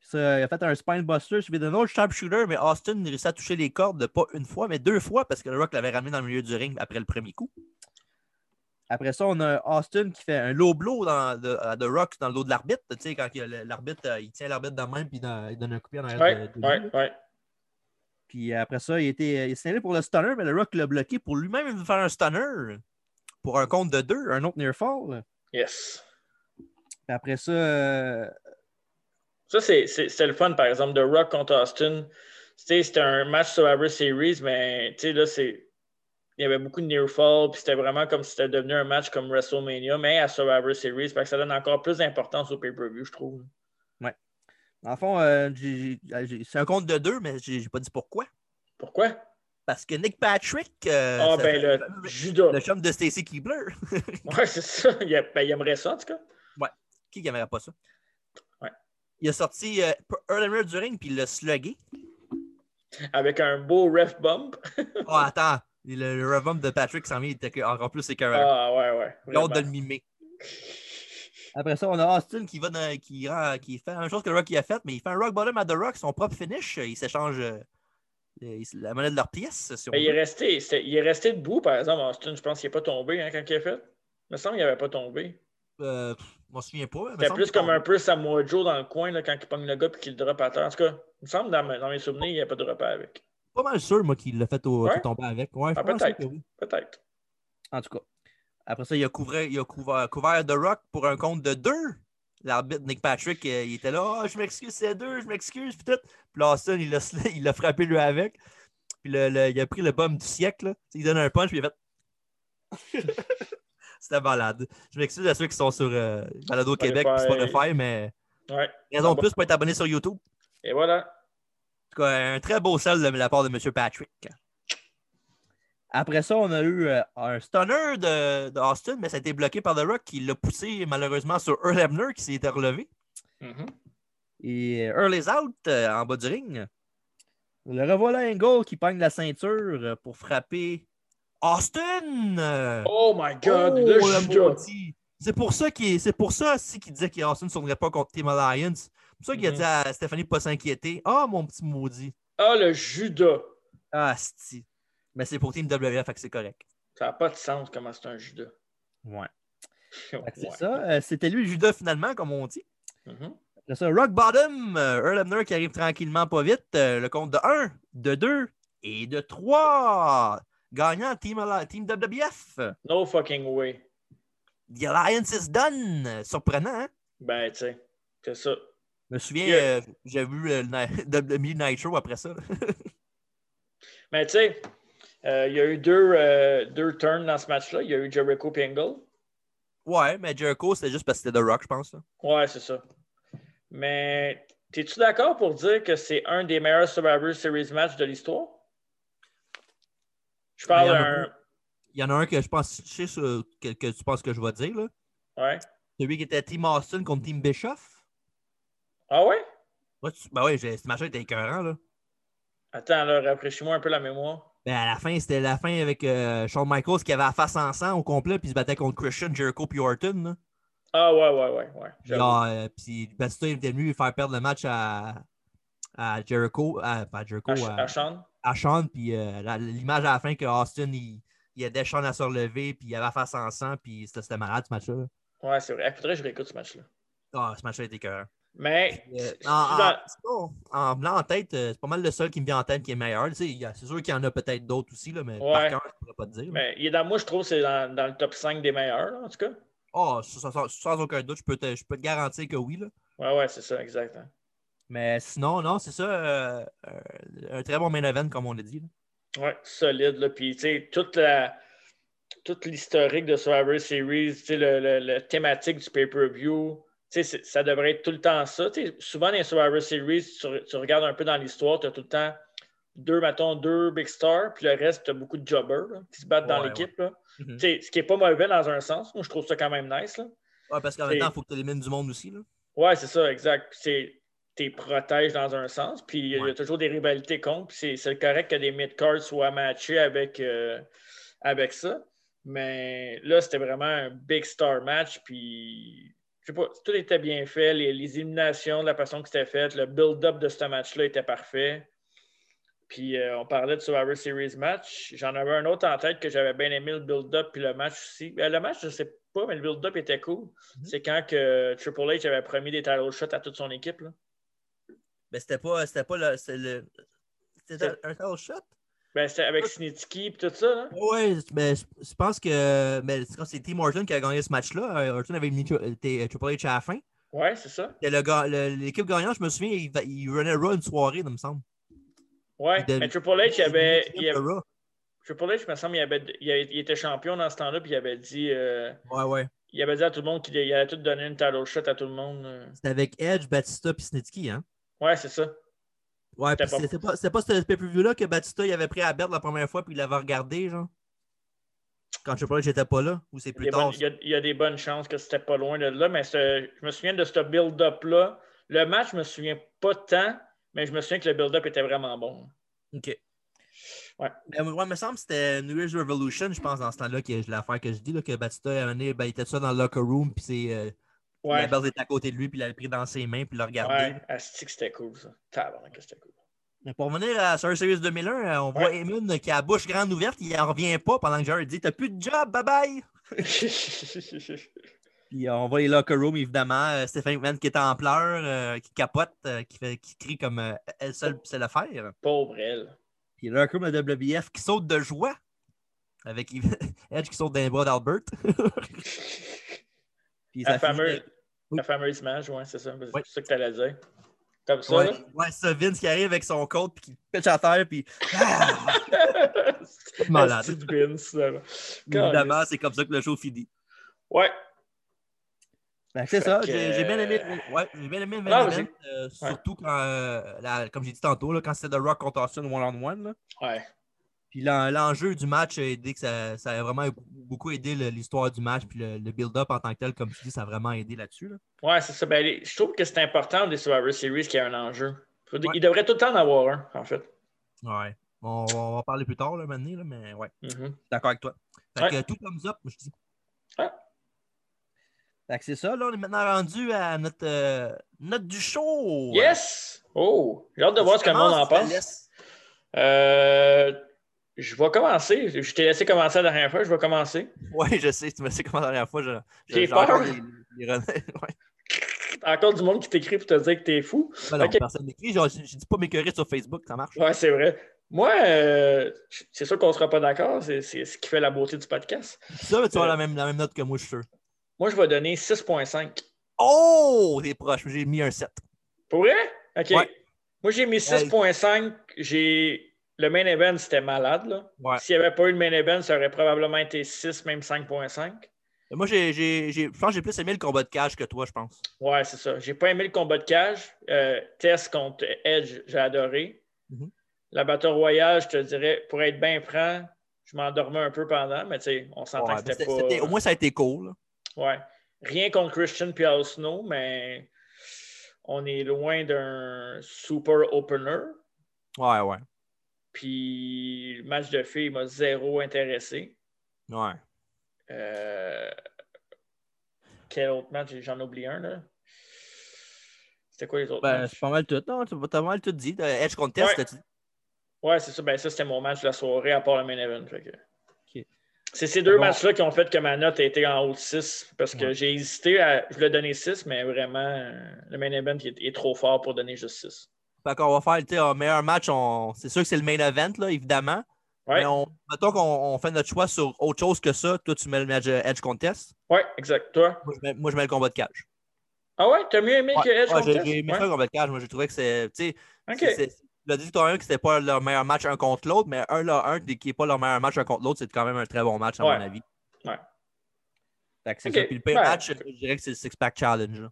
Speaker 1: Puis ça, il a fait un spinebuster suivi d'un autre sharpshooter, mais Austin réussit à toucher les cordes pas une fois, mais deux fois parce que The Rock l'avait ramené dans le milieu du ring après le premier coup. Après ça, on a Austin qui fait un low blow dans, de, à The Rock dans le dos de l'arbitre. Tu sais, quand il y a le- l'arbitre, euh, il tient l'arbitre dans la main puis dans- il donne un coup de pied en arrière
Speaker 2: Ouais,
Speaker 1: de- de lui.
Speaker 2: ouais, ouais.
Speaker 1: Puis après ça, il était il s'est allé pour le stunner, mais le Rock l'a bloqué pour lui-même lui faire un stunner pour un compte de deux, un autre near fall.
Speaker 2: Yes.
Speaker 1: Puis après ça, euh,
Speaker 2: Ça, c'est- c'est- c'était le fun, par exemple, de Rock contre Austin. C'était c'était un match Survivor Series, mais tu sais, là, c'est. Il y avait beaucoup de near fall, puis c'était vraiment comme si c'était devenu un match comme WrestleMania, mais à Survivor Series. Fait que ça donne encore plus d'importance au pay-per-view, je trouve.
Speaker 1: dans le fond, euh, j'ai- j'ai- j'ai- c'est un compte de deux, mais j'ai j'ai pas dit pourquoi.
Speaker 2: Pourquoi?
Speaker 1: Parce que Nick Patrick, euh,
Speaker 2: Ah,
Speaker 1: ça
Speaker 2: ben,
Speaker 1: fait-
Speaker 2: le Judas.
Speaker 1: le chum de Stacy Keebler,
Speaker 2: Ouais, c'est ça. Il, a- ben, il aimerait ça, en tout cas.
Speaker 1: qui n'aimerait pas ça?
Speaker 2: Ouais.
Speaker 1: Il a sorti euh, Earl Hammer du ring, puis il l'a slugué.
Speaker 2: Avec un beau ref bump.
Speaker 1: Oh, attends, le, le revamp de Patrick s'en vient, il était encore plus écœurant.
Speaker 2: Ah, ouais, ouais.
Speaker 1: J'ai hâte de le
Speaker 2: vraiment.
Speaker 1: mimer. Après ça, on a Austin qui va dans- qui, rend- qui fait la même chose que le Rock il a fait, mais il fait un rock bottom à The Rock, son propre finish. Il s'échange euh, euh, il- la monnaie de leur pièce. si on
Speaker 2: Mais Ben, il, est
Speaker 1: veut.
Speaker 2: resté, c'était- il est resté debout, par exemple, Austin. Je pense qu'il n'est pas tombé hein, quand il a fait. Il me semble qu'il n'avait pas tombé.
Speaker 1: Euh, pff, je m'en souviens pas. mais il me
Speaker 2: C'était
Speaker 1: semble
Speaker 2: plus
Speaker 1: qu'il-
Speaker 2: comme un peu Samoa Joe dans le coin là, quand il pogne le gars et qu'il le drop à terre. En tout cas, il me semble dans mes, dans mes souvenirs, il n'y a pas de repas avec.
Speaker 1: Pas mal sûr, moi, qu'il l'a fait au
Speaker 2: Ouais.
Speaker 1: qu'il tombait avec. Ouais, je
Speaker 2: Ah,
Speaker 1: pense que
Speaker 2: peut-être.
Speaker 1: oui.
Speaker 2: Peut-être.
Speaker 1: En tout cas. Après ça, il a, couvert, il a couvert, couvert The Rock pour un compte de deux. L'arbitre Nick Patrick, euh, il était là, Ah, je m'excuse, c'est deux, je m'excuse, puis tout. Puis Lawson, il l'a sla- il l'a frappé lui avec. Puis le- le- il a pris le bum du siècle. là. Il donne un punch, puis il a fait. C'était malade. Je m'excuse à ceux qui sont sur euh, Balado Québec et
Speaker 2: Spotify.
Speaker 1: Spotify, mais
Speaker 2: Ouais.
Speaker 1: raison
Speaker 2: Ah
Speaker 1: de
Speaker 2: bon.
Speaker 1: plus pour être abonné sur YouTube.
Speaker 2: Et voilà.
Speaker 1: En tout cas, un très beau sel de la part de M. Patrick. Après ça, on a eu euh, un stunner de, de Austin, mais ça a été bloqué par The Rock qui l'a poussé malheureusement sur Earl Hebner qui s'était relevé.
Speaker 2: Mhm.
Speaker 1: Et euh, Earl is out euh, en bas du ring. Le revoilà Angle qui pogne la ceinture euh, pour frapper Austin. Euh,
Speaker 2: Oh my god,
Speaker 1: oh,
Speaker 2: là,
Speaker 1: le
Speaker 2: je
Speaker 1: maudit. C'est pour ça qu'il c'est pour ça aussi qu'il disait qu'Austin ne tournerait pas contre Team Alliance. C'est pour ça qu'il a
Speaker 2: Mhm.
Speaker 1: dit à Stéphanie de pas s'inquiéter. Ah, mon petit maudit.
Speaker 2: Ah, le Judas.
Speaker 1: Ah, sti. Mais c'est pour Team WF, fait que c'est correct.
Speaker 2: Ça n'a pas de sens comment c'est un Judas.
Speaker 1: Ouais. C'est
Speaker 2: Ouais.
Speaker 1: ça. Euh, C'était lui le Judas finalement, comme on dit.
Speaker 2: Mhm.
Speaker 1: Après ça, Rock Bottom, euh, Earl Hebner qui arrive tranquillement pas vite. euh, le compte de 1, de 2 et de 3. Gagnant Team, Alli- team WWF.
Speaker 2: No fucking way.
Speaker 1: The Alliance is done. Euh, Surprenant, hein?
Speaker 2: Ben, tu sais, c'est ça.
Speaker 1: Je me souviens,
Speaker 2: Yeah.
Speaker 1: euh, j'ai vu euh, le Ni- WWE Nitro après ça. là.
Speaker 2: Mais tu sais, euh, il y a eu deux, euh, deux turns dans ce match-là. Il y a eu Jericho Pingle.
Speaker 1: ouais, mais Jericho, c'était juste parce que c'était The Rock, je pense. là.
Speaker 2: Ouais, c'est ça. Mais t'es-tu d'accord pour dire que c'est un des meilleurs Survivor Series match de l'histoire? Je parle
Speaker 1: Il y en a
Speaker 2: d'un.
Speaker 1: Il y en a un que je pense, je sais sur- que, que tu penses que je vais dire. Là.
Speaker 2: Ouais.
Speaker 1: Celui qui était Team Austin contre Team Bischoff.
Speaker 2: Ah ouais?
Speaker 1: Ouais, tu- Ben ouais, j'ai- ce machin était écœurant, là.
Speaker 2: Attends, là, rafraîchis-moi un peu la mémoire.
Speaker 1: Ben à la fin, c'était la fin avec euh, Shawn Michaels qui avait la face en sang au complet, puis il se battait contre Christian, Jericho, puis Orton. là.
Speaker 2: Ah ouais, ouais, ouais, ouais.
Speaker 1: Puis,
Speaker 2: j'avoue.
Speaker 1: ah, euh, Puis Batista il était venu faire perdre le match à, à Jericho, à, pas à Jericho,
Speaker 2: À Ch-
Speaker 1: à,
Speaker 2: à Ah, Sean?
Speaker 1: à Shawn, puis euh, la- l'image à la fin que Austin, il, il aidait Shawn à se relever, puis il avait la face en sang, puis c'était c'était malade ce match-là. là.
Speaker 2: Ouais, c'est vrai. Ah, faudrait que je réécoute ce match-là.
Speaker 1: Ah, ce match-là était écœurant.
Speaker 2: Mais.
Speaker 1: Euh,
Speaker 2: c'est-
Speaker 1: en, en,
Speaker 2: c'est dans-
Speaker 1: sinon, en venant en tête, euh, c'est pas mal le seul qui me vient en tête qui est meilleur. Tu sais, il y a- C'est sûr qu'il y en a peut-être d'autres aussi, là, mais par
Speaker 2: Ouais.
Speaker 1: cœur, je pourrais pas te dire. là.
Speaker 2: Mais il est dans, moi, je trouve que c'est dans, dans le top 5 des meilleurs, là, en tout cas.
Speaker 1: Ah, sans, sans- sans aucun doute, je peux, te, je peux te garantir que oui. là.
Speaker 2: Ouais, ouais, c'est ça, exact. hein.
Speaker 1: Mais sinon, non, c'est ça. euh, euh, un très bon main event, comme on l'a dit. là.
Speaker 2: Ouais, solide. Là. Puis, tu sais, toute la- toute l'historique de Survivor Series, tu sais, le, le- le thématique du pay-per-view, tu sais, c'est- ça devrait être tout le temps ça. Tu sais, souvent, dans les Survivor Series, tu, re- tu regardes un peu dans l'histoire, tu as tout le temps deux, mettons, deux big stars, puis le reste, tu as beaucoup de jobbers là, qui se battent dans
Speaker 1: Ouais,
Speaker 2: l'équipe. là.
Speaker 1: Mhm.
Speaker 2: Tu sais, Ce qui n'est pas mauvais dans un sens. Moi, je trouve ça quand même nice. Là.
Speaker 1: Ouais, Ah, parce qu'en
Speaker 2: C'est-
Speaker 1: même temps, il faut que tu élimines du monde aussi. Là.
Speaker 2: Ouais, c'est ça, exact. Puis C'est t'es protèges dans un sens, puis il y a- il y
Speaker 1: Ouais.
Speaker 2: a toujours des rivalités contre, puis c'est- c'est correct que des mid-cards soient matchés avec, euh, avec ça. Mais là, c'était vraiment un big star match, puis je sais pas, tout était bien fait, les, les éliminations de la façon que c'était fait, le build-up de ce match-là était parfait. Puis euh, on parlait de Survivor Series match. J'en avais un autre en tête que j'avais bien aimé le build-up puis le match aussi. Ben, le match, je sais pas, mais le build-up était cool. C'est quand que Triple H avait promis des title shots à toute son équipe. Là.
Speaker 1: Mais c'était pas, c'était pas le. C'était le- c'était un title shot?
Speaker 2: Ben, c'était avec Snitsky et tout ça. là.
Speaker 1: Ouais, mais je je pense que mais c'est quand c'est Tim Horton qui a gagné ce match-là. Horton avait éliminé Tri- euh, T- euh, Triple H à la fin.
Speaker 2: Ouais, c'est ça.
Speaker 1: Et le ga- le- L'équipe gagnante, je me souviens, il, va- il runait Raw une soirée, il me semble.
Speaker 2: Ouais.
Speaker 1: Il
Speaker 2: Mais
Speaker 1: devait-
Speaker 2: Triple H, il avait,
Speaker 1: éliminait
Speaker 2: il avait-
Speaker 1: Raw.
Speaker 2: Triple H, me semble, il, avait, il, avait- il était champion dans ce temps-là, puis il avait dit, euh,
Speaker 1: Ouais, ouais.
Speaker 2: il avait dit à tout le monde qu'il il allait tout donner une title shot à tout le monde. euh.
Speaker 1: C'était avec Edge, Batista puis Snitsky, hein?
Speaker 2: Ouais, c'est ça.
Speaker 1: Ouais,
Speaker 2: C'était
Speaker 1: puis
Speaker 2: pas-
Speaker 1: c'était pas, c'était pas ce pay-per-view-là que Batista il avait pris à Bert la première fois puis il l'avait regardé, genre. Quand Triple H n'étais pas là, ou c'est
Speaker 2: Il
Speaker 1: plus
Speaker 2: y, a des
Speaker 1: tard.
Speaker 2: bonnes- il y a, il y a des bonnes chances que c'était pas loin de là, mais ce- je me souviens de ce build-up-là. Le match, je me souviens pas tant, mais je me souviens que le build-up était vraiment bon.
Speaker 1: OK.
Speaker 2: Ouais.
Speaker 1: Mais moi, il me semble que c'était New Year's Revolution, je pense, dans ce temps-là, que l'affaire que je dis, là, que Batista a amené, ben, il était ça dans le locker room, puis c'est. euh,
Speaker 2: Ouais,
Speaker 1: La belle était à côté de lui, puis il l'avait pris dans ses mains, puis il l'a regardé.
Speaker 2: ouais. Asti que c'était cool, ça. Tabarnak, que c'était cool.
Speaker 1: Mais pour revenir à Survivor Series 2001, euh, on voit
Speaker 2: Ouais.
Speaker 1: Eamon qui a la bouche grande ouverte, il n'en revient pas pendant que Jared dit T'as plus de job, bye bye Puis euh, on voit les locker rooms, évidemment. euh, Stephanie McMahon qui est en pleurs, euh, qui capote, euh, qui, fait, qui crie comme euh, elle seule sait le faire.
Speaker 2: Pauvre elle.
Speaker 1: Puis le locker room de WBF qui saute de joie. avec Edge qui saute d'un bras d'Albert. Puis
Speaker 2: La,
Speaker 1: ça finit-
Speaker 2: fameuse,
Speaker 1: Oui.
Speaker 2: la fameuse image, ouais, c'est ça.
Speaker 1: Oui.
Speaker 2: C'est ça que tu allais dire. Comme ça.
Speaker 1: Ouais, ouais, ça, Vince qui arrive avec son code puis qui pitch à terre, puis. Ah!
Speaker 2: là.
Speaker 1: malade.
Speaker 2: Esti de Vince, là.
Speaker 1: Évidemment, c'est comme ça que le show finit. Fait
Speaker 2: Ouais.
Speaker 1: que Ben, c'est ça,
Speaker 2: Fait que-
Speaker 1: j'ai j'ai bien aimé, le- ouais, j'ai bien aimé le
Speaker 2: Non,
Speaker 1: main
Speaker 2: j'ai-
Speaker 1: event, euh, surtout quand, euh, la- comme j'ai dit tantôt, là, quand c'était The Rock contre Austin one-on-one. là.
Speaker 2: Ouais.
Speaker 1: Puis l'en- l'enjeu du match a aidé, que ça, ça a vraiment beaucoup aidé le- l'histoire du match, puis le, le build-up en tant que tel, comme tu dis, ça a vraiment aidé là-dessus. là.
Speaker 2: Ouais, c'est ça. Ben, les- je trouve que c'est important des Survivor Series qu'il y a un enjeu. Faut-
Speaker 1: Ouais.
Speaker 2: Il devrait tout le temps en avoir un, en fait.
Speaker 1: Ouais. On, on va en parler plus tard, là, maintenant, là, mais ouais,
Speaker 2: Mhm.
Speaker 1: je suis d'accord avec toi. Fait
Speaker 2: Ouais.
Speaker 1: que euh, tout thumbs up, je dis.
Speaker 2: Ouais.
Speaker 1: Fait que c'est ça, là, on est maintenant rendu à notre euh, note du show.
Speaker 2: Yes! Oh! J'ai hâte de voir ce que le monde en
Speaker 1: Commence,
Speaker 2: pense.
Speaker 1: je te laisse.
Speaker 2: Euh, je vais commencer. Je t'ai laissé commencer la dernière fois, je vais commencer.
Speaker 1: Oui, je sais, tu me sais comment la dernière fois, je- je-
Speaker 2: J'ai
Speaker 1: encore
Speaker 2: peur.
Speaker 1: les- les relais. Ouais.
Speaker 2: T'as encore du monde qui t'écrit pour te dire que t'es fou.
Speaker 1: Ben non,
Speaker 2: Ok.
Speaker 1: personne n'écrit. Genre, J'ai j'ai dit pas m'écœurer sur Facebook, ça marche.
Speaker 2: Ouais, c'est vrai. Moi, euh, c'est sûr qu'on ne sera pas d'accord. C'est c'est ce qui fait la beauté du podcast.
Speaker 1: Ça, mais tu
Speaker 2: Euh.
Speaker 1: as la même, la même note que moi, je suis sûr.
Speaker 2: Moi, je vais donner 6.5.
Speaker 1: Oh, t'es proche, j'ai mis un 7.
Speaker 2: Pour vrai? OK.
Speaker 1: Ouais.
Speaker 2: Moi, j'ai mis 6.5. J'ai... Le main event, c'était malade. Là.
Speaker 1: Ouais.
Speaker 2: S'il n'y avait pas eu le main event, ça aurait probablement été 6, même 5.5.
Speaker 1: Moi, j'ai, j'ai- j'ai- je pense que j'ai plus aimé le combat de cage que toi, je pense.
Speaker 2: Ouais, c'est ça. J'ai pas aimé le combat de cage. Euh, Test contre Edge, j'ai adoré.
Speaker 1: Mhm.
Speaker 2: La Battle Royale, je te dirais, pour être bien franc, je m'endormais un peu pendant, mais tu sais, on s'entend
Speaker 1: Ouais,
Speaker 2: que
Speaker 1: mais c'était-
Speaker 2: c'était pas.
Speaker 1: c'était- au moins, ça a été cool. là.
Speaker 2: Ouais. Rien contre Christian puis Al Snow, mais on est loin d'un super opener.
Speaker 1: Ouais, ouais.
Speaker 2: Puis le match de filles m'a zéro intéressé.
Speaker 1: Ouais.
Speaker 2: Euh, Quel autre match? J'en oublie un, là. C'était quoi les autres
Speaker 1: Ben,
Speaker 2: matchs?
Speaker 1: c'est pas mal tout. Non, t'as t'as pas mal tout dit. Euh, Edge
Speaker 2: Ouais.
Speaker 1: contest, tu
Speaker 2: Ouais, c'est ça. Ben, ça, c'était mon match de la soirée à part le main event. fait que-
Speaker 1: Ok.
Speaker 2: C'est ces deux
Speaker 1: Bon.
Speaker 2: matchs-là qui ont fait que ma note a été en haut de 6 parce que
Speaker 1: Ouais.
Speaker 2: j'ai hésité à. Je voulais donner 6, mais vraiment, euh, le main event est, est trop fort pour donner juste 6.
Speaker 1: Fait qu'on va faire tu sais, un meilleur match. on- C'est sûr que c'est le main event, là, évidemment.
Speaker 2: Ouais,
Speaker 1: Mais on, mettons qu'on on fait notre choix sur autre chose que ça. Toi, tu mets le match euh, Edge Contest.
Speaker 2: ouais exact. Toi?
Speaker 1: Moi, je mets, moi, je mets le combat de cage.
Speaker 2: Ah ouais, t'as mieux aimé
Speaker 1: Ouais,
Speaker 2: que Edge
Speaker 1: ouais, j'ai-
Speaker 2: Contest?
Speaker 1: j'ai aimé
Speaker 2: Ouais.
Speaker 1: ça, le combat de cage. Moi, j'ai trouvé que c'est. Tu sais,
Speaker 2: Ok.
Speaker 1: c'est- c'est- tu l'as dit toi que c'était pas leur meilleur match un contre l'autre, mais un là, un qui n'est pas leur meilleur match un contre l'autre, c'est quand même un très bon match, à
Speaker 2: Ouais.
Speaker 1: mon avis.
Speaker 2: Ouais.
Speaker 1: Fait que c'est
Speaker 2: Ok,
Speaker 1: ça. Puis le pire
Speaker 2: ben,
Speaker 1: match,
Speaker 2: ok.
Speaker 1: je dirais que c'est le six-pack challenge. là.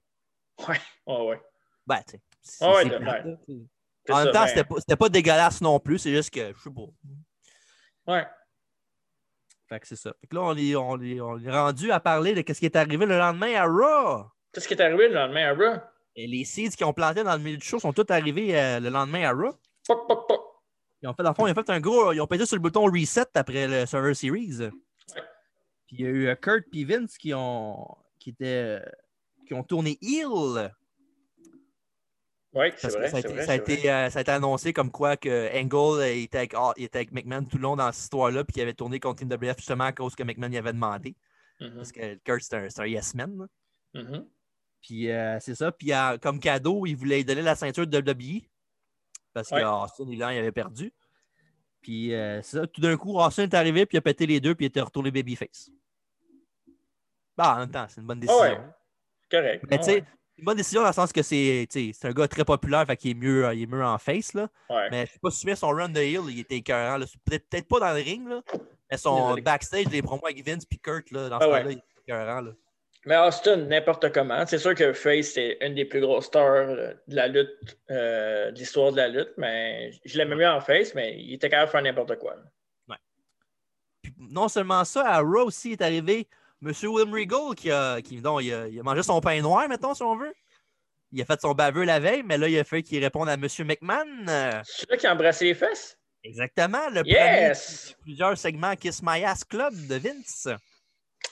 Speaker 2: Ouais, ouais.
Speaker 1: Ben, tu sais. c'est-
Speaker 2: Ah ouais,
Speaker 1: c'est
Speaker 2: de-
Speaker 1: plate,
Speaker 2: ouais.
Speaker 1: là, tu sais.
Speaker 2: C'est
Speaker 1: En
Speaker 2: ça,
Speaker 1: même temps,
Speaker 2: ben,
Speaker 1: c'était pas, c'était pas dégueulasse non plus, c'est juste que je suis beau.
Speaker 2: Ouais.
Speaker 1: Fait que c'est ça. Fait que là, on est, on est- on est rendu à parler de ce qui est arrivé le lendemain à Raw.
Speaker 2: Qu'est-ce qui est arrivé le lendemain à Raw?
Speaker 1: Et les seeds qui ont planté dans le milieu du show sont tous arrivés euh, le lendemain à Raw.
Speaker 2: Poc, poc, poc.
Speaker 1: Ils ont fait, dans le fond, ils ont fait un gros. Ils ont pété sur le bouton reset après le Server Series. Puis il y a eu euh, Kurt et Vince qui ont, qui étaient, euh, qui ont tourné heel.
Speaker 2: Ouais, c'est
Speaker 1: Parce
Speaker 2: vrai.
Speaker 1: que ça a,
Speaker 2: c'est
Speaker 1: été,
Speaker 2: vrai,
Speaker 1: ça, a
Speaker 2: c'est vrai.
Speaker 1: été, euh, ça a été annoncé comme quoi que Angle euh, était avec, ah, il était avec McMahon tout le long dans cette histoire-là, puis qu'il avait tourné contre WF justement à cause que McMahon y avait demandé.
Speaker 2: Mhm,
Speaker 1: Parce que Kurt, c'est un, c'est un yes man. là.
Speaker 2: mhm.
Speaker 1: Puis euh, c'est ça. Puis euh, comme cadeau, il voulait lui donner la ceinture de WWE. Parce
Speaker 2: Ouais.
Speaker 1: que Austin, évidemment, il avait perdu. Puis euh, c'est ça. Tout d'un coup, Austin est arrivé, puis il a pété les deux, puis il était retourné babyface. Bah, en même temps, c'est une bonne
Speaker 2: Ah
Speaker 1: décision.
Speaker 2: ouais. Correct.
Speaker 1: Mais
Speaker 2: Ah
Speaker 1: tu sais,
Speaker 2: ouais.
Speaker 1: c'est une bonne décision dans le sens que c'est tu sais, c'est un gars très populaire, fait qu'il est mieux, euh, il est mieux en face. Là.
Speaker 2: Ouais.
Speaker 1: Mais je suis pas sûr, son run de hill, il était écœurant. là. C'est Peut-être peut-être pas dans le ring, là, mais son
Speaker 2: Désolé.
Speaker 1: backstage, les promos avec Vince puis Kurt, là, dans ce
Speaker 2: Ah ouais.
Speaker 1: temps-là, il était écœurant. Là.
Speaker 2: Mais Austin, n'importe comment. C'est sûr que Face, c'est une des plus grosses stars euh, de la lutte, euh, de l'histoire de la lutte, mais je l'aimais mieux en Face, mais il était capable de faire n'importe quoi.
Speaker 1: Puis non seulement ça, à Raw aussi est arrivé M. William Regal qui a, qui, donc, il a, il a mangé son pain noir, mettons, si on veut. Il a fait son baveux la veille, mais là, il a fait qu'il réponde à M. McMahon. Euh,
Speaker 2: Celui qui a embrassé les fesses?
Speaker 1: Exactement, le premier
Speaker 2: Yes!
Speaker 1: de plusieurs segments Kiss My Ass Club de Vince.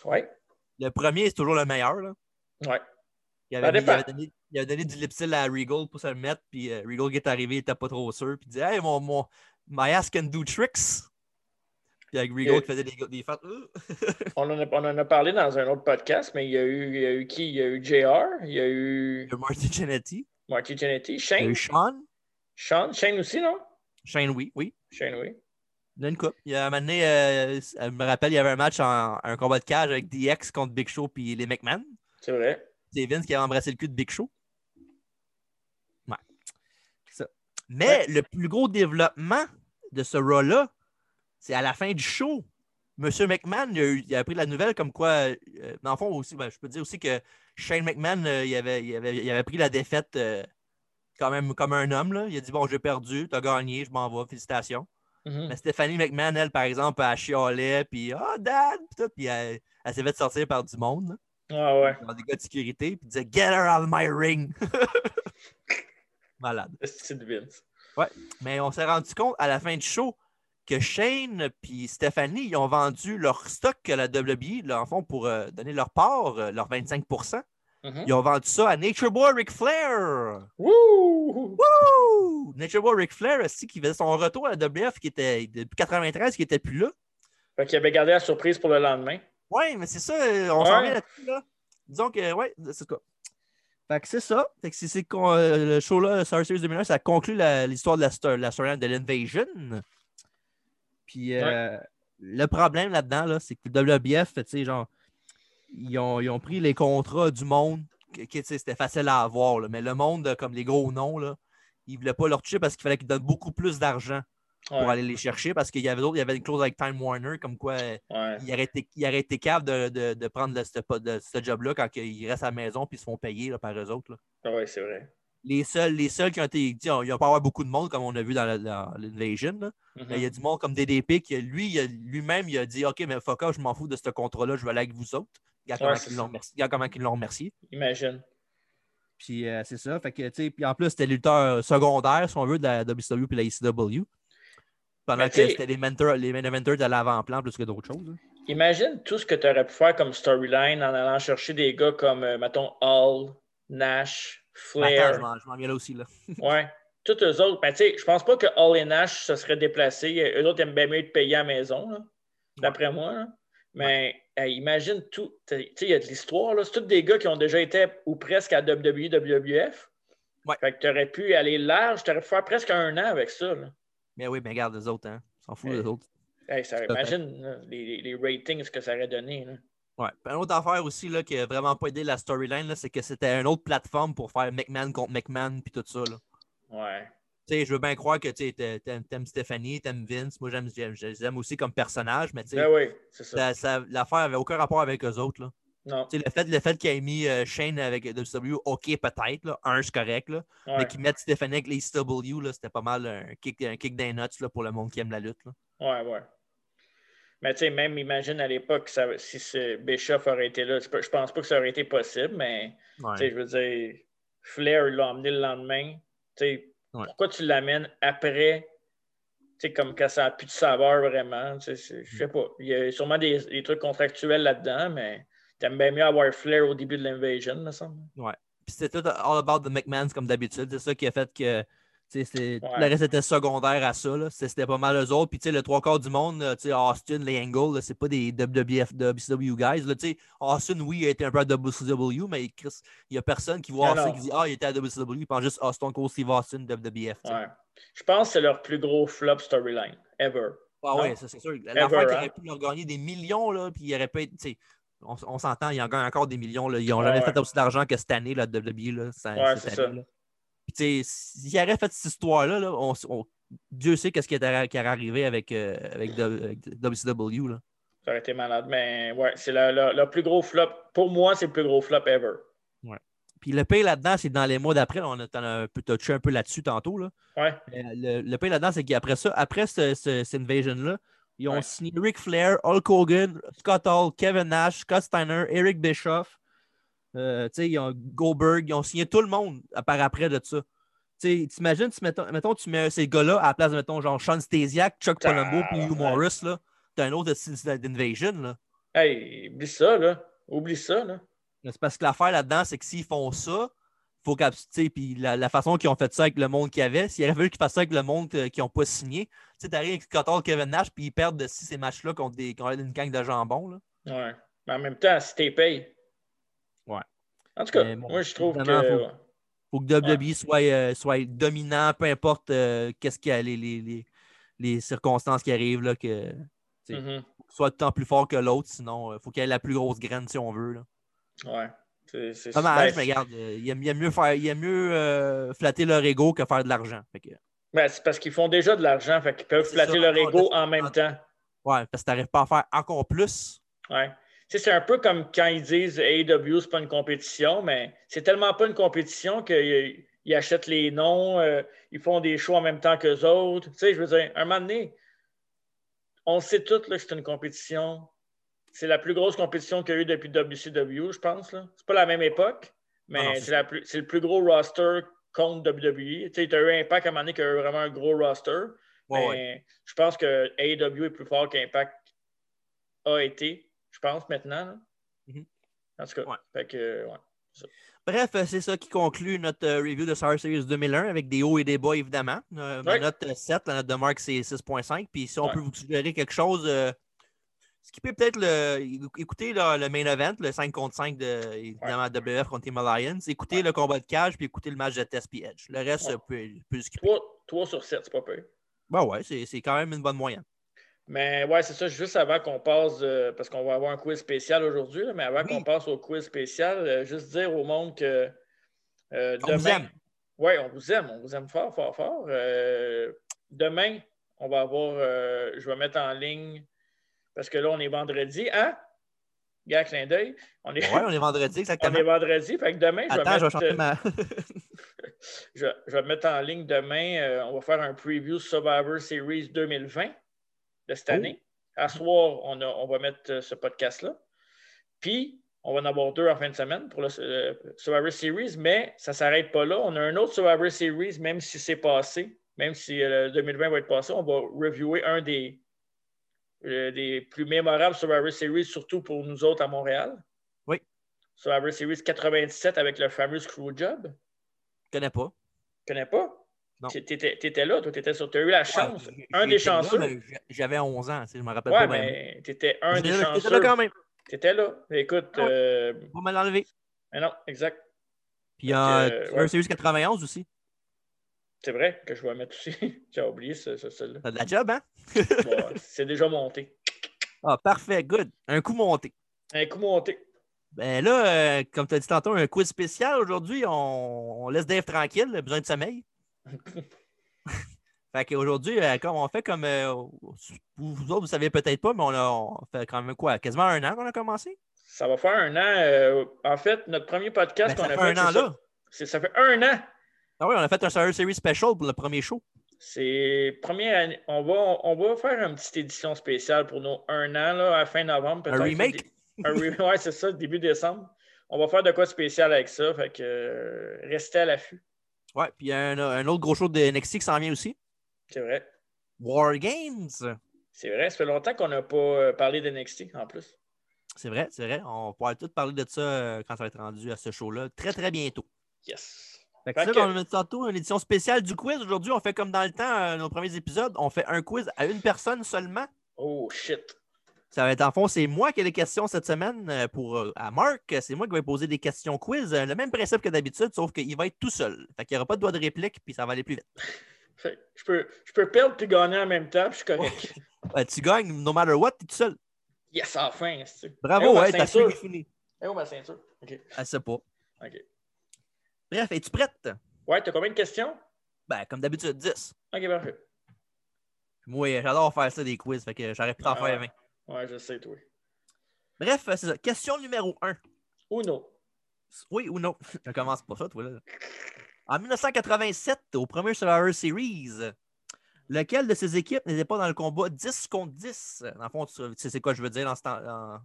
Speaker 2: Ouais,
Speaker 1: Le premier, c'est toujours le meilleur. là.
Speaker 2: ouais.
Speaker 1: Il
Speaker 2: Ça
Speaker 1: avait, mis- il
Speaker 2: dépend.
Speaker 1: avait donné, il avait donné du lipsil à Regal pour se le mettre, puis euh, Regal qui est arrivé, il était pas trop sûr, puis il dit Hey, mon, mon, my ass can do tricks. Puis avec Regal
Speaker 2: Et-
Speaker 1: qui faisait des, des fêtes. Euh.
Speaker 2: On en, a, on en a parlé dans un autre podcast, mais il y a eu, il y a eu qui? Il y a eu JR, il y a eu
Speaker 1: Il y a Marty Jannetty,
Speaker 2: Marty Jannetty,
Speaker 1: il y a
Speaker 2: Shane,
Speaker 1: eu Sean,
Speaker 2: Sean, Shane aussi, non?
Speaker 1: Shane, oui, oui.
Speaker 2: Shane, oui.
Speaker 1: Il y en a une coupe. Il y a un moment donné, euh, je me rappelle, il y avait un match, en, un combat de cage avec DX contre Big Show puis les McMahon.
Speaker 2: C'est vrai.
Speaker 1: C'est Vince qui avait embrassé le cul de Big Show. Ouais. C'est ça. Mais
Speaker 2: Ouais.
Speaker 1: le plus gros développement de ce Raw-là, c'est à la fin du show. Monsieur McMahon, il a, eu- il a appris la nouvelle comme quoi, euh, dans le fond, aussi, ben, je peux dire aussi que Shane McMahon, euh, il, avait, il avait- il avait pris la défaite euh, quand même comme un homme. Là. Il a dit Bon, j'ai perdu, t'as gagné, je m'en vais, félicitations.
Speaker 2: Mhm.
Speaker 1: Mais Stéphanie McMahon, elle, par exemple, elle chialait, puis Ah, dad, puis tout, puis elle, elle s'est fait sortir par du monde. là
Speaker 2: Ah ouais.
Speaker 1: dans des gars de sécurité, puis disait Get her out of my ring! Malade.
Speaker 2: C'est de Vince.
Speaker 1: Mais on s'est rendu compte à la fin du show que Shane puis Stephanie, ils ont vendu leur stock que la WWE, là, en fond, pour euh, donner leur part, euh, leur 25
Speaker 2: Mhm.
Speaker 1: Ils ont vendu ça à Nature Boy Ric Flair!
Speaker 2: Wouh!
Speaker 1: Wouh! Nature Boy Ric Flair aussi, qui faisait son retour à la WF, qui était depuis 93, qui était plus là.
Speaker 2: Fait qu'il avait gardé la surprise pour le lendemain.
Speaker 1: Ouais, mais c'est ça, euh, on s'en
Speaker 2: Ouais.
Speaker 1: vient là-dessus, là. Disons que, ouais, c'est quoi. Fait que c'est ça. Fait que c'est, c'est qu'on- euh, le show-là, le Survivor Series 2001, ça conclut la- l'histoire de la, sto- la storyline de l'Invasion. Puis euh, le problème là-dedans, là, c'est que le WBF, tu sais, genre, ils ont, ils ont pris les contrats du monde, que, que, tu sais, c'était facile à avoir, là, mais le monde, euh, comme les gros noms, là, ils voulaient pas leur toucher parce qu'il fallait qu'ils donnent beaucoup plus d'argent pour
Speaker 2: Ouais.
Speaker 1: aller les chercher parce qu'il y avait d'autres, il y avait une clause avec Time Warner, comme quoi. euh,
Speaker 2: Ouais.
Speaker 1: il aurait été, il aurait été capable de, de- de prendre le- ce, po- de- ce job-là quand ils restent à la maison puis ils se font payer là, par eux autres. là.
Speaker 2: Ah ouais, c'est vrai.
Speaker 1: Les seuls, les seuls qui ont été. tu sais, on- Il n'y a pas avoir beaucoup de monde, comme on a vu dans la- dans l'Invasion. là.
Speaker 2: Mhm.
Speaker 1: Mais Il y a du monde comme DDP qui, lui, il a- lui-même, il a dit OK, mais fuck off, je m'en fous de ce contrat-là, je vais aller avec vous autres. Regarde
Speaker 2: Ouais,
Speaker 1: comment
Speaker 2: c'est
Speaker 1: ils
Speaker 2: ça.
Speaker 1: l'ont remercié- regarde comment ils l'ont remercié.
Speaker 2: Imagine.
Speaker 1: Puis euh, c'est ça. Fait que, tu sais, puis en plus, c'était le lutteur secondaire, si on veut, de la WCW puis la ECW. Pendant
Speaker 2: Mais
Speaker 1: que
Speaker 2: tu sais-
Speaker 1: c'était les, mentors, les main eventers de l'avant-plan plus que d'autres choses. hein.
Speaker 2: Imagine tout ce que tu aurais pu faire comme storyline en allant chercher des gars comme, euh, mettons, Hall, Nash,
Speaker 1: Mais
Speaker 2: Flair.
Speaker 1: attends, je m'en- je m'en viens là aussi. Là.
Speaker 2: Ouais. Tous eux autres. Ben, tu sais, je pense pas que Hall et Nash se seraient déplacés. Eux autres aiment bien mieux de payer à la maison, là, d'après moi. là. Mais euh, imagine tout. Tu sais, il y a de l'histoire. là. C'est tous des gars qui ont déjà été ou presque à WWE, WWF.
Speaker 1: Ouais.
Speaker 2: Fait que tu aurais pu aller large. Tu aurais pu faire presque un an avec ça. là.
Speaker 1: Mais oui, mais regarde les autres, hein. On s'en fout
Speaker 2: Ouais.
Speaker 1: les autres.
Speaker 2: Hey, ça,
Speaker 1: Tout à fait.
Speaker 2: imagine là, les, les- les ratings que ça aurait donné. là.
Speaker 1: Ouais. Puis une autre affaire aussi là, qui n'a vraiment pas aidé la storyline, là, c'est que c'était une autre plateforme pour faire McMahon contre McMahon puis tout ça. Là.
Speaker 2: Ouais.
Speaker 1: Tu sais, je veux bien croire que tu sais, t'a- t'aimes, t'aimes Stéphanie, t'aimes Vince. Moi, j'aime, j'aime, je les aime aussi comme personnage, mais tu sais,
Speaker 2: Ben oui, c'est ça.
Speaker 1: la- ça- l'affaire n'avait aucun rapport avec eux autres. Là.
Speaker 2: Non.
Speaker 1: Tu sais, Le fait, le fait qu'il ait mis euh, Shane avec WCW, OK, peut-être. là. Un, c'est correct. Là.
Speaker 2: Ouais.
Speaker 1: Mais qu'ils mettent Stéphanie avec les ECW, là, c'était pas mal un kick, un kick des nuts là, pour le monde qui aime la lutte. là.
Speaker 2: Ouais, ouais. Mais tu sais, même imagine à l'époque, ça- si ce Bischoff aurait été là, c'est pas- je pense pas que ça aurait été possible, mais tu sais, je veux dire, Flair l'a emmené le lendemain. Tu sais,
Speaker 1: Ouais.
Speaker 2: pourquoi tu l'amènes après, tu sais, comme quand ça n'a plus de saveur vraiment? tu sais, c'est-
Speaker 1: Mm.
Speaker 2: Je sais pas. Il y a sûrement des, des trucs contractuels là-dedans, mais t'aimes bien mieux avoir Flair au début de l'invasion, me semble.
Speaker 1: Puis c'était tout all about the McMahons comme d'habitude. C'est ça qui a fait que tu sais, c'est- tout
Speaker 2: Ouais.
Speaker 1: le reste était secondaire à ça. là. C'est- C'était pas mal eux autres. Puis tu sais, le trois quarts du monde, là, tu sais, Austin, les Angle, là, c'est pas des WWF, WCW guys. là. Tu sais, Austin, oui, il a été un peu à WCW, mais Chris, il y a personne qui voit
Speaker 2: Non,
Speaker 1: Austin
Speaker 2: non.
Speaker 1: qui dit Ah, il était à WCW. Il pense juste Austin Cole, Steve Austin, WWF. tu sais.
Speaker 2: Ouais. Je pense que c'est leur plus gros flop storyline ever.
Speaker 1: Ah ouais,
Speaker 2: Non.
Speaker 1: ça c'est sûr.
Speaker 2: Ever,
Speaker 1: L'affaire qui
Speaker 2: hein.
Speaker 1: aurait pu leur gagner des millions, là, puis il aurait pu être. tu sais, On, on s'entend, ils en gagnent encore des millions. Là. Ils n'ont
Speaker 2: Ouais,
Speaker 1: jamais
Speaker 2: ouais.
Speaker 1: fait aussi d'argent que cette année, là, de WWE. E, Là, ça-
Speaker 2: Ouais,
Speaker 1: cette
Speaker 2: c'est ça.
Speaker 1: année, là. Puis, tu sais, s'ils auraient fait cette histoire-là, là, on, s- on- Dieu sait qu'est-ce qui était- qui aurait arrivé avec, euh, avec, de- avec WCW. Là.
Speaker 2: Ça aurait été malade. Mais ouais, c'est le, le- le plus gros flop. Pour moi, c'est le plus gros flop ever.
Speaker 1: Puis le pire là-dedans, c'est dans les mois d'après, on a, t'en as un peu touché un peu là-dessus tantôt. Là.
Speaker 2: Ouais.
Speaker 1: Mais Le, le pire là-dedans, c'est qu'après ça, après ce, ce- cette invasion-là, ils ont
Speaker 2: Ouais.
Speaker 1: signé Ric Flair, Hulk Hogan, Scott Hall, Kevin Nash, Scott Steiner, Eric Bischoff, euh, tu sais, ils ont Goldberg, ils ont signé tout le monde à part après de ça. Tu sais, T'imagines, tu mettons, mettons, tu mets ces gars-là à la place de, mettons, genre Sean Stasiak, Chuck Palumbo, puis Hugh
Speaker 2: Tabarnak.
Speaker 1: Morris, là. T'as un autre d'invasion, là.
Speaker 2: Hey, oublie ça, là. Oublie ça, là.
Speaker 1: Mais C'est parce que l'affaire là-dedans, c'est que s'ils font ça, faut qu'à- tu sais, puis la, la façon qu'ils ont fait ça avec le monde qu'il y avait, s'il aurait fallu qu'ils fassent ça avec le monde euh, qu'ils n'ont pas signé, tu sais, t'arrives avec Cotard, Kevin Nash, puis ils perdent de six ces matchs-là contre, des, contre une gang de jambon. Là.
Speaker 2: Ouais. Mais en même temps, si t'es payé.
Speaker 1: Ouais.
Speaker 2: En tout cas,
Speaker 1: Mais bon,
Speaker 2: moi, je trouve que.
Speaker 1: évidemment, faut-
Speaker 2: ouais.
Speaker 1: E Faut que WWE soit, euh, soit dominant, peu importe euh, qu'est-ce qu'il y a, les, les, les, les circonstances qui arrivent, là, que
Speaker 2: Mm -hmm.
Speaker 1: soit tout le temps plus fort que l'autre, sinon, il faut qu'il ait la plus grosse graine si on veut. Là.
Speaker 2: Ouais. C'est- c'est-
Speaker 1: Dommage,
Speaker 2: ben,
Speaker 1: mais regarde, euh, il aime, il aime mieux, faire, il aime mieux euh, flatter leur ego que faire de l'argent. Fait que,
Speaker 2: ben, c'est parce qu'ils font déjà de l'argent, fait qu'ils peuvent
Speaker 1: C'est
Speaker 2: flatter
Speaker 1: ça,
Speaker 2: leur
Speaker 1: encore
Speaker 2: ego
Speaker 1: de-
Speaker 2: en même
Speaker 1: en-
Speaker 2: temps.
Speaker 1: ouais, parce que t'arrives pas à faire encore plus.
Speaker 2: Ouais. Tu sais, C'est un peu comme quand ils disent AEW, c'est pas une compétition, mais c'est tellement pas une compétition qu'ils ils achètent les noms, euh, ils font des shows en même temps qu'eux autres. Tu sais, je veux dire, un moment donné, on sait tous là, que c'est une compétition. C'est la plus grosse compétition qu'il y a eu depuis WCW, je pense. là. C'est pas la même époque,
Speaker 1: Ah non,
Speaker 2: mais
Speaker 1: c'est
Speaker 2: c'est la plus- c'est le plus gros roster contre WWE. Tu as eu Impact à un moment donné qui a eu vraiment un gros roster.
Speaker 1: Ouais,
Speaker 2: Mais
Speaker 1: ouais.
Speaker 2: je pense que AEW est plus fort qu'Impact a été, je pense, maintenant. là.
Speaker 1: Mhm.
Speaker 2: En tout cas,
Speaker 1: Ouais.
Speaker 2: fait que, ouais.
Speaker 1: Bref, euh, c'est ça qui conclut notre euh, review de Star Series 2001 avec des hauts et des bas, évidemment. Euh, Ma
Speaker 2: Ouais.
Speaker 1: note euh, 7, la note de Marc, c'est 6.5. Puis si on
Speaker 2: Ouais.
Speaker 1: peut vous suggérer quelque chose, euh, skippez peut-être le. Écoutez là, le main event, le 5 contre 5 de évidemment, WF contre Team Alliance. Écoutez le combat de cage, puis écoutez le match de Test puis Edge. Le reste,
Speaker 2: Ouais.
Speaker 1: euh, vous pouvez, vous pouvez le skipper.
Speaker 2: 3, sur 7, c'est pas peu.
Speaker 1: Ben ouais, c'est c'est quand même une bonne moyenne.
Speaker 2: Mais ouais, c'est ça, juste avant qu'on passe, euh, parce qu'on va avoir un quiz spécial aujourd'hui, là, mais avant
Speaker 1: Oui.
Speaker 2: qu'on passe au quiz spécial, euh, juste dire au monde que euh,
Speaker 1: On vous
Speaker 2: demain-
Speaker 1: aime.
Speaker 2: Oui, on vous aime, on vous aime fort, fort, fort. Euh, demain, on va avoir, euh, je vais mettre en ligne, parce que là, on est vendredi, hein? Gars, clin d'œil. On est,
Speaker 1: Ouais, on est vendredi,
Speaker 2: on
Speaker 1: exactement.
Speaker 2: est vendredi, fait que demain, je vais,
Speaker 1: Attends, je vais
Speaker 2: mettre, euh,
Speaker 1: changer ma.
Speaker 2: je, je vais mettre en ligne demain, euh, on va faire un preview Survivor Series 2020 de cette
Speaker 1: Oh.
Speaker 2: année. À soir, on, a- on va mettre euh, ce podcast-là. Puis, on va en avoir deux en fin de semaine pour le euh, Survivor Series, mais ça ne s'arrête pas là. On a un autre Survivor Series, même si c'est passé, même si euh, le 2020 va être passé, on va reviewer un des, euh, des plus mémorables Survivor Series, surtout pour nous autres à Montréal.
Speaker 1: Oui.
Speaker 2: Survivor Series 97 avec le fameux Screwjob.
Speaker 1: Je connais pas.
Speaker 2: Tu connais pas?
Speaker 1: Non.
Speaker 2: Tu étais, là, toi, t'étais sur. Tu as eu la chance.
Speaker 1: Ouais,
Speaker 2: un des
Speaker 1: j'étais là,
Speaker 2: chanceux.
Speaker 1: mais j'a- J'avais 11 ans, tu sais, je me rappelle
Speaker 2: ouais,
Speaker 1: pas bien.
Speaker 2: mais tu étais un des
Speaker 1: J'étais là- j'étais
Speaker 2: chanceux.
Speaker 1: là quand même.
Speaker 2: Tu étais là. Écoute,
Speaker 1: Ah ouais.
Speaker 2: euh,
Speaker 1: Pas mal enlevé.
Speaker 2: mais non, exact.
Speaker 1: Puis il y a
Speaker 2: euh,
Speaker 1: Silver
Speaker 2: ouais.
Speaker 1: Series 91 aussi.
Speaker 2: C'est vrai que je vais mettre aussi. J'ai oublié ce, ce- celle-là.
Speaker 1: T'as de la job, hein?
Speaker 2: Bon, c'est déjà monté.
Speaker 1: Ah, parfait, good. Un coup monté.
Speaker 2: Un coup monté.
Speaker 1: Ben là, euh, comme tu as dit tantôt, un quiz spécial aujourd'hui. On, on laisse Dave tranquille, il a besoin de sommeil. fait qu'aujourd'hui, euh, comme on fait comme. euh, vous, vous autres, vous savez peut-être pas, mais on a on fait quand même quoi? Quasiment un an qu'on a commencé?
Speaker 2: Ça va faire un an. euh, en fait, notre premier
Speaker 1: Ben,
Speaker 2: podcast qu'on
Speaker 1: ça
Speaker 2: a
Speaker 1: fait
Speaker 2: fait.
Speaker 1: un an
Speaker 2: c'est ça.
Speaker 1: là.
Speaker 2: C'est- Ça fait un an.
Speaker 1: Ah oui, on a fait un Survivor Series special pour le premier show.
Speaker 2: C'est première année. On va, on va faire une petite édition spéciale pour nos un an là, à fin novembre.
Speaker 1: Un
Speaker 2: peut-être.
Speaker 1: remake.
Speaker 2: Un re- ouais, c'est ça, début décembre. On va faire de quoi de spécial avec ça. Fait que euh, restez à l'affût.
Speaker 1: Ouais, puis il y a un, un autre gros show de NXT qui s'en vient aussi.
Speaker 2: C'est vrai.
Speaker 1: War Games.
Speaker 2: C'est vrai. Ça fait longtemps qu'on n'a pas euh, parlé d'NXT en plus.
Speaker 1: C'est vrai, c'est vrai. On pourra tout parler de ça euh, quand ça va être rendu à ce show-là très, très bientôt.
Speaker 2: Yes.
Speaker 1: Fait que
Speaker 2: Fait
Speaker 1: ça,
Speaker 2: que-
Speaker 1: comme on a dit tantôt, une édition spéciale du quiz. Aujourd'hui, on fait comme dans le temps, euh, nos premiers épisodes, on fait un quiz à une personne seulement.
Speaker 2: Oh shit.
Speaker 1: Ça va être en fond, c'est moi qui ai les questions cette semaine euh, pour, euh, à Marc. C'est moi qui vais poser des questions quiz. Euh, Le même principe que d'habitude, sauf qu'il va être tout seul. Fait qu'il n'y aura pas de doigt de réplique, puis ça va aller plus vite.
Speaker 2: Fait que je, peux, je peux perdre puis gagner en même temps. puis Je suis correct.
Speaker 1: Euh, tu gagnes, no matter what, t'es tout seul.
Speaker 2: Yes, enfin. c'est-tu. Eh oh,
Speaker 1: Bravo,
Speaker 2: ma
Speaker 1: ouais, t'as
Speaker 2: ceinture.
Speaker 1: su fini.
Speaker 2: Eh oh, ma ceinture. OK.
Speaker 1: Elle sait pas.
Speaker 2: OK.
Speaker 1: Bref, es-tu prête?
Speaker 2: Ouais, t'as combien de questions?
Speaker 1: Ben, comme d'habitude, 10.
Speaker 2: OK, parfait.
Speaker 1: Moi, euh, j'adore faire ça des quiz, fait que j'aurais pu t'en
Speaker 2: Ah
Speaker 1: faire
Speaker 2: ouais.
Speaker 1: 20.
Speaker 2: Ouais, je sais, toi.
Speaker 1: Bref, euh, c'est ça. Question numéro 1.
Speaker 2: Uno.
Speaker 1: Oui ou non? Je commence pas ça, toi, là. En 1987, au premier Survivor Series, lequel de ces équipes n'était pas dans le combat 10 contre 10? Dans le fond, tu sais c'est quoi je veux dire dans ce temps dans-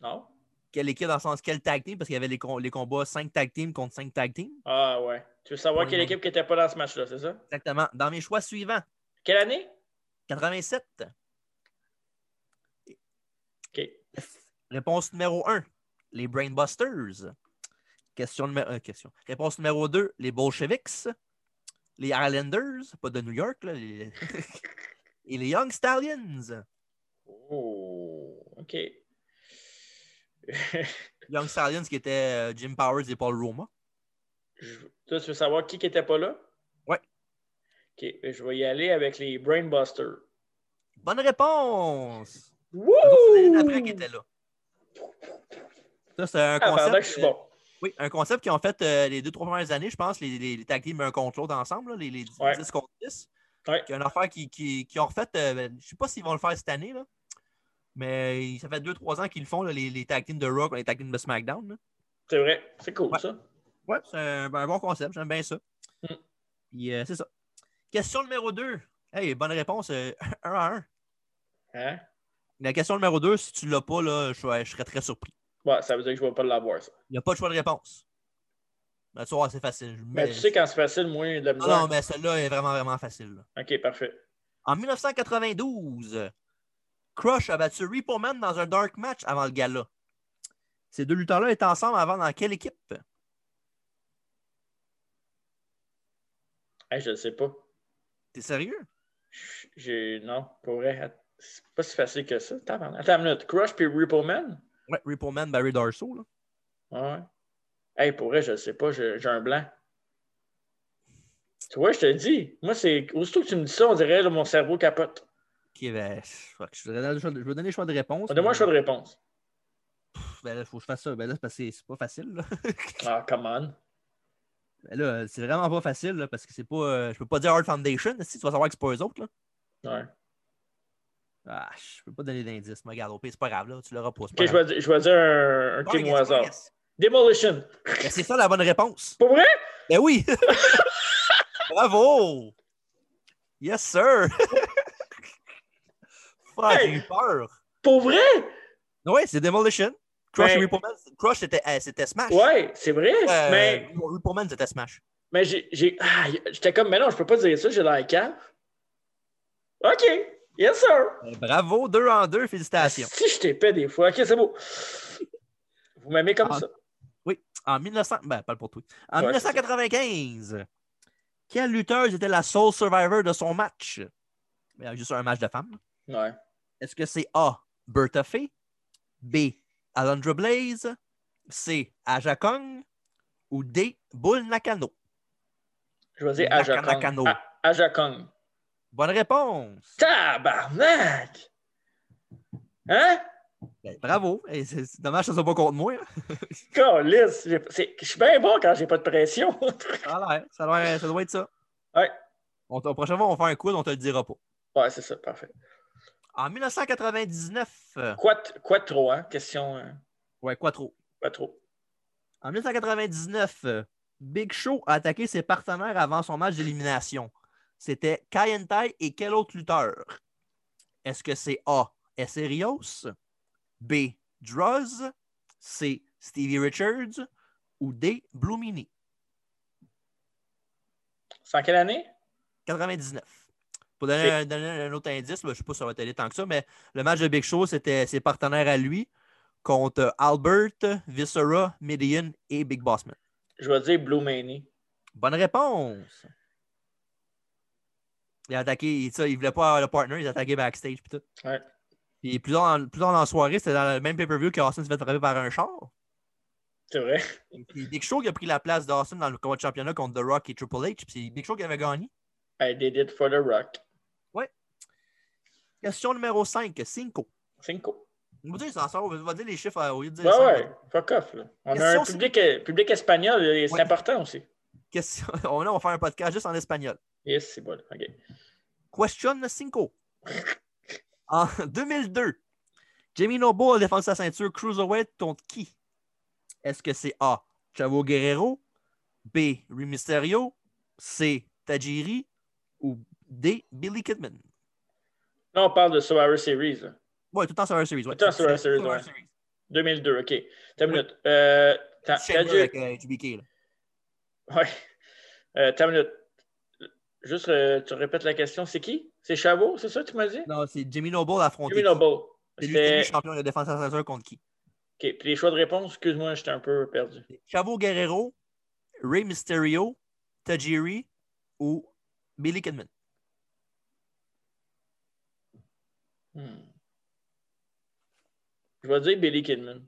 Speaker 2: Non?
Speaker 1: Quelle équipe, dans le sens, quel tag team? Parce qu'il y avait les, com- les combats 5 tag team contre 5 tag team.
Speaker 2: Ah ouais. Tu veux savoir
Speaker 1: Oui,
Speaker 2: quelle
Speaker 1: non.
Speaker 2: équipe qui n'était pas dans ce match-là, c'est ça?
Speaker 1: Exactement. Dans mes choix suivants,
Speaker 2: Quelle année?
Speaker 1: 87.
Speaker 2: OK.
Speaker 1: Réponse numéro 1, les Brainbusters. Question numéro, euh, question. Réponse numéro 2, les Bolsheviks. Les Islanders, pas de New York, là, les- et les Young Stallions.
Speaker 2: Oh, OK.
Speaker 1: Young Stallions qui étaient euh, Jim Powers et Paul Roma.
Speaker 2: Je- Toi, tu veux savoir qui n'était pas là?
Speaker 1: Ouais.
Speaker 2: OK, je vais y aller avec les Brainbusters.
Speaker 1: Bonne réponse!
Speaker 2: Wouh!
Speaker 1: Ah, C'est une après qui était là. Ça, c'est un
Speaker 2: Ah, pendant
Speaker 1: concept.
Speaker 2: que je suis
Speaker 1: euh,
Speaker 2: bon.
Speaker 1: Oui, un concept qu'ils ont fait euh, les deux, trois premières années, je pense, les, les, les tag teams un contre l'autre ensemble, là, les, les 10,
Speaker 2: Ouais.
Speaker 1: contre 10.
Speaker 2: Ouais.
Speaker 1: Il y a une affaire qui, qui, qui ont refait, euh, ben, je ne sais pas s'ils vont le faire cette année, là, mais ça fait deux, trois ans qu'ils le font, là, les, les tag teams de Raw contre les tag teams de SmackDown. là.
Speaker 2: C'est vrai. C'est cool,
Speaker 1: Ouais.
Speaker 2: ça.
Speaker 1: Ouais, c'est un, un bon concept, j'aime bien ça.
Speaker 2: Mm.
Speaker 1: Puis euh, c'est ça. Question numéro 2. Hey, bonne réponse, 1 à 1.
Speaker 2: Hein?
Speaker 1: La question numéro 2, si tu ne l'as pas, là, je, serais- je serais très surpris.
Speaker 2: Ouais, Bah, ça veut dire que je ne vais pas l'avoir, ça.
Speaker 1: Il n'y a pas de choix de réponse. Ben, tu vois, c'est facile. Je
Speaker 2: Mais
Speaker 1: mets-
Speaker 2: tu sais, quand c'est facile, moi, il y a de la
Speaker 1: non,
Speaker 2: misère.
Speaker 1: Ah non, mais celle-là est vraiment, vraiment facile. là.
Speaker 2: Ok, parfait.
Speaker 1: En 1992, Crush a battu Repo Man dans un dark match avant le gala. Ces deux lutteurs-là étaient ensemble avant dans quelle équipe?
Speaker 2: Hey, je ne sais pas.
Speaker 1: T'es sérieux?
Speaker 2: J'ai. Non, pour vrai. C'est pas si facile que ça. Attends, attends une minute. Crush puis Ripple Man?
Speaker 1: Ouais, Repo Man, Barry Darso. là.
Speaker 2: Ah Ouais. Hey, pour vrai, je ne sais pas. J'ai j'ai un blanc. Tu vois, je te le dis. Moi, c'est. Aussitôt que tu me dis ça, on dirait là, mon cerveau capote.
Speaker 1: Ok, ben, fuck, je vais donner le choix de- je vais donner le choix de réponse.
Speaker 2: Donne-moi un
Speaker 1: mais-
Speaker 2: choix de réponse.
Speaker 1: Ben là, faut que je fasse ça. Ben là, c'est parce que c'est pas facile. Là,
Speaker 2: Ah, come on.
Speaker 1: Ben là, c'est vraiment pas facile là, parce que c'est pas. euh, je peux pas dire Hard Foundation. Si tu vas savoir que c'est pas eux autres. Là.
Speaker 2: Ouais.
Speaker 1: Ah, je peux pas donner d'indice. Mais regarde, au pire, c'est pas grave. Là, tu l'auras pas. c'est
Speaker 2: Ok,
Speaker 1: pas
Speaker 2: je
Speaker 1: grave.
Speaker 2: vais, di- je vais dire un, un team
Speaker 1: Bon,
Speaker 2: au
Speaker 1: yes, bon,
Speaker 2: hasard.
Speaker 1: yes.
Speaker 2: Demolition.
Speaker 1: Ben, c'est ça la bonne réponse.
Speaker 2: Pour vrai?
Speaker 1: Ben oui! Bravo! Yes, sir! Fuck, j'ai eu peur!
Speaker 2: Pour vrai?
Speaker 1: Oui, c'est Demolition. Crush
Speaker 2: Ben-
Speaker 1: et Repo Man. Crush, c'était euh, c'était Smash.
Speaker 2: Ouais, c'est vrai.
Speaker 1: Euh,
Speaker 2: Mais,
Speaker 1: Repo Man, c'était Smash.
Speaker 2: mais j'ai. j'ai- ah, J'étais comme, mais non, je peux pas dire ça, j'ai l'air cave. OK. Yes, sir.
Speaker 1: Ben, bravo, deux en deux, félicitations.
Speaker 2: Si je t'épais des fois. OK, c'est beau. Vous m'aimez comme
Speaker 1: Ah,
Speaker 2: ça.
Speaker 1: En 1900... Ben, parle pour toi. En
Speaker 2: Ouais,
Speaker 1: 1995, quelle lutteuse était la seule survivor de son match? Ben, juste un match de femmes.
Speaker 2: Ouais.
Speaker 1: Est-ce que c'est A, Bertha Fay, B, Alondra Blaze, C, Aja Kong ou D, Bull Nakano?
Speaker 2: Je vais dire Aja
Speaker 1: Nakana
Speaker 2: Kong.
Speaker 1: Kano.
Speaker 2: Ah, Aja Kong.
Speaker 1: Bonne réponse!
Speaker 2: Tabarnak! Hein?
Speaker 1: Ben, bravo! Hey, c'est c'est dommage que ça soit pas contre moi. hein.
Speaker 2: Calice, j'ai- c'est- Je suis bien bon quand j'ai pas de pression.
Speaker 1: Ça, a l'air. ça, doit, ça doit être ça.
Speaker 2: Ouais.
Speaker 1: On, t- au prochain fois, on va faire un quiz, on te le dira pas.
Speaker 2: ouais, c'est ça, parfait.
Speaker 1: En 1999, euh,
Speaker 2: Quoi, quoi trop, hein? Question. euh,
Speaker 1: ouais, quoi trop?
Speaker 2: Pas trop.
Speaker 1: En 1999, euh, Big Show a attaqué ses partenaires avant son match d'élimination. C'était Kayentai et quel autre lutteur? Est-ce que c'est A. Esserios, B. Droz, C. Stevie Richards ou D. Blumini?
Speaker 2: C'est en quelle année?
Speaker 1: 99. Pour donner,
Speaker 2: C'est-
Speaker 1: un, donner un autre indice, là, je ne sais pas si ça va t'aider tant que ça, mais le match de Big Show, c'était ses partenaires à lui contre euh, Albert, Viscera, Midian et Big Bossman.
Speaker 2: Je vais dire Blue Manie.
Speaker 1: Bonne réponse. Il a attaqué, il, ça, il voulait pas avoir le partner, il a attaqué backstage pis tout.
Speaker 2: Ouais.
Speaker 1: Puis plus tard, dans- plus tard dans la soirée, c'était dans le même pay-per-view qu'Austin se fait frapper par un char.
Speaker 2: C'est vrai.
Speaker 1: Puis Big Show qui a pris la place d'Austin dans le combat de championnat contre The Rock et Triple H, puis c'est Big Show qui avait gagné.
Speaker 2: I did it for the rock.
Speaker 1: Question numéro 5, Cinco.
Speaker 2: Cinco.
Speaker 1: On va dire, ça en sort, on va dire les chiffres euh, au lieu de dire
Speaker 2: Ouais,
Speaker 1: cinq.
Speaker 2: Ben ouais. Fuck off, là. On a
Speaker 1: Question,
Speaker 2: un public, euh, public espagnol, et c'est
Speaker 1: Ouais.
Speaker 2: important aussi.
Speaker 1: Question... on, là, on va faire un podcast juste en espagnol.
Speaker 2: Yes, c'est bon. OK.
Speaker 1: Question 5. En 2002, Jamie Noble a défendu sa ceinture Cruiserweight contre qui? Est-ce que c'est A. Chavo Guerrero, B. Rey Mysterio, C. Tajiri ou D. Billy Kidman?
Speaker 2: Là, on parle de Survivor Series, là.
Speaker 1: Ouais, tout le temps sur un series. Ouais.
Speaker 2: Tout le temps
Speaker 1: C'est-
Speaker 2: Survivor
Speaker 1: c'est-
Speaker 2: Series,
Speaker 1: Survivor
Speaker 2: ouais. 2002, OK. T'as une minute. Euh, t'as- t'as
Speaker 1: Series.
Speaker 2: dit-
Speaker 1: Avec, euh, HBK, là.
Speaker 2: Ouais. Euh, t'as une minute. Juste, euh, tu répètes la question. C'est qui? C'est Chavot, c'est ça que tu m'as dit?
Speaker 1: Non, c'est Jamie Noble affronté.
Speaker 2: Jimmy Noble.
Speaker 1: C'est lui qui est
Speaker 2: C'était...
Speaker 1: le champion de défense de sa ceinture contre qui?
Speaker 2: OK. Puis les choix de réponse, excuse-moi, j'étais un peu perdu.
Speaker 1: Chavo Guerrero, Rey Mysterio, Tajiri ou Billy Kidman?
Speaker 2: Hmm. Je vais dire Billy Kidman.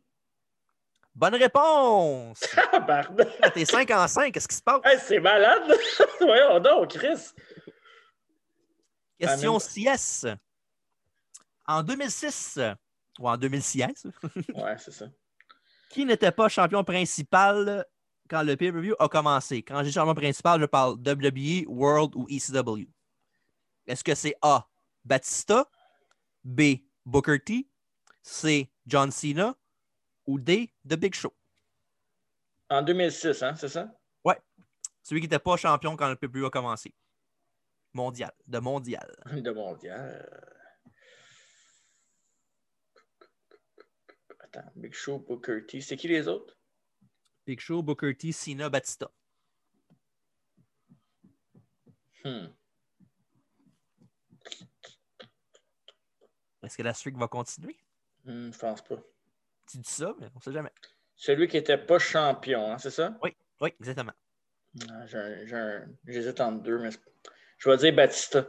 Speaker 1: Bonne réponse!
Speaker 2: Ah, pardon.
Speaker 1: Ah, T'es 5 en 5, qu'est-ce qui se passe?
Speaker 2: Hey, c'est malade! Voyons donc, Chris!
Speaker 1: Question CS. en 2006, euh, ou en 2006,
Speaker 2: Ouais, c'est ça.
Speaker 1: qui n'était pas champion principal quand le pay-per-view a commencé? Quand j'ai champion principal, je parle WWE, World ou ECW. Est-ce que c'est A, Batista, B, Booker T, C, John Cena ou D, The Big Show?
Speaker 2: En 2006, hein, c'est ça?
Speaker 1: Celui qui n'était pas champion quand le pay-per-view a commencé. Mondial, de mondial.
Speaker 2: De mondial. Attends, Big Show, Booker T. C'est qui les autres?
Speaker 1: Big Show, Booker T, Cena, Batista.
Speaker 2: Hmm.
Speaker 1: Est-ce que la streak va continuer?
Speaker 2: Hmm, je pense pas.
Speaker 1: Tu dis ça, mais on ne sait jamais.
Speaker 2: Celui qui n'était pas champion, hein, c'est ça?
Speaker 1: Oui, exactement.
Speaker 2: Ah, j'ai un- j'ai un- J'hésite entre deux, mais c'est- je vais dire Batista.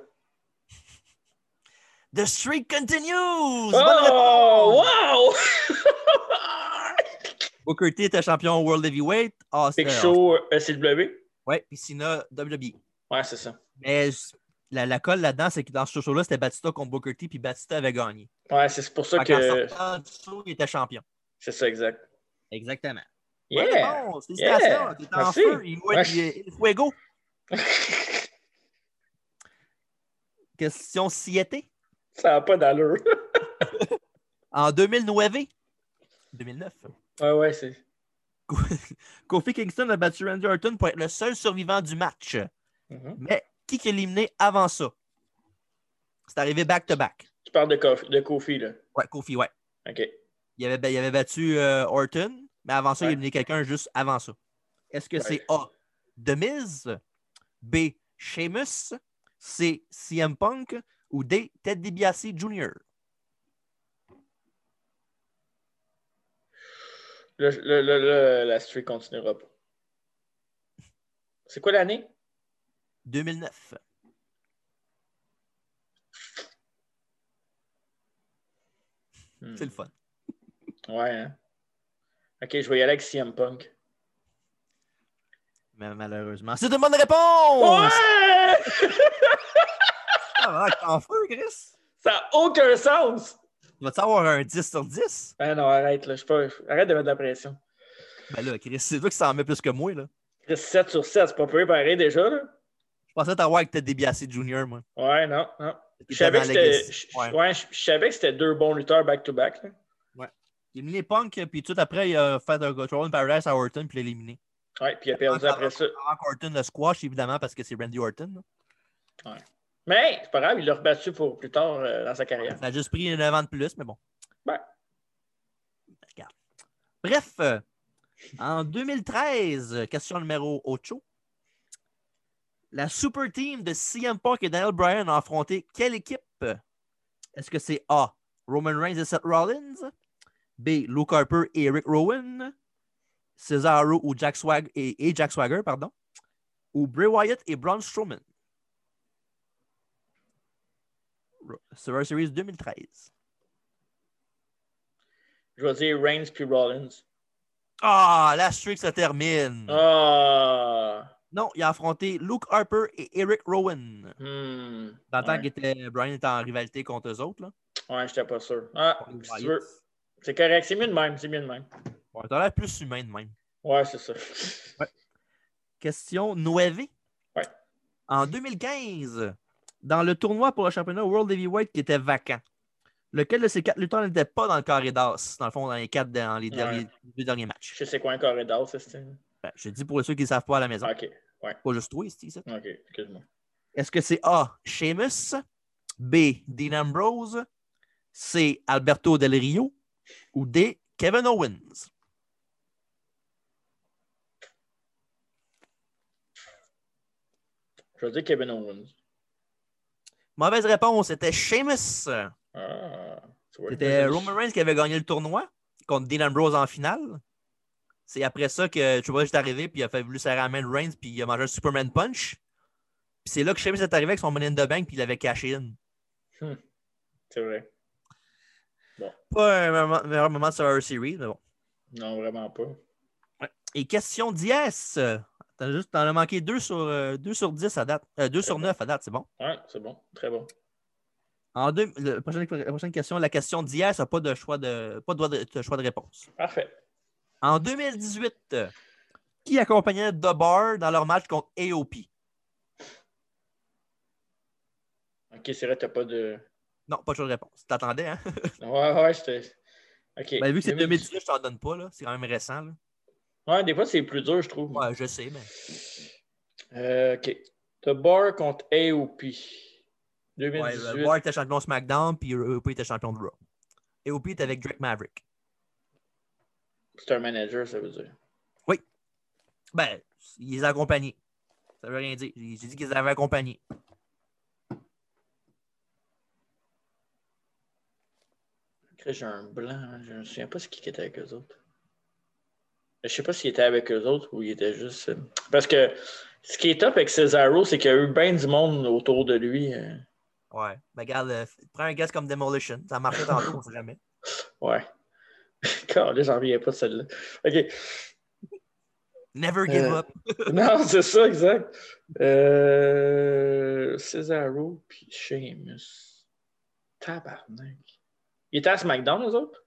Speaker 1: The streak continues! Bonne réponse!
Speaker 2: Oh! Wow!
Speaker 1: Booker T était champion World Heavyweight. Ah,
Speaker 2: Big
Speaker 1: c'était-
Speaker 2: Show, euh, SCW?
Speaker 1: Ouais, puis Cena, WWE.
Speaker 2: Ouais, c'est ça.
Speaker 1: Mais je- la, la colle là-dedans, c'est que dans ce show-là, c'était Batista contre Booker T, puis Batista avait gagné.
Speaker 2: Ouais, c'est pour ça
Speaker 1: Fait qu'en
Speaker 2: que.
Speaker 1: sortant du show, il était champion.
Speaker 2: C'est ça, exact.
Speaker 1: Exactement.
Speaker 2: Yeah!
Speaker 1: Bonne réponse. Félicitations,
Speaker 2: Yeah!
Speaker 1: t'es en
Speaker 2: Merci.
Speaker 1: feu. Il mouille,
Speaker 2: Ouais.
Speaker 1: puis, euh, il fuego. Question siété.
Speaker 2: ça n'a pas d'allure.
Speaker 1: En 2009, 2009,
Speaker 2: Ouais, ouais, c'est.
Speaker 1: Kofi Kingston a battu Randy Orton pour être le seul survivant du match.
Speaker 2: Mhm.
Speaker 1: Mais qui est éliminé avant ça? C'est arrivé back-to-back.
Speaker 2: Tu parles de Kofi, de Kofi, là.
Speaker 1: Ouais, Kofi, ouais.
Speaker 2: OK.
Speaker 1: Il avait, il avait battu euh, Orton, mais avant ça, il a
Speaker 2: Ouais.
Speaker 1: éliminé quelqu'un juste avant ça. Est-ce que
Speaker 2: Ouais.
Speaker 1: c'est A, The Miz, B, Sheamus, C, CM Punk ou D, Ted DiBiase Jr.?
Speaker 2: Le, le- le- le- la streak continuera pas. C'est quoi l'année?
Speaker 1: 2009.
Speaker 2: Hmm.
Speaker 1: C'est le fun.
Speaker 2: Ouais, hein? OK, je vais y aller avec CM Punk.
Speaker 1: Mais malheureusement, c'est une bonne réponse!
Speaker 2: Ouais!
Speaker 1: Ah, voilà, t'es en feu, Chris!
Speaker 2: Ça n'a aucun sens!
Speaker 1: Tu vas-tu avoir un 10 sur 10?
Speaker 2: Ah non, arrête, là. Je suis pas... Arrête de mettre de la pression.
Speaker 1: Ben là, Chris, c'est toi qui s'en met plus que moi, là.
Speaker 2: Chris, 7 sur 7, c'est pas peu pareil déjà, là.
Speaker 1: Je pensais t'avoir avec Ted DiBiase Jr., moi.
Speaker 2: Ouais, non, non.
Speaker 1: Il
Speaker 2: Je savais que
Speaker 1: était dans la
Speaker 2: c'était-
Speaker 1: liste.
Speaker 2: je-
Speaker 1: Ouais.
Speaker 2: je- ouais, je- je savais que c'était deux bons lutteurs back-to-back. là.
Speaker 1: Il a éliminé Punk, puis tout après, il a fait un control in paradise à Orton, puis l'a éliminé.
Speaker 2: Ouais, puis il a perdu après ça.
Speaker 1: Avant qu'Orton le squash, évidemment, parce que c'est Randy Orton. là.
Speaker 2: Mais hey, c'est pas grave, il l'a rebattu pour plus tard euh, dans sa carrière.
Speaker 1: Ça a juste pris 9 ans de plus, mais bon.
Speaker 2: Ouais.
Speaker 1: Regarde. Bref, euh, en 2013, question numéro Ocho. La super team de CM Punk et Daniel Bryan a affronté quelle équipe? Est-ce que c'est A. Roman Reigns et Seth Rollins? B. Luke Harper et Eric Rowan? Cesaro ou Jack Swag et, et Jack Swagger, pardon? Ou Bray Wyatt et Braun Strowman? Ro- Survivor Series 2013.
Speaker 2: Je vais dire Reigns puis Rollins.
Speaker 1: Ah, la streak se termine.
Speaker 2: Ah!
Speaker 1: Non, il a affronté Luke Harper et Eric Rowan.
Speaker 2: hmm.
Speaker 1: Dans le temps
Speaker 2: Ouais.
Speaker 1: qu'il était- Brian était en rivalité contre eux autres. Là.
Speaker 2: Ouais, j'étais pas sûr. Ah,
Speaker 1: Ouais,
Speaker 2: si tu veux. C'est correct, c'est mieux de même, c'est mieux de même.
Speaker 1: ouais, t'as l'air plus humain de même.
Speaker 2: Ouais, c'est ça.
Speaker 1: Question 9.
Speaker 2: Ouais.
Speaker 1: En 2015, dans le tournoi pour le championnat World Heavyweight qui était vacant, lequel de ces quatre lutteurs n'était pas dans le carré d'as, dans le fond, dans les quatre dans les
Speaker 2: Ouais.
Speaker 1: derniers, deux derniers matchs?
Speaker 2: Je sais quoi un corridor, c'est ça?
Speaker 1: Ben, je dis pour ceux qui ne savent pas à la maison.
Speaker 2: Ok,
Speaker 1: Pas juste toi, c'est ça.
Speaker 2: ok, excuse-moi.
Speaker 1: Est-ce que c'est A. Sheamus, B. Dean Ambrose, C. Alberto Del Rio ou D. Kevin Owens?
Speaker 2: Je vais dire Kevin Owens.
Speaker 1: Mauvaise réponse, c'était Sheamus.
Speaker 2: Ah, tu vois.
Speaker 1: C'était Roman Reigns qui avait gagné le tournoi contre Dean Ambrose en finale. C'est après ça que Triple H est arrivé, puis il a fait voulu serrer la main de Reigns, puis il a mangé un Superman Punch. Puis c'est là que Sheamus est arrivé avec son Money in the Bank, puis il avait caché in.
Speaker 2: C'est vrai.
Speaker 1: Pas un moment- meilleur moment de Survivor Series, mais bon.
Speaker 2: Non, vraiment pas.
Speaker 1: Et question 10. euh, T'en as juste- t'en as manqué euh, 2 Euh, sur, 2 sur 10 à date. 2 sur 9 à date, c'est bon.
Speaker 2: Ouais, c'est bon, très bon.
Speaker 1: En deux, le- la, prochaine, la prochaine question, la question d'hier, ça n'a pas de choix de pas de droit de- de choix de réponse.
Speaker 2: Parfait.
Speaker 1: En 2018, euh, qui accompagnait The Bar dans leur match contre AOP?
Speaker 2: OK, c'est vrai, t'as pas de.
Speaker 1: Non, pas de choix de réponse. T'attendais, hein?
Speaker 2: Ouais, ouais, c'était. OK.
Speaker 1: Ben, vu que c'est
Speaker 2: 2018.
Speaker 1: 2018, je t'en donne pas, là. C'est quand même récent, là.
Speaker 2: Ouais, des fois, c'est plus dur, je trouve.
Speaker 1: Ouais, je sais, mais.
Speaker 2: Euh, OK. The Bar contre AOP.
Speaker 1: Ouais,
Speaker 2: 2018.
Speaker 1: le ben, Bar était champion de SmackDown, puis AOP était champion de Raw. AOP était avec Drake Maverick.
Speaker 2: C'est un manager, ça veut dire.
Speaker 1: Ben, il les a accompagnés. Ça veut rien dire. J'ai j'ai dit qu'ils les avaient accompagnés.
Speaker 2: Après, J'ai un blanc, hein, je me souviens pas ce qui était avec eux autres. Je sais pas s'il était avec eux autres ou il était juste. euh, Parce que ce qui est top avec Cesaro, c'est qu'il y a eu bien du monde autour de lui. euh,
Speaker 1: Ouais. Ben, regarde, euh, prends un gaz comme Demolition. Ça marchait tantôt, on sait jamais.
Speaker 2: Ouais. Car, j'en reviens pas de celle-là. OK.
Speaker 1: Never give
Speaker 2: Euh,
Speaker 1: up.
Speaker 2: Non, c'est ça, exact. Euh... Cesaro puis Sheamus. Tabarnak. Il était à SmackDown, les autres?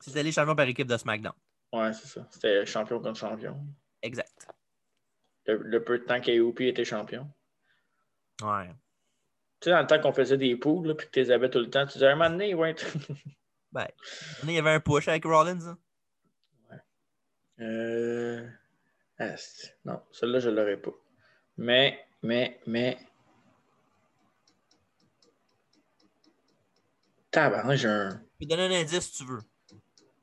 Speaker 1: C'était les champions par équipe de SmackDown.
Speaker 2: Ouais, c'est ça. C'était champion contre champion.
Speaker 1: Exact.
Speaker 2: Le, le peu de temps qu'AOP était champion.
Speaker 1: Ouais.
Speaker 2: Tu sais, dans le temps qu'on faisait des poules, là, puis que tu les avais tout le temps, tu disais, un moment donné, ils vont être...
Speaker 1: Ben, Il y avait un push avec Rollins. hein.
Speaker 2: Euh... asti. Non, celle-là, je l'aurais pas. Mais, mais, mais... Tabarnak, j'ai un...
Speaker 1: Je peux te donner un indice si tu veux.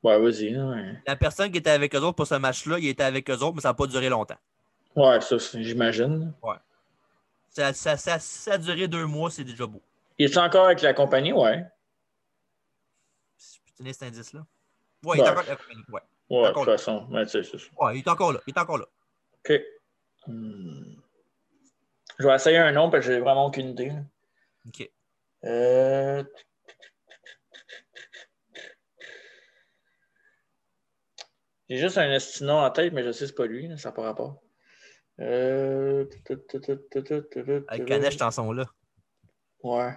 Speaker 2: Ouais, vas-y. Ouais,
Speaker 1: La personne qui était avec eux autres pour ce match-là, il était avec eux autres, mais ça n'a pas duré longtemps.
Speaker 2: ouais ça, c'est- j'imagine.
Speaker 1: Ça, ça, ça, ça a duré deux mois, c'est déjà beau.
Speaker 2: Il est encore avec la compagnie? Ouais.
Speaker 1: Si je peux te donner cet indice-là. Ouais, il est
Speaker 2: Ouais.
Speaker 1: encore là. Ouais.
Speaker 2: Ouais, de
Speaker 1: Encore.
Speaker 2: toute façon. Ouais, tu sais, c'est ça.
Speaker 1: ouais, il est encore là. Il est encore là.
Speaker 2: OK. Hmm. Je vais essayer un nom parce que j'ai vraiment aucune idée. là.
Speaker 1: OK.
Speaker 2: Euh... J'ai juste un estinon en tête, mais je sais que c'est pas lui, là, ça n'a pas rapport. Euh...
Speaker 1: Avec Kanesh, t'en son là.
Speaker 2: Ouais.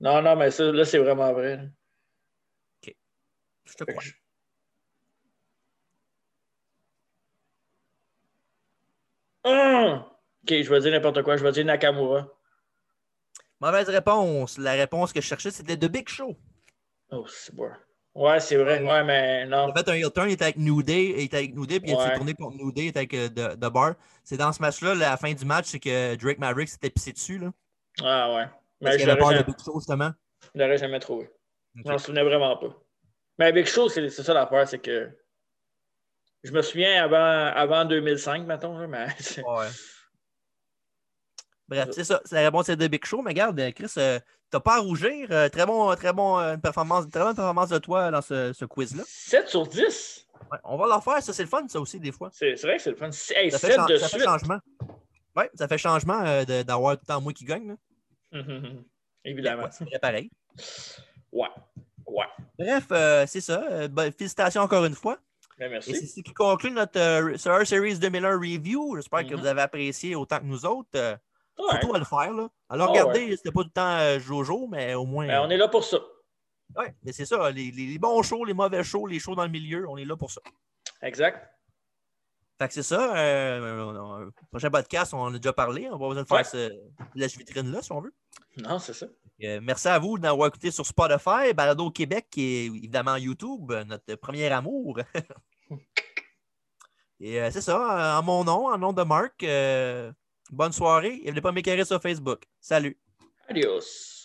Speaker 2: Non, non, mais ça, là, c'est vraiment vrai. là.
Speaker 1: Je te crois.
Speaker 2: Hum! Ok, je vais dire n'importe quoi. Je vais dire Nakamura.
Speaker 1: Mauvaise réponse. La réponse que je cherchais, c'était de Big Show.
Speaker 2: Oh, c'est bon. Ouais, c'est vrai. Ouais, mais
Speaker 1: Il
Speaker 2: non.
Speaker 1: a fait un heel turn, il était avec New Day, il était avec New Day, puis il s'est
Speaker 2: Ouais.
Speaker 1: tourné contre New Day, il était avec euh, The, The Bar. C'est dans ce match-là, la fin du match, c'est que Drake Maverick s'était pissé dessus, là.
Speaker 2: Ah, ouais.
Speaker 1: Parce
Speaker 2: Mais je
Speaker 1: qu'il avait peur
Speaker 2: l'aurais
Speaker 1: de
Speaker 2: jamais,
Speaker 1: Big Show, justement.
Speaker 2: je l'aurais jamais trouvé.
Speaker 1: Ok.
Speaker 2: Je m'en souvenais vraiment pas. Mais Big Show, c'est c'est ça l'affaire, c'est que. Je me souviens avant, avant 2005, mettons, là, mais.
Speaker 1: Ouais. Bref, c'est ça. C'est la réponse de Big Show. Mais regarde, euh, Chris, euh, t'as pas à rougir. Euh, très bon, très bon, euh, une performance, très bonne performance de toi dans ce, ce quiz-là.
Speaker 2: 7 sur 10?
Speaker 1: Ouais, on va leur faire, ça, c'est le fun, ça aussi, des fois.
Speaker 2: C'est c'est vrai que c'est le fun. Hey,
Speaker 1: Ça
Speaker 2: 7
Speaker 1: fait, chan-
Speaker 2: de
Speaker 1: ça fait
Speaker 2: suite!
Speaker 1: changement. Oui, ça fait changement euh, de- d'avoir tout le temps moi qui gagne. là.
Speaker 2: Mhm.
Speaker 1: Mais
Speaker 2: Évidemment.
Speaker 1: ouais, c'est vrai pareil.
Speaker 2: Ouais. Ouais.
Speaker 1: Bref, euh, c'est ça. Euh, ben, félicitations encore une fois.
Speaker 2: Ben,
Speaker 1: Et c'est
Speaker 2: merci.
Speaker 1: ce qui conclut notre euh, Survivor Series 2001 review. J'espère que
Speaker 2: Mhm.
Speaker 1: vous avez apprécié autant que nous autres. Euh,
Speaker 2: Ouais.
Speaker 1: Surtout à le faire. Là. Alors,
Speaker 2: Ah
Speaker 1: regardez, c'était pas du temps euh, Jojo, mais au moins.
Speaker 2: Ben, on est là pour ça.
Speaker 1: Ouais, mais c'est ça, les, les- les bons shows, les mauvais shows, les shows dans le milieu, on est là pour ça.
Speaker 2: Exact.
Speaker 1: Fait que c'est ça. euh, on- on- prochain podcast, on en a déjà parlé. On va besoin de faire
Speaker 2: Ouais.
Speaker 1: ce- la vitrine-là, si on veut.
Speaker 2: Non, c'est ça.
Speaker 1: Euh, merci à vous d'avoir écouté sur Spotify, Balado Québec et évidemment YouTube, euh, notre premier amour. et euh, c'est ça, euh, en mon nom, en nom de Marc, euh, bonne soirée et venez pas m'écœurer sur Facebook. Salut!
Speaker 2: Adios.